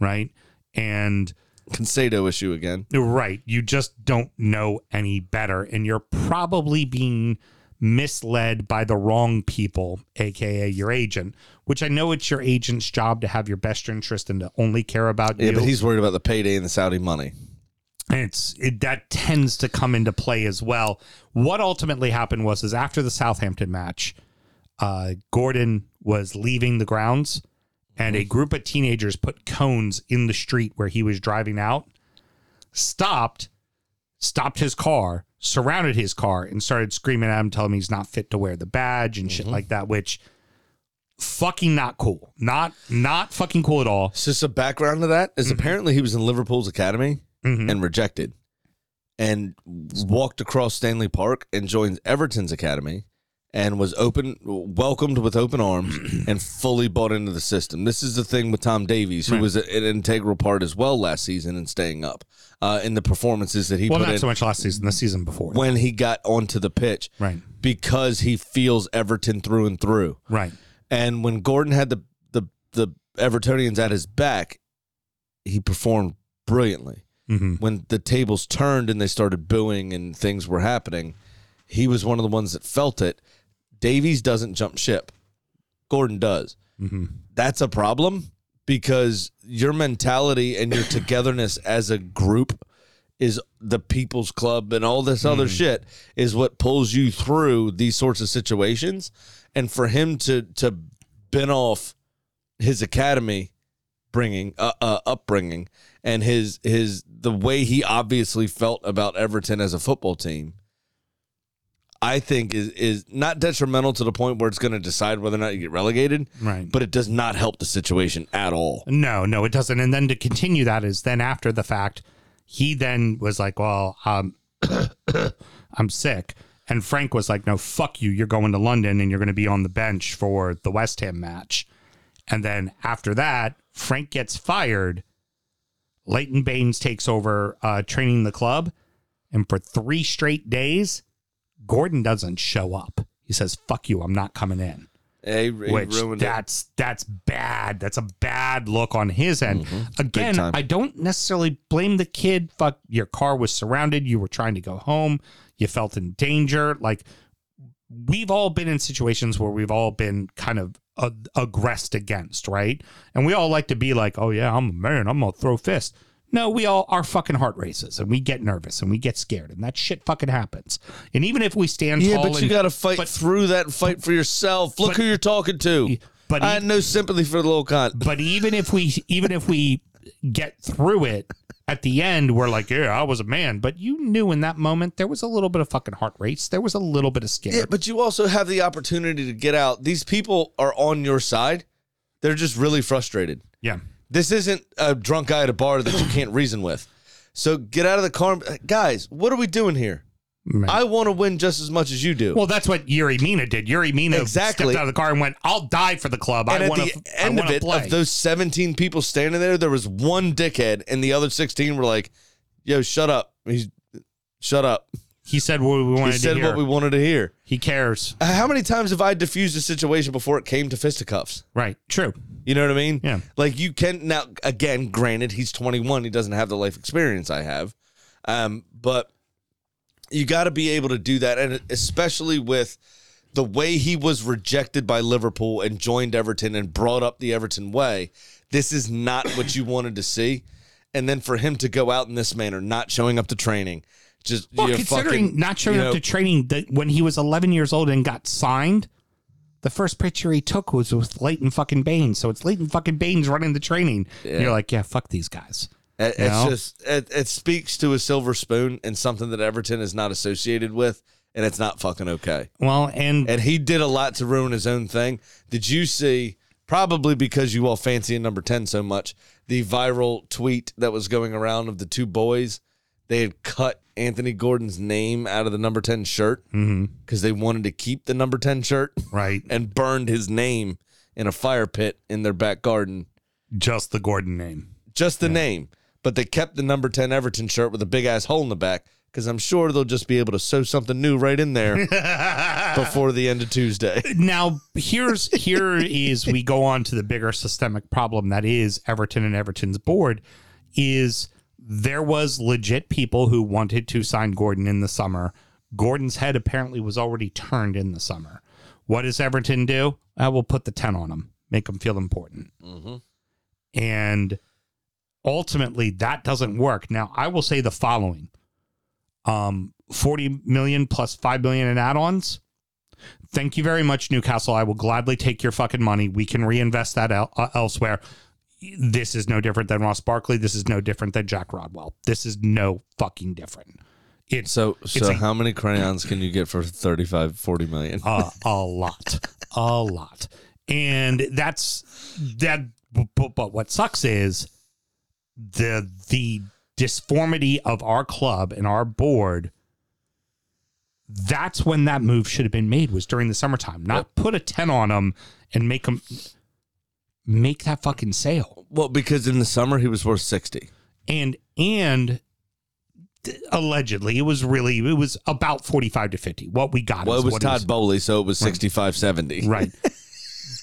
Speaker 2: right? And
Speaker 3: Concedo issue again.
Speaker 2: you're right, you just don't know any better, and you're probably being misled by the wrong people, aka your agent. Which I know it's your agent's job to have your best interest and to only care about
Speaker 3: Yeah,
Speaker 2: you.
Speaker 3: but he's worried about the payday and the Saudi money.
Speaker 2: And it's it, that tends to come into play as well. What ultimately happened was is after the Southampton match, uh, Gordon was leaving the grounds, and a group of teenagers put cones in the street where he was driving out, stopped, stopped his car, surrounded his car, and started screaming at him, telling him he's not fit to wear the badge and
Speaker 3: Mm-hmm.
Speaker 2: shit like that. Which fucking not cool, not not fucking cool at all.
Speaker 3: So some background to that is apparently he was in Liverpool's academy and rejected, and walked across Stanley Park and joined Everton's academy, and was open welcomed with open [CLEARS THROAT] arms and fully bought into the system. This is the thing with Tom Davies, who was a- an integral part as well last season in staying up uh, in the performances that he
Speaker 2: Well,
Speaker 3: put
Speaker 2: not
Speaker 3: in
Speaker 2: so much last season, the season before.
Speaker 3: when he got onto the pitch,
Speaker 2: Right.
Speaker 3: Because he feels Everton through and through.
Speaker 2: right.
Speaker 3: And when Gordon had the the the Evertonians at his back, he performed brilliantly.
Speaker 2: Mhm.
Speaker 3: When the tables turned and they started booing and things were happening, he was one of the ones that felt it. Davies doesn't jump ship. Gordon does. That's a problem because your mentality and your togetherness as a group is the people's club and all this other shit is what pulls you through these sorts of situations and for him to to bin off his academy bringing uh, uh, upbringing and his his the way he obviously felt about Everton as a football team I think is is not detrimental to the point where it's going to decide whether or not you get relegated
Speaker 2: Right.
Speaker 3: but it does not help the situation at all
Speaker 2: No, no, it doesn't. And then to continue that is then after the fact, he then was like, "Well, um, [COUGHS] I'm sick," and Frank was like, "No, fuck you. You're going to London and you're going to be on the bench for the West Ham match." And then after that, Frank gets fired. Leighton Baines takes over uh, training the club, and for three straight days, Gordon doesn't show up. He says, "Fuck you. I'm not coming in."
Speaker 3: Hey, he
Speaker 2: which
Speaker 3: ruined it.
Speaker 2: that's that's bad. That's a bad look on his end. Again,
Speaker 3: Mm-hmm. time.
Speaker 2: I don't necessarily blame the kid. Fuck, your car was surrounded. You were trying to go home. You felt in danger. Like we've all been in situations where we've all been kind of uh, aggressed against, right? And we all like to be like, "Oh yeah, I'm a man. I'm gonna throw fists." No, we all our fucking heart races and we get nervous and we get scared and that shit fucking happens. And even if we stand
Speaker 3: Yeah,
Speaker 2: tall
Speaker 3: but you
Speaker 2: and-
Speaker 3: got to fight
Speaker 2: but-
Speaker 3: through that and fight for yourself. Look
Speaker 2: but-
Speaker 3: who you're talking to.
Speaker 2: but
Speaker 3: I
Speaker 2: he-
Speaker 3: had no sympathy for the little cunt.
Speaker 2: but even if we even if we get through it at the end we're like yeah i was a man but you knew in that moment there was a little bit of fucking heart race there was a little bit of scare
Speaker 3: Yeah, but you also have the opportunity to get out. These people are on your side. They're just really frustrated.
Speaker 2: yeah
Speaker 3: This isn't a drunk guy at a bar that you [COUGHS] can't reason with. So get out of the car, guys. What are we doing here?
Speaker 2: Man.
Speaker 3: I want to win just as much as you do.
Speaker 2: well that's what yuri mina did yuri mina
Speaker 3: Exactly.
Speaker 2: stepped out of the car and went i'll die for the club
Speaker 3: and
Speaker 2: i
Speaker 3: at
Speaker 2: want
Speaker 3: the
Speaker 2: to
Speaker 3: end
Speaker 2: I
Speaker 3: of
Speaker 2: wanna
Speaker 3: it,
Speaker 2: play.
Speaker 3: of those 17 people standing there, there was one dickhead, and the other 16 were like, "Yo, shut up! He's shut up."
Speaker 2: he said what we
Speaker 3: He
Speaker 2: wanted
Speaker 3: said
Speaker 2: to hear
Speaker 3: what we wanted to hear.
Speaker 2: he cares
Speaker 3: How many times have I diffused a situation before it came to fisticuffs?
Speaker 2: right true
Speaker 3: You know what I mean?
Speaker 2: Yeah.
Speaker 3: Like you can now again, granted, he's 21, he doesn't have the life experience I have. Um, but you gotta be able to do that, and especially with the way he was rejected by Liverpool and joined Everton and brought up the Everton way, this is not what you wanted to see. And then for him to go out in this manner, not showing up to training, just
Speaker 2: well
Speaker 3: you know,
Speaker 2: considering
Speaker 3: fucking,
Speaker 2: not showing
Speaker 3: you
Speaker 2: up
Speaker 3: know,
Speaker 2: to training that when he was 11 years old and got signed the first picture he took was with Leighton fucking Baines. So it's Leighton fucking Baines running the training. And you're like, yeah, fuck these guys.
Speaker 3: It,
Speaker 2: You
Speaker 3: it's
Speaker 2: know?
Speaker 3: just it, it speaks to a silver spoon and something that Everton is not associated with, and it's not fucking okay.
Speaker 2: Well, and
Speaker 3: And he did a lot to ruin his own thing. Did you see? Probably because you all fancy a number ten so much, the viral tweet that was going around of the two boys, they had cut Anthony Gordon's name out of the number ten shirt because they wanted to keep the number ten shirt
Speaker 2: right,
Speaker 3: and burned his name in a fire pit in their back garden
Speaker 2: just the Gordon name.
Speaker 3: just the name. But they kept the number 10 Everton shirt with a big ass hole in the back because I'm sure they'll just be able to sew something new right in [LAUGHS] there before the end of [LAUGHS] Tuesday.
Speaker 2: Now, here's here is we go on to the bigger systemic problem that is Everton and Everton's board is there was legit people who wanted to sign Gordon in the summer. Gordon's head apparently was already turned in the summer. What does Everton do? I will put the 10 on him, make him feel important. And ultimately that doesn't work. Now, I will say the following. Um 40 million plus 5 million in add-ons. Thank you very much Newcastle. I will gladly take your fucking money. We can reinvest that el- uh, elsewhere. This is no different than Ross Barkley. This is no different than Jack Rodwell. This is no fucking different. It's
Speaker 3: So, so
Speaker 2: a-
Speaker 3: how many crayons can you get for 35, 40 million?
Speaker 2: uh, a lot, a lot, and that's that. But, but what sucks is the the disformity of our club and our board. That's when that move should have been made was during the summertime, not put a ten on them and make them make that fucking sale
Speaker 3: Well, because in the summer he was worth 60.
Speaker 2: and and th- allegedly it was really it was about 45 to 50 what we got
Speaker 3: Well,
Speaker 2: is
Speaker 3: it was
Speaker 2: what
Speaker 3: Todd Bowley, so it was 65, 70.
Speaker 2: right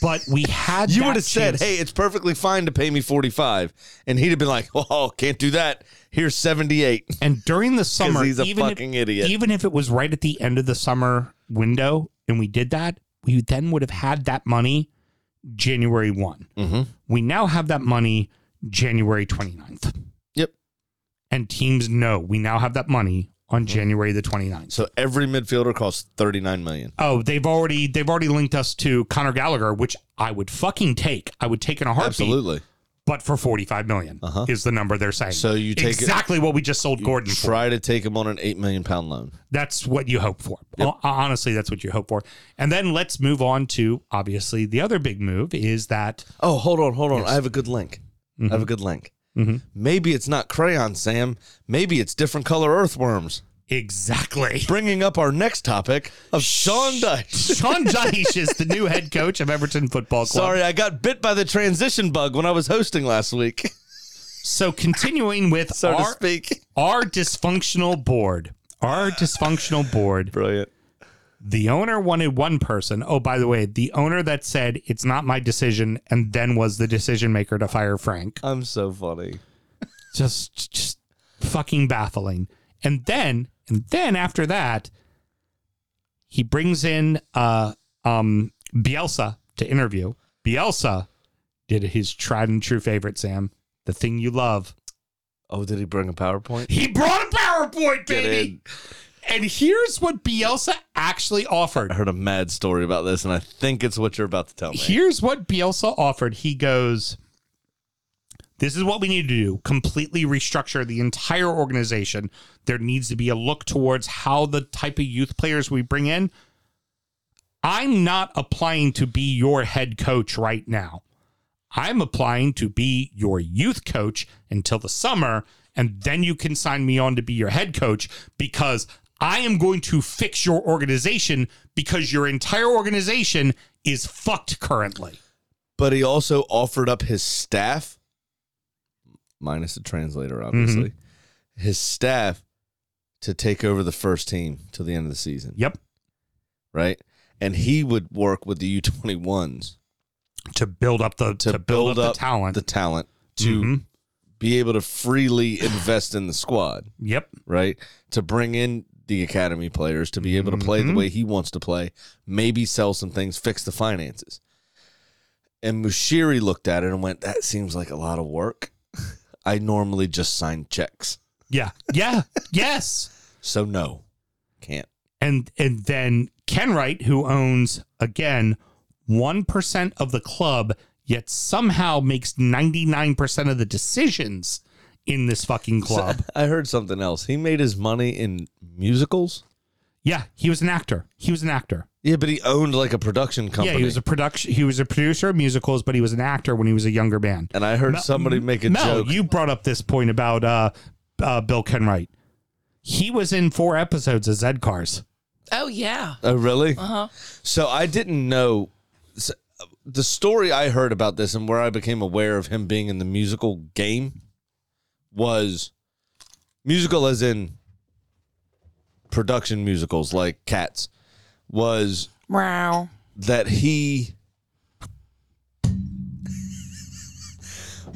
Speaker 2: but we had
Speaker 3: You
Speaker 2: that
Speaker 3: would have said,
Speaker 2: chance.
Speaker 3: hey, it's perfectly fine to pay me 45. And he'd have been like, [LAUGHS] oh, can't do that. Here's 78.
Speaker 2: And during the summer,
Speaker 3: he's a
Speaker 2: even
Speaker 3: fucking
Speaker 2: if,
Speaker 3: idiot.
Speaker 2: Even if it was right at the end of the summer window, and we did that, we then would have had that money January one.
Speaker 3: Mm-hmm.
Speaker 2: We now have that money January 29th.
Speaker 3: Yep.
Speaker 2: and teams know we now have that money on
Speaker 3: Mm-hmm.
Speaker 2: January the 29th.
Speaker 3: So every midfielder costs 39 million.
Speaker 2: Oh, they've already they've already linked us to Connor Gallagher, which I would fucking take. I would take in a heartbeat,
Speaker 3: Absolutely. Uh-huh.
Speaker 2: but for forty five million is the number they're saying.
Speaker 3: So you take it-
Speaker 2: exactly what we just sold Gordon for.
Speaker 3: Try to take him on an 8 million pound loan.
Speaker 2: That's what you hope for. Hon- Honestly, that's what you hope for. And then let's move on to obviously the other big move is that
Speaker 3: Oh, hold on, hold on. I have a good link. I have a good link. Maybe it's not crayon, Sam. Maybe it's different color earthworms. [LAUGHS]
Speaker 2: exactly
Speaker 3: Bringing up our next topic of Sean Dyche.
Speaker 2: Sean Dyche is the new head coach of Everton Football Club.
Speaker 3: Sorry, I got bit by the transition bug when I was hosting last week, [LAUGHS]
Speaker 2: So continuing with
Speaker 3: so to
Speaker 2: our
Speaker 3: speak.
Speaker 2: our dysfunctional board, our dysfunctional board.
Speaker 3: Brilliant.
Speaker 2: The owner wanted one person. Oh, by the way, the owner that said it's not my decision and then was the decision maker to fire Frank.
Speaker 3: I'm so funny.
Speaker 2: just just fucking baffling. And then and then after that, he brings in uh um Bielsa to interview. Bielsa did his tried and true favorite, Sam, the thing you love.
Speaker 3: Oh, did he bring a PowerPoint?
Speaker 2: He brought a PowerPoint, baby.
Speaker 3: in.
Speaker 2: And here's what Bielsa actually offered.
Speaker 3: I heard a mad story about this, and I think it's what you're about to tell me.
Speaker 2: Here's what Bielsa offered. He goes, This is what we need to do completely restructure the entire organization. There needs to be a look towards how the type of youth players we bring in. I'm not applying to be your head coach right now. I'm applying to be your youth coach until the summer, and then you can sign me on to be your head coach because I am going to fix your organization because your entire organization is fucked currently.
Speaker 3: but he also offered up his staff, minus the translator, obviously, his staff to take over the first team till the end of the season,
Speaker 2: Yep.
Speaker 3: right? And he would work with the U twenty ones
Speaker 2: To build up the
Speaker 3: to, build, up,
Speaker 2: the talent.
Speaker 3: the talent Mm-hmm. to
Speaker 2: Mhm.
Speaker 3: be able to freely invest in the squad,
Speaker 2: Yep.
Speaker 3: right? To bring in the academy players to be able to play the way he wants to play, maybe sell some things, fix the finances. And Mushiri looked at it and went, "That seems like a lot of work. [LAUGHS] I normally just sign checks,
Speaker 2: Yeah. Yeah. [LAUGHS] yes.
Speaker 3: so no, can't." [LAUGHS]
Speaker 2: and and then Ken Wright, who owns again one percent of the club, yet somehow makes ninety nine percent of the decisions in this fucking club.
Speaker 3: I heard something else. He made his money in musicals.
Speaker 2: yeah, he was an actor. He was an actor.
Speaker 3: Yeah, but he owned like a production company.
Speaker 2: Yeah, he was a production. He was a producer of musicals, but he was an actor when he was a younger man.
Speaker 3: and I heard
Speaker 2: Mel-
Speaker 3: somebody make a
Speaker 2: Mel,
Speaker 3: joke.
Speaker 2: you brought up this point about uh, uh, Bill Kenwright. He was in four episodes of Zed Cars.
Speaker 6: Oh yeah.
Speaker 3: Oh, really? Uh-huh. So I didn't know so, uh, the story I heard about this and where I became aware of him being in the musical game was musical as in production musicals like Cats was
Speaker 6: Wow.
Speaker 3: that he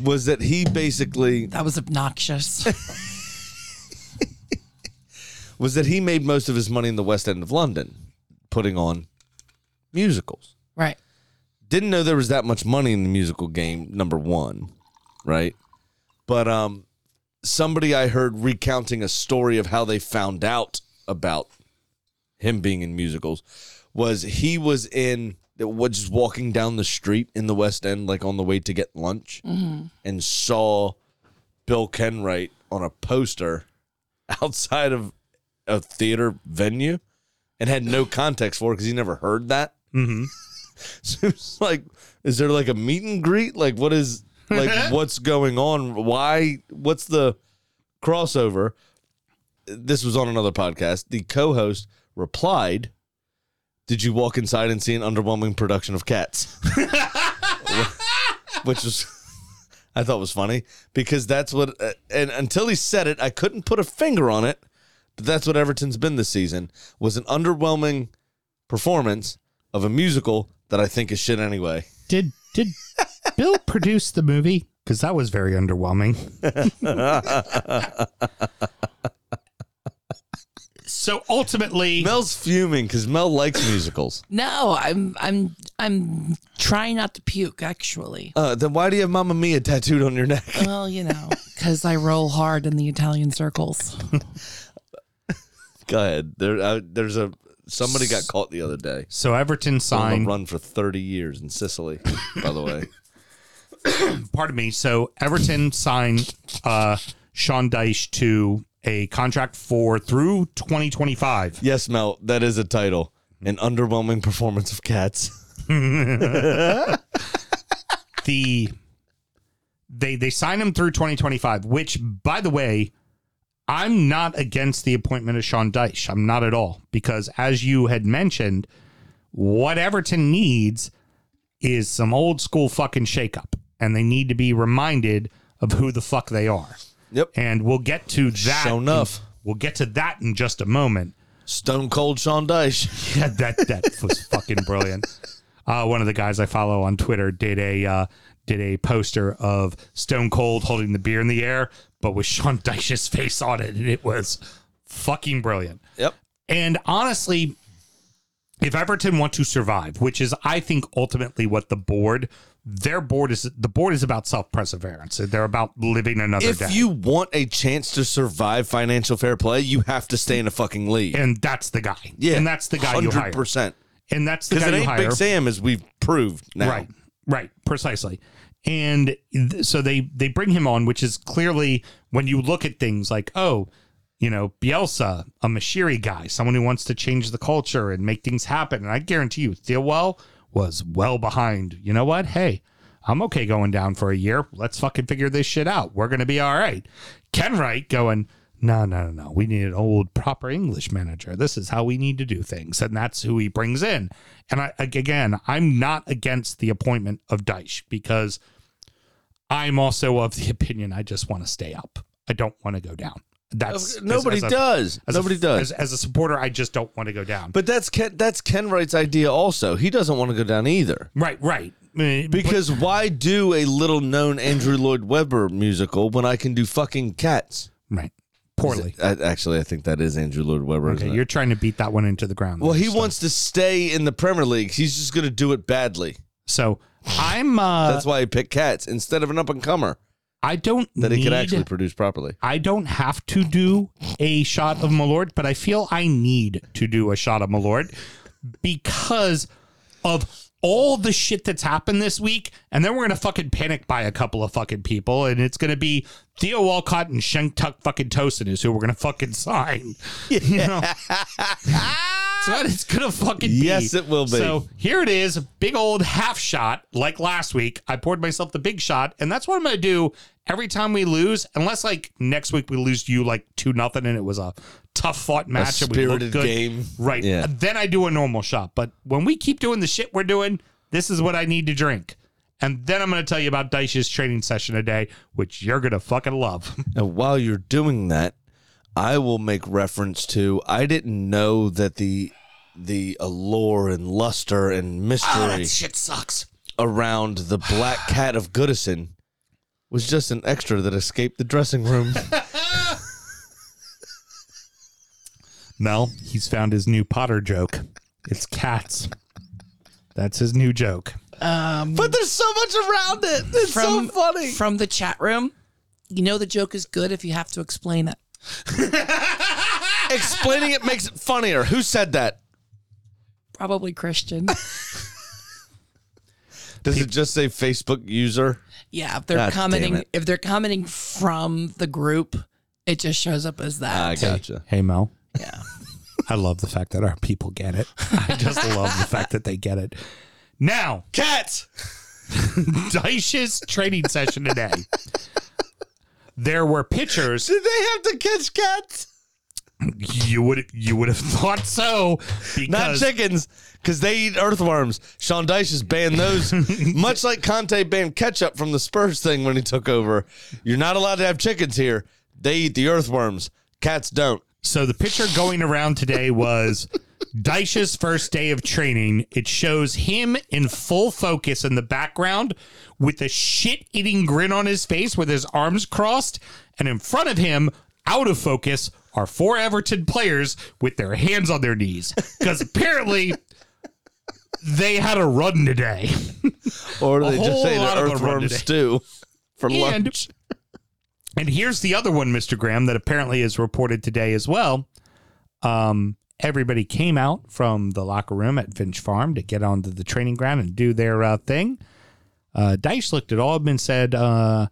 Speaker 3: was that he basically
Speaker 6: That
Speaker 3: [LAUGHS]
Speaker 6: was obnoxious.
Speaker 3: was that he made most of his money in the West End of London putting on musicals.
Speaker 6: right.
Speaker 3: didn't know there was that much money in the musical game number one right but um somebody i heard recounting a story of how they found out about him being in musicals was he was in was just walking down the street in the west end like on the way to get lunch and saw bill kenwright on a poster [LAUGHS] outside of a theater venue and had no context for it because he never heard that
Speaker 2: Mm-hmm.
Speaker 3: [LAUGHS] so it's like, is there like a meet and greet? Like, what is like what's going on? Why? What's the crossover? This was on another podcast. The co-host replied, "Did you walk inside and see an underwhelming production of Cats?" [LAUGHS] Which was. [LAUGHS] I thought was funny because that's what, uh, and until he said it, I couldn't put a finger on it. But that's what Everton's been this season was an underwhelming performance of a musical that I think is shit anyway.
Speaker 2: Did did [LAUGHS] Bill produce the movie? Because that was very
Speaker 3: [LAUGHS]
Speaker 2: underwhelming. so ultimately,
Speaker 3: Mel's fuming because Mel likes musicals.
Speaker 6: No, I'm I'm I'm trying not to puke actually.
Speaker 3: Uh, then why do you have Mamma Mia tattooed on your neck?
Speaker 6: Well, you know, because I roll hard in the Italian circles.
Speaker 3: Go ahead. There, uh, there's a somebody got caught the other day.
Speaker 2: so Everton
Speaker 3: On a
Speaker 2: signed.
Speaker 3: run for 30 years in Sicily, by the way. [LAUGHS]
Speaker 2: Pardon me. So Everton signed uh, Sean Dyche to a contract for through 2025.
Speaker 3: yes, Mel, that is a title. An underwhelming performance of Cats.
Speaker 2: the they they sign him through 2025 which by the way i'm not against the appointment of sean dyche i'm not at all because as you had mentioned what everton needs is some old school fucking shakeup and they need to be reminded of who the fuck they are
Speaker 3: Yep.
Speaker 2: and we'll get to that
Speaker 3: Sure enough.
Speaker 2: we'll get to that in just a moment
Speaker 3: Stone Cold Sean Dyche.
Speaker 2: yeah, that that was fucking
Speaker 3: [LAUGHS]
Speaker 2: brilliant. Uh, one of the guys I follow on Twitter did a uh, did a poster of Stone Cold holding the beer in the air, but with Sean Dyche's face on it, and it was fucking brilliant.
Speaker 3: Yep.
Speaker 2: And honestly, if Everton want to survive, which is I think ultimately what the board Their board is the board is about self perseverance. They're about living another
Speaker 3: If
Speaker 2: day.
Speaker 3: you want a chance to survive financial fair play, you have to stay in a fucking league.
Speaker 2: and that's the guy.
Speaker 3: Yeah,
Speaker 2: And that's the guy you hire.
Speaker 3: percent.
Speaker 2: And that's the
Speaker 3: Because
Speaker 2: guy
Speaker 3: it
Speaker 2: you
Speaker 3: ain't
Speaker 2: hire.
Speaker 3: Big Sam, as we've proved now.
Speaker 2: Right. Right. Precisely. And th- so they they bring him on, which is clearly when you look at things like, oh, you know, Bielsa, a Mashiri guy, someone who wants to change the culture and make things happen. And I guarantee you, Thilwell was well behind. You know what? Hey, I'm okay going down for a year. Let's fucking figure this shit out. We're gonna be all right. Ken Wright going, no, no, no, no. We need an old proper English manager. This is how we need to do things. And that's who he brings in. And I ag- again, I'm not against the appointment of Deich because I'm also of the opinion I just want to stay up. I don't want to go down. That's
Speaker 3: Nobody
Speaker 2: as- as a-
Speaker 3: does.
Speaker 2: as a-
Speaker 3: Nobody
Speaker 2: As,
Speaker 3: does.
Speaker 2: as a supporter, I just don't want to go down.
Speaker 3: but that's Ken, that's Ken Wright's idea. Also, he doesn't want to go down either.
Speaker 2: right, right. Eh, but-
Speaker 3: Because why do a little known Andrew Lloyd Webber musical when I can do fucking cats?
Speaker 2: right. Poorly.
Speaker 3: I, actually, I think that is Andrew Lloyd Webber.
Speaker 2: Okay,
Speaker 3: isn't it?
Speaker 2: you're trying to beat that one into the ground.
Speaker 3: well,
Speaker 2: there,
Speaker 3: he
Speaker 2: so-
Speaker 3: wants to stay in the Premier League. He's just going to do it badly.
Speaker 2: So I'm. Uh,
Speaker 3: That's why he picked cats instead of an up and comer
Speaker 2: I don't
Speaker 3: that he
Speaker 2: need,
Speaker 3: could actually produce properly.
Speaker 2: I don't have to do a shot of Malort, but I feel I need to do a shot of Malort because of all the shit that's happened this week. And then we're going to fucking panic by a couple of fucking people. And it's going to be Theo Walcott and Shank Tuck fucking Tosin is who we're going to fucking sign. [LAUGHS] You know? So that it's gonna fucking be.
Speaker 3: Yes, it will be.
Speaker 2: So here it is, big old half shot, like last week. I poured myself the big shot, and that's what I'm gonna do every time we lose, unless like next week we lose to you like two nothing, and it was a tough fought match, and we
Speaker 3: spirited
Speaker 2: looked good.
Speaker 3: game.
Speaker 2: right?
Speaker 3: Yeah.
Speaker 2: Then I do a normal shot, but when we keep doing the shit we're doing, this is what I need to drink. And then I'm going to tell you about Daisha's training session today, which you're going to fucking love.
Speaker 3: And while you're doing that, I will make reference to I didn't know that the the allure and luster and
Speaker 6: Oh,
Speaker 3: mystery
Speaker 2: shit sucks.
Speaker 3: around the black cat of Goodison was just an extra that escaped the dressing room.
Speaker 2: [LAUGHS] Mel, he's found his new Potter joke. It's cats. That's his new joke.
Speaker 3: [LAUGHS] but there's so much around it. It's
Speaker 6: From- From the chat room, you know the joke is good if you have to explain it.
Speaker 3: Explaining it makes it funnier. Who said that?
Speaker 6: Probably Christian.
Speaker 3: Does it just say Facebook user?
Speaker 6: yeah, if they're
Speaker 3: God damn
Speaker 6: commenting,
Speaker 3: it.
Speaker 6: if they're commenting from the group, it just shows up as that.
Speaker 3: I gotcha.
Speaker 2: Hey, Mel.
Speaker 6: yeah.
Speaker 2: [LAUGHS] I love the fact that our people get it. [LAUGHS] I just love the fact that they get it. Now,
Speaker 3: Cats.
Speaker 2: Dyche's training session today. There were pictures.
Speaker 3: Did they have to catch cats?
Speaker 2: You would you would have [LAUGHS] thought so
Speaker 3: Not
Speaker 2: because
Speaker 3: chickens, because they eat earthworms. Sean Dyche has banned
Speaker 2: [LAUGHS]
Speaker 3: those, much like Conte banned ketchup from the Spurs thing when he took over. You're not allowed to have chickens here. They eat the earthworms. Cats don't.
Speaker 2: So the picture going around today was Dyche's first day of training. It shows him in full focus in the background with a shit eating grin on his face with his arms crossed. And in front of him, out of focus, are four Everton players with their hands on their knees. Because apparently they had a run today. [LAUGHS]
Speaker 3: Or
Speaker 2: A
Speaker 3: they just say
Speaker 2: whole lot
Speaker 3: the
Speaker 2: of them run
Speaker 3: earthworm
Speaker 2: today.
Speaker 3: stew for
Speaker 2: And-
Speaker 3: lunch.
Speaker 2: [LAUGHS] And here's the other one, Mr. Graham, that apparently is reported today as well. Um, everybody came out from the locker room at Finch Farm to get onto the training ground and do their uh, thing. Uh, Dice looked at all of them and said, uh,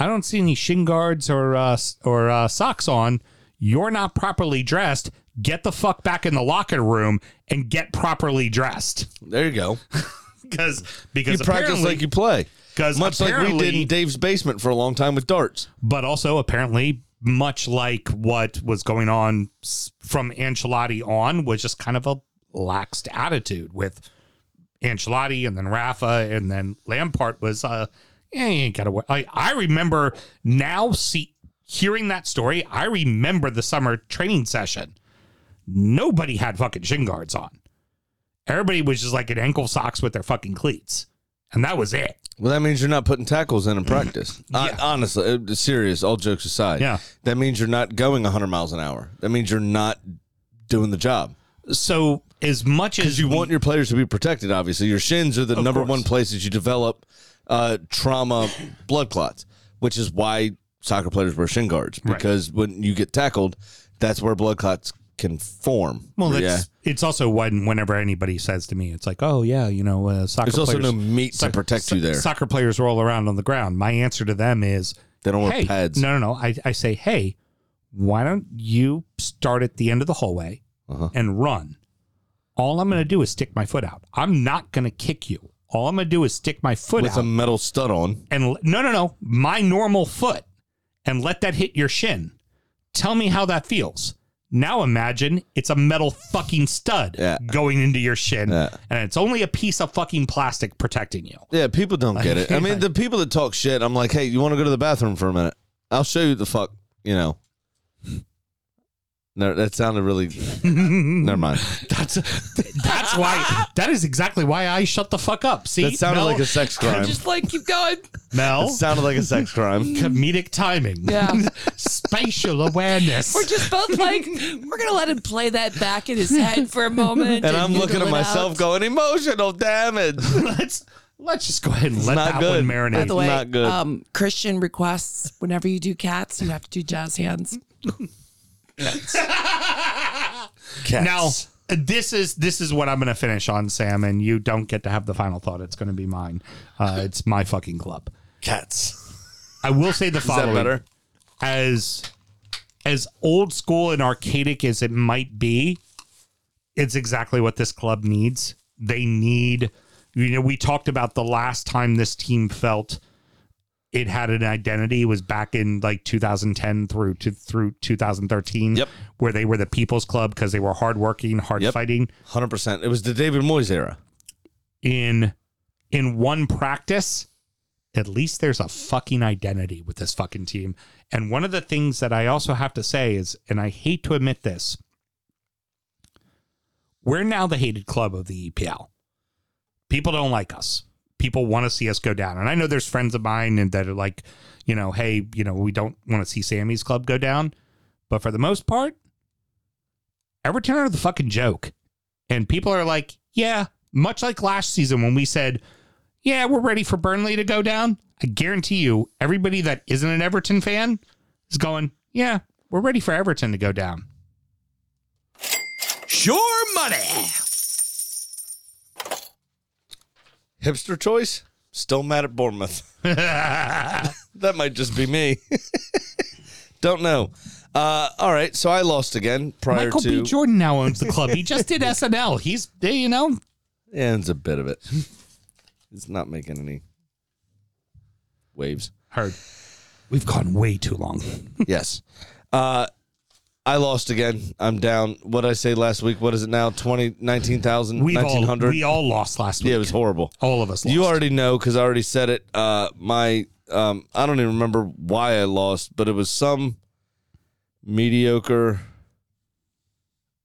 Speaker 2: "I don't see any shin guards or uh, s- or uh, socks on. You're not properly dressed. Get the fuck back in the locker room and get properly dressed." [LAUGHS]
Speaker 3: There you go.
Speaker 2: Because
Speaker 3: You
Speaker 2: because
Speaker 3: practice like you play.
Speaker 2: 'cause
Speaker 3: Much like we did
Speaker 2: apparently-
Speaker 3: in Dave's basement for a long time with darts.
Speaker 2: but also apparently much like what was going on s- from Ancelotti on was just kind of a laxed attitude with Ancelotti and then Rafa and then Lampard was uh yeah, you ain't gotta worry. I, I remember now see hearing that story, I remember the summer training session. Nobody had fucking shin guards on. Everybody was just like in ankle socks with their fucking cleats. And that was it.
Speaker 3: Well, that means you're not putting tackles in
Speaker 2: [CLEARS THROAT]
Speaker 3: in practice. Uh, honestly, uh, serious, all jokes aside.
Speaker 2: Yeah.
Speaker 3: That means you're not going 100 miles an hour. That means you're not doing the job.
Speaker 2: So as much as
Speaker 3: You
Speaker 2: we-
Speaker 3: want your players to be protected, obviously. Your shins are the number
Speaker 2: course.
Speaker 3: one places you develop uh, trauma blood clots, which is why soccer players wear shin guards because when you get tackled, that's where blood clots can form.
Speaker 2: Well, that's,
Speaker 3: yeah.
Speaker 2: it's also when whenever anybody says to me, it's like, oh yeah, you know, uh, soccer.
Speaker 3: There's also
Speaker 2: players,
Speaker 3: no meat to
Speaker 2: soc-
Speaker 3: protect
Speaker 2: so-
Speaker 3: you there.
Speaker 2: Soccer players roll around on the ground. My answer to them is,
Speaker 3: They don't wear
Speaker 2: hey,
Speaker 3: pads.
Speaker 2: no, no, no. I, I say, hey, why don't you start at the end of the hallway
Speaker 3: Uh-huh.
Speaker 2: and run? All I'm going to do is stick my foot out. I'm not going to kick you. All I'm going to do is stick my foot
Speaker 3: With
Speaker 2: out
Speaker 3: a metal stud on,
Speaker 2: and l- no, no, no, my normal foot and let that hit your shin. Tell me how that feels. Now imagine it's a metal fucking stud
Speaker 3: Yeah.
Speaker 2: going into your shin
Speaker 3: Yeah.
Speaker 2: and it's only a piece of fucking plastic protecting you.
Speaker 3: Yeah, people don't get it. I mean, the people that talk shit, I'm like, hey, you want to go to the bathroom for a minute? I'll show you the fuck, you know. No, that sounded really. [LAUGHS] never mind.
Speaker 2: That's [LAUGHS] that's why that is exactly why I shut the fuck up. See?
Speaker 3: That sounded
Speaker 2: Mel-
Speaker 3: like a sex crime.
Speaker 6: Just like keep going.
Speaker 2: Mel
Speaker 3: It sounded like a [LAUGHS] sex crime.
Speaker 2: comedic timing.
Speaker 6: Yeah.
Speaker 2: [LAUGHS] Spatial awareness.
Speaker 5: We're just
Speaker 3: [LAUGHS]
Speaker 5: both like,
Speaker 6: We're gonna let him play that back in his head for a moment.
Speaker 3: And I'm looking at
Speaker 6: giggle it
Speaker 3: myself
Speaker 6: out.
Speaker 3: going, emotional damage.
Speaker 2: [LAUGHS] let's let's just go ahead and let
Speaker 3: not
Speaker 2: that
Speaker 3: good.
Speaker 2: one marinate.
Speaker 6: By the way,
Speaker 3: Not good.
Speaker 6: Um, Christian requests whenever you do cats, you have to do jazz hands.
Speaker 3: Cats.
Speaker 2: Now, this is this is what I'm going to finish on, Sam, and you don't get to have the final thought. It's going to be mine. Uh, it's my fucking club.
Speaker 3: [LAUGHS] cats.
Speaker 2: I will say the
Speaker 3: [LAUGHS] Is
Speaker 2: following:
Speaker 3: that better?
Speaker 2: as as old school and archaic as it might be, it's exactly what this club needs. They need, you know, we talked about the last time this team felt it had an identity was back in like 2010 through to through 2013,
Speaker 3: Yep.
Speaker 2: where they were the people's club because they were hardworking, hard
Speaker 3: Yep.
Speaker 2: fighting.
Speaker 3: 100%. It was the David Moyes era.
Speaker 2: in in one practice at least there's a fucking identity with this fucking team and one of the things that i also have to say is and i hate to admit this we're now the hated club of the epl people don't like us people want to see us go down and i know there's friends of mine and that are like you know hey you know we don't want to see sammy's club go down but for the most part everton are the fucking joke and people are like, yeah, much like last season when we said, yeah, we're ready for Burnley to go down. I guarantee you, everybody that isn't an Everton fan is going, yeah, we're ready for Everton to go down.
Speaker 1: Sure money.
Speaker 3: Hipster choice? Still mad at [LAUGHS] Bournemouth. that might just be me. [LAUGHS] Don't know. Uh, all right, so I lost again prior
Speaker 2: Michael B.
Speaker 3: to
Speaker 2: Jordan now owns the club.
Speaker 3: [LAUGHS]
Speaker 2: He just did SNL. He's, you know,
Speaker 3: Yeah, it's a bit of it. It's not making any waves.
Speaker 2: heard. We've gone way too long.
Speaker 3: yes. Uh, I lost again. I'm down. What did I say last week? What is it now? 20, 19,000,
Speaker 2: We've all,
Speaker 3: 1900?
Speaker 2: we all lost last week.
Speaker 3: yeah, it was horrible.
Speaker 2: all of us lost.
Speaker 3: You already know because I already said it. Uh, my um, I don't even remember why I lost, but it was some mediocre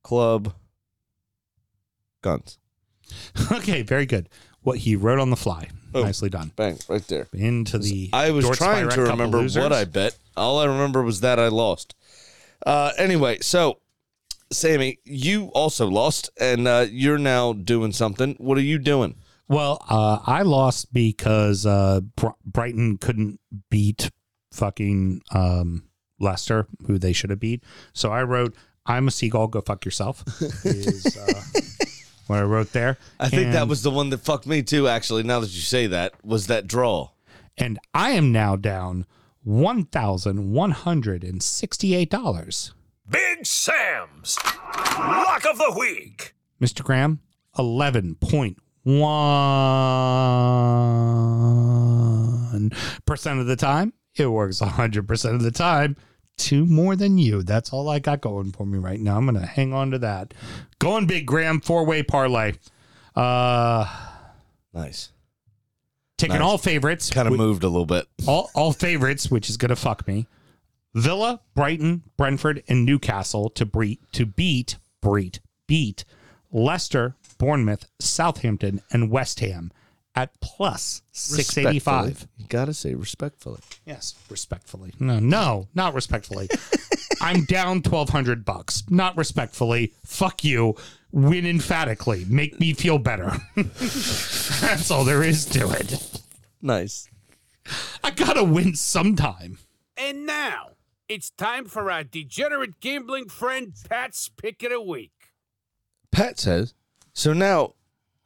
Speaker 3: club guns.
Speaker 2: [LAUGHS] okay, very good. What he wrote on the fly. Nicely done.
Speaker 3: Bang right there.
Speaker 2: Into the.
Speaker 3: Oh. I was
Speaker 2: Dortz
Speaker 3: trying
Speaker 2: Spirac
Speaker 3: to
Speaker 2: Couple
Speaker 3: remember
Speaker 2: Losers.
Speaker 3: what I bet. All I remember was that I lost. Uh, anyway, so Sammy, you also lost, and uh, you're now doing something. What are you doing?
Speaker 2: Well, uh, I lost because uh, Br- Brighton couldn't beat fucking um, Leicester, who they should have beat. So I wrote, "I'm a seagull, go fuck
Speaker 3: [LAUGHS]
Speaker 2: yourself." Is, uh, what I wrote there.
Speaker 3: I think that
Speaker 2: And-
Speaker 3: was the one that fucked me too. Actually, now that you say that, was that draw?
Speaker 2: and I am now down one thousand one hundred and sixty-eight dollars.
Speaker 7: Big Sam's Lock of the Week.
Speaker 2: Mr. Graham, eleven point one percent of the time. It works hundred percent of the time. Two more than you. That's all I got going for me right now. I'm gonna hang on to that. Going big, Graham. Four way parlay. Uh,
Speaker 3: Nice.
Speaker 2: taking
Speaker 3: Nice.
Speaker 2: all favorites.
Speaker 3: Kind of moved a little bit.
Speaker 2: all, all favorites, which is going to fuck me. Villa, Brighton, Brentford, and Newcastle to bre- to beat breed, beat Leicester, Bournemouth, Southampton, and West Ham at plus six eighty five.
Speaker 3: Respectfully. You gotta say respectfully.
Speaker 2: Yes, respectfully. No, no, not respectfully. I'm down twelve hundred bucks. Not respectfully. Fuck you. Win [LAUGHS] emphatically. Make me feel better. That's all there is to it.
Speaker 3: Nice.
Speaker 2: I gotta win sometime.
Speaker 8: And now it's time for our degenerate gambling friend Pat's pick of the week.
Speaker 3: Pat says, so now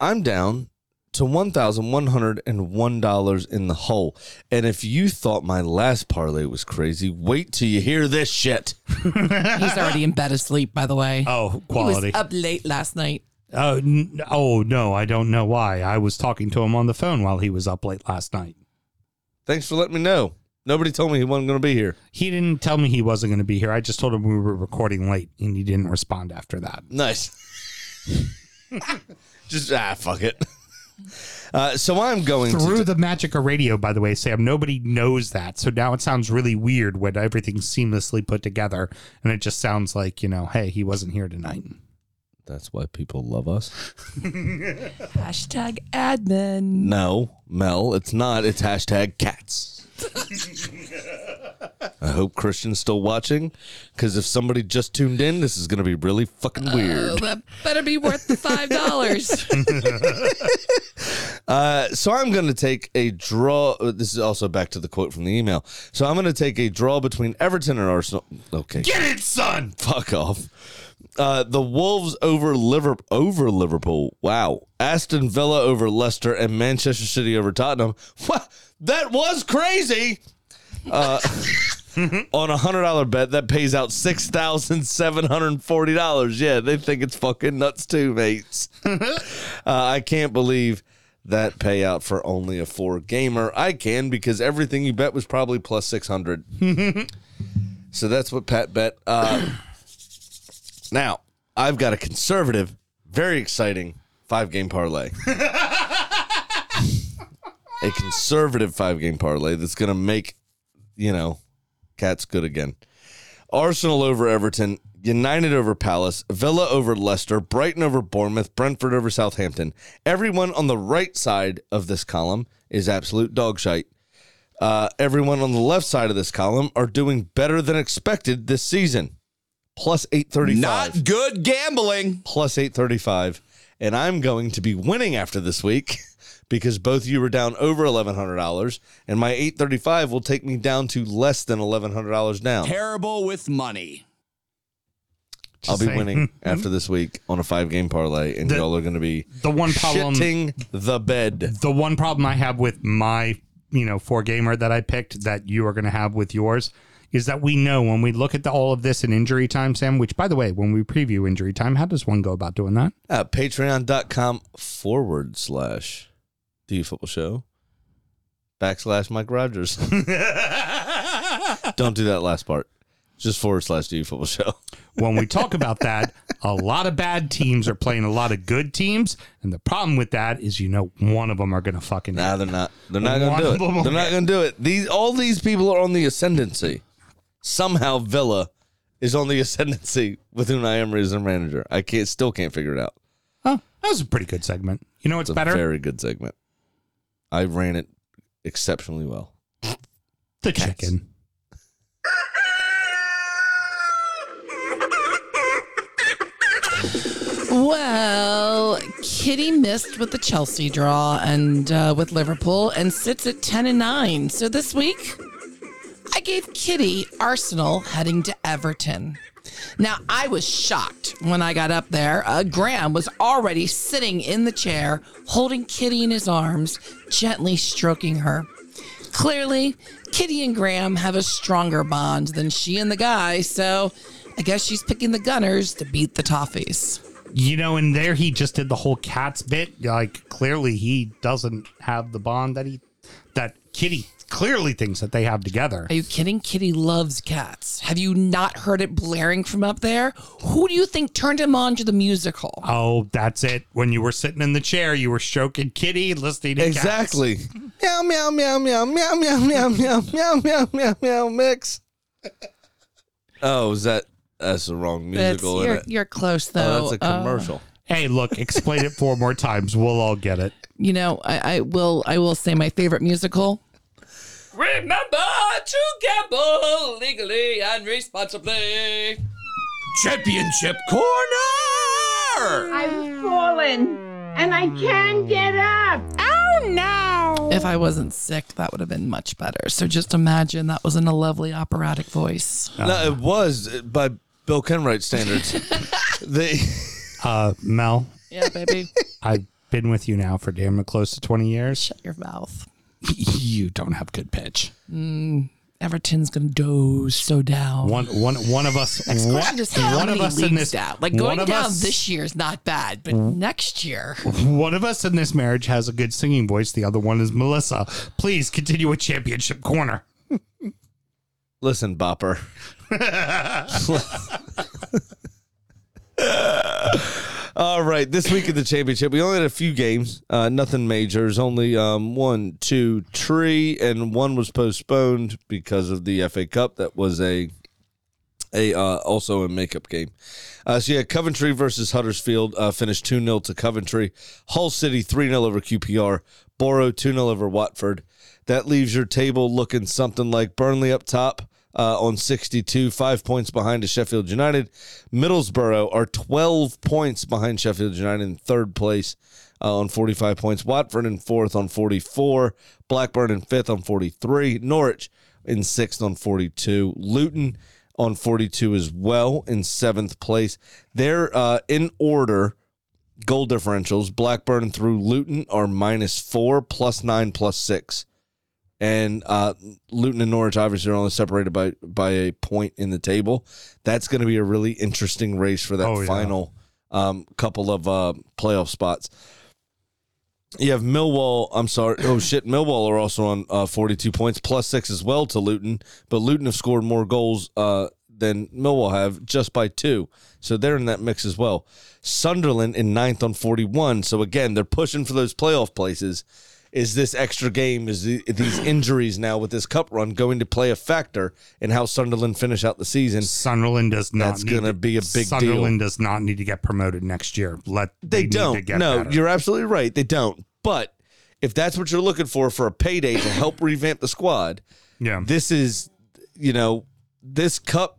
Speaker 3: I'm down to $1,101 in the hole. And if you thought my last parlay was crazy, wait till you hear this shit.
Speaker 6: He's
Speaker 3: [LAUGHS]
Speaker 6: already in bed asleep, by the way.
Speaker 2: Oh,
Speaker 6: He
Speaker 2: quality.
Speaker 6: was up late last night.
Speaker 2: Oh, n- oh no, I don't know why. I was talking to him on the phone while he was up late last night.
Speaker 3: Thanks for letting me know. Nobody told me he wasn't going to be here.
Speaker 2: He didn't tell me he wasn't going to be here. I just told him we were recording late, and he didn't respond after that.
Speaker 3: Nice. [LAUGHS] Just, ah, fuck it. [LAUGHS] Uh, so I'm going to.
Speaker 2: Through the magic of radio, by the way, Sam. Nobody knows that, so now it sounds really weird when everything's seamlessly put together, and it just sounds like you know, hey, he wasn't here tonight.
Speaker 3: That's why people love us.
Speaker 6: Hashtag admin.
Speaker 3: No, Mel, it's not. It's hashtag cats. I hope Christian's still watching, because if somebody just tuned in, this is going to be really fucking
Speaker 6: Oh,
Speaker 3: weird.
Speaker 6: that better be worth the five dollars.
Speaker 3: Uh, so I'm going to take a draw. uh, This is also back to the quote from the email. So I'm going to take a draw between Everton and Arsenal. Okay,
Speaker 2: Get it, son.
Speaker 3: fuck off. Uh, the Wolves over Liverpool. Over Liverpool. Wow. Aston Villa over Leicester and Manchester City over Tottenham. What? That was crazy. Uh, [LAUGHS] on a hundred dollar bet, that pays out six thousand seven hundred and forty dollars. Yeah, they think it's fucking nuts too, mates. Uh, I can't believe that payout for only a four gamer. I can because everything you bet was probably plus six hundred. so that's what Pat bet. Uh, now, I've got a conservative, very exciting five game parlay. a conservative five game parlay that's going to make, you know, cats good again. Arsenal over Everton, United over Palace, Villa over Leicester, Brighton over Bournemouth, Brentford over Southampton. Everyone on the right side of this column is absolute dog shite. Uh, everyone on the left side of this column are doing better than expected this season. Plus 835
Speaker 9: Not good gambling.
Speaker 3: plus 835 and i'm going to be winning after this week [LAUGHS] because both you were down over $1100 and my 835 will take me down to less than $1100 down
Speaker 9: Terrible with money.
Speaker 3: i'll be
Speaker 2: saying. Hmm?
Speaker 3: winning
Speaker 2: [LAUGHS]
Speaker 3: after this week on a five game parlay and
Speaker 2: The-
Speaker 3: y'all are going to be
Speaker 2: The one problem.
Speaker 3: shitting the bed
Speaker 2: the one problem I have with my, you know, four gamer that I picked that you are going to have with yours is that we know when we look at the, all of this in injury time, Sam, which by the way, when we preview injury time, how does one go about doing that?
Speaker 3: at patreon.com forward slash do football show backslash
Speaker 2: [LAUGHS]
Speaker 3: mike rogers don't do that last part just forward slash do football show [LAUGHS]
Speaker 2: When we talk about that, a lot of bad teams are playing a lot of good teams. And the problem with that is, you know, one of them are going to fucking.
Speaker 3: No, they're not. They're not going to do
Speaker 2: One of
Speaker 3: it.
Speaker 2: them
Speaker 3: They're not going to do it. These all these people are on the ascendancy. Somehow Villa is on the ascendancy with Unai Emery as their manager. I can't still can't figure it out.
Speaker 2: Oh, that was a pretty good segment. You know what's
Speaker 3: It's a
Speaker 2: better?
Speaker 3: very good segment. I ran it exceptionally well.
Speaker 2: the chicken.
Speaker 6: well, Kitty missed with the Chelsea draw and uh, with Liverpool, and sits at ten and nine. So this week, I gave Kitty Arsenal heading to Everton. Now, I was shocked when I got up there. Uh, Graham was already sitting in the chair, holding Kitty in his arms, gently stroking her. Clearly, Kitty and Graham have a stronger bond than she and the guy, so I guess she's picking the Gunners to beat the Toffees.
Speaker 2: You know, and there he just did the whole cats bit. Like clearly he doesn't have the bond that he that Kitty clearly thinks that they have together.
Speaker 6: Are you kidding? Kitty loves cats. Have you not heard it blaring from up there? Who do you think turned him on to the musical?
Speaker 2: Oh, that's it. When you were sitting in the chair, you were stroking Kitty, listening to cats.
Speaker 3: Exactly. [LAUGHS] meow meow meow meow meow meow meow meow meow meow meow meow mix. Oh, is that that's the wrong
Speaker 6: That's-
Speaker 3: musical?
Speaker 6: you're,
Speaker 3: isn't it?
Speaker 6: you're close though.
Speaker 3: Oh, that's a
Speaker 6: Uh,
Speaker 3: commercial.
Speaker 2: Hey, look, explain it four more times. We'll all get it.
Speaker 6: Um, you know, I, I will. I will say my favorite musical. Remember to gamble legally and responsibly.
Speaker 9: Championship corner.
Speaker 10: I've fallen and I can't get up. Ow!
Speaker 6: If I wasn't sick, that would have been much better. So just imagine that was in a lovely operatic [LAUGHS] voice.
Speaker 3: No, it was uh, by Bill Kenwright standards.
Speaker 6: [LAUGHS]
Speaker 3: they
Speaker 2: Uh, Mel,
Speaker 6: Yeah, baby.
Speaker 2: I've been with you now for damn close to 20 years.
Speaker 6: Shut your mouth.
Speaker 2: You don't have good pitch.
Speaker 6: Everton's gonna doze so down.
Speaker 2: One, one, one of us.
Speaker 6: Question
Speaker 2: One,
Speaker 6: is how
Speaker 2: one of
Speaker 6: many
Speaker 2: us in
Speaker 6: leagues
Speaker 2: this.
Speaker 6: down. Like
Speaker 2: one
Speaker 6: going
Speaker 2: of
Speaker 6: down
Speaker 2: us-
Speaker 6: this year is not bad, but next year.
Speaker 2: One of us in this marriage has a good singing voice. The other one is Melissa. Please continue with championship corner.
Speaker 3: listen, Bopper. All right, this week at the championship, we only had a few games, uh, nothing majors, only um, one, two, three, and one was postponed because of the FA Cup. That was a a uh, also a makeup game. Uh, so yeah, Coventry versus Huddersfield uh, finished 2 0 to Coventry. Hull City 3 0 over QPR. Borough 2 0 over Watford. That leaves your table looking something like Burnley up top uh, on 62, five points behind to Sheffield United. Middlesbrough are 12 points behind Sheffield United in third place uh, on 45 points. Watford in fourth on 44. Blackburn in fifth on 43. Norwich in sixth on 42. Luton on 42 as well in seventh place. They're uh, in order goal differentials. Blackburn through Luton are minus four, plus nine, plus six. And uh, Luton and Norwich obviously are only separated by by a point in the table. That's going to be a really interesting race for that
Speaker 2: Oh, yeah.
Speaker 3: final um, couple of uh, playoff spots. You have Millwall. I'm sorry. Oh shit, Millwall are also on uh, 42 points plus six as well to Luton, but Luton have scored more goals uh, than Millwall have just by two, so they're in that mix as well. Sunderland in ninth on 41. So again, they're pushing for those playoff places. Is this extra game? Is the, these injuries now with this cup run going to play a factor in how Sunderland finish out the season?
Speaker 2: Sunderland does not.
Speaker 3: That's
Speaker 2: need
Speaker 3: gonna
Speaker 2: to-
Speaker 3: be a big deal.
Speaker 2: Sunderland does not need to get promoted next year. Let
Speaker 3: they,
Speaker 2: need to
Speaker 3: don't.
Speaker 2: get
Speaker 3: no,
Speaker 2: better.
Speaker 3: you're absolutely right. They don't. But if that's what you're looking for for a payday to help revamp the squad,
Speaker 2: yeah.
Speaker 3: this is, you know, this cup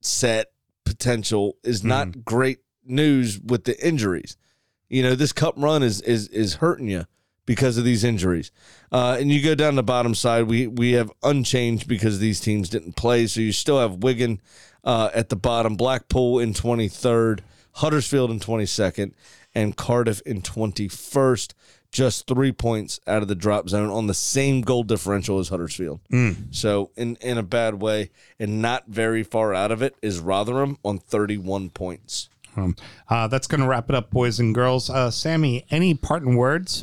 Speaker 3: set potential is not great news with the injuries. You know, this cup run is is is hurting you because of these injuries. Uh, and you go down the bottom side, we we have unchanged because these teams didn't play. So you still have Wigan uh, at the bottom, Blackpool in 23rd, Huddersfield in 22nd, and Cardiff in 21st. Just three points out of the drop zone on the same goal differential as Huddersfield. So in in a bad way, and not very far out of it is Rotherham on 31 points.
Speaker 2: Um, uh, that's going to wrap it up, boys and girls. Uh, Sammy, any parting words?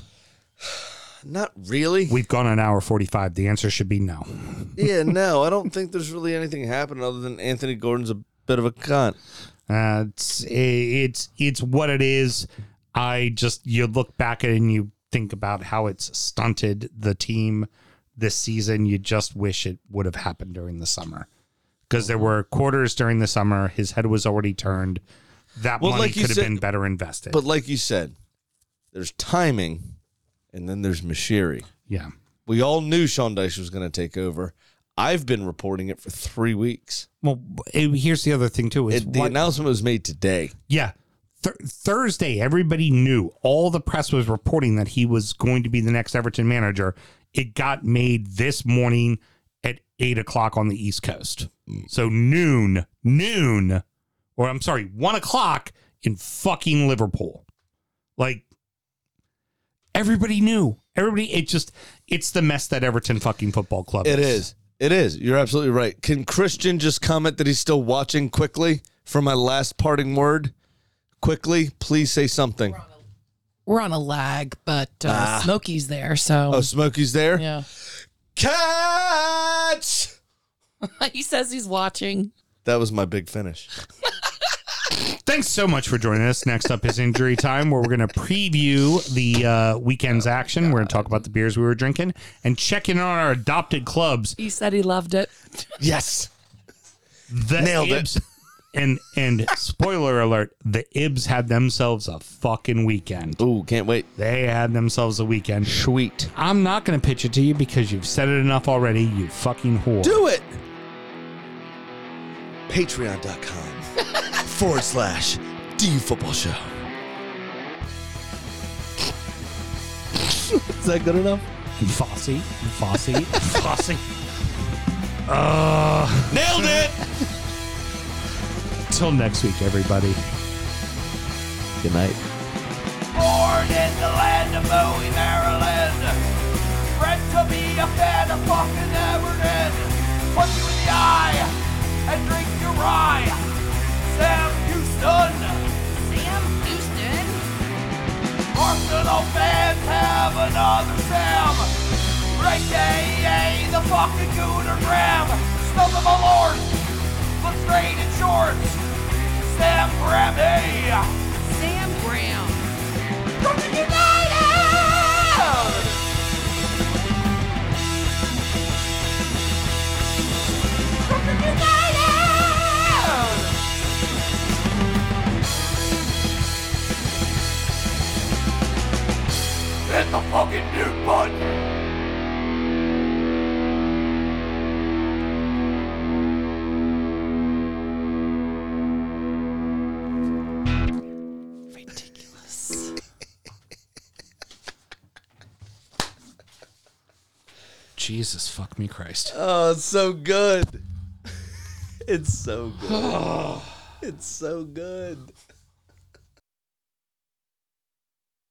Speaker 3: Not really.
Speaker 2: We've gone an hour 45. The answer should be no.
Speaker 3: yeah, no, I don't think there's really anything happening other than Anthony Gordon's a bit of a cunt.
Speaker 2: Uh, it's it's it's what it is. I just you look back at it and you think about how it's stunted the team this season. You just wish it would have happened during the summer because there were quarters during the summer. His head was already turned. That
Speaker 3: Well,
Speaker 2: money
Speaker 3: like you
Speaker 2: could have
Speaker 3: said-
Speaker 2: been better invested.
Speaker 3: But like you said, there's timing, and then there's Mashiri.
Speaker 2: yeah,
Speaker 3: We all knew Sean Dyche was going to take over. I've been reporting it for three weeks.
Speaker 2: Well, eh, here's the other thing too is
Speaker 3: It, the
Speaker 2: what-
Speaker 3: announcement was made today.
Speaker 2: yeah. Th- Thursday, everybody knew. All the press was reporting that he was going to be the next Everton manager. It got made this morning at eight o'clock on the East Coast.
Speaker 3: Mm.
Speaker 2: So noon, noon, or I'm sorry, one o'clock in fucking Liverpool. Like everybody knew. Everybody, it just, it's the mess that Everton fucking football club
Speaker 3: It is. It is. You're absolutely right. Can Christian just comment that he's still watching quickly for my last parting word? Quickly, please say something.
Speaker 6: We're on a lag, but uh, Smokey's there, so
Speaker 3: Oh, Smokey's there.
Speaker 6: yeah. [LAUGHS]
Speaker 3: Catch!
Speaker 6: he says he's watching.
Speaker 3: That was my big finish.
Speaker 2: Thanks so much for joining us. Next up is injury time, where we're going to preview the uh, weekend's action. We're going to talk about the beers we were drinking and check in on our adopted clubs,
Speaker 6: He said he loved it.
Speaker 3: Yes.
Speaker 2: the
Speaker 3: Nailed it.
Speaker 2: Ibs. And and spoiler alert, the Ibs had themselves a fucking weekend.
Speaker 3: Ooh, can't wait.
Speaker 2: They had themselves a weekend.
Speaker 3: Sweet.
Speaker 2: I'm not going to pitch it to you because you've said it enough already. You fucking whore.
Speaker 3: Do it. Patreon.com [LAUGHS] forward slash D Football Show. [LAUGHS] Is that good enough?
Speaker 2: Fossey, [LAUGHS] Fossey, Fossey. Ah.
Speaker 9: Nailed it!
Speaker 2: Till next week, everybody.
Speaker 3: Good night.
Speaker 4: Born in the land of Bowie, Maryland. Bred to be a fan of fucking Everton. Punch you in the eye and drink your rye. Sam Houston.
Speaker 5: Sam Houston.
Speaker 4: Arsenal fans have another Sam. Great day, the fucking Gooner Graham. Snub of a lord. Look straight in shorts. Sam Grammy.
Speaker 5: Sam Brown.
Speaker 4: Brooklyn United! Brooklyn United! Hit the fucking mute button!
Speaker 2: Jesus, fuck me, Christ.
Speaker 3: Oh, it's so [LAUGHS] [SIGHS] good. It's so good. it's so good.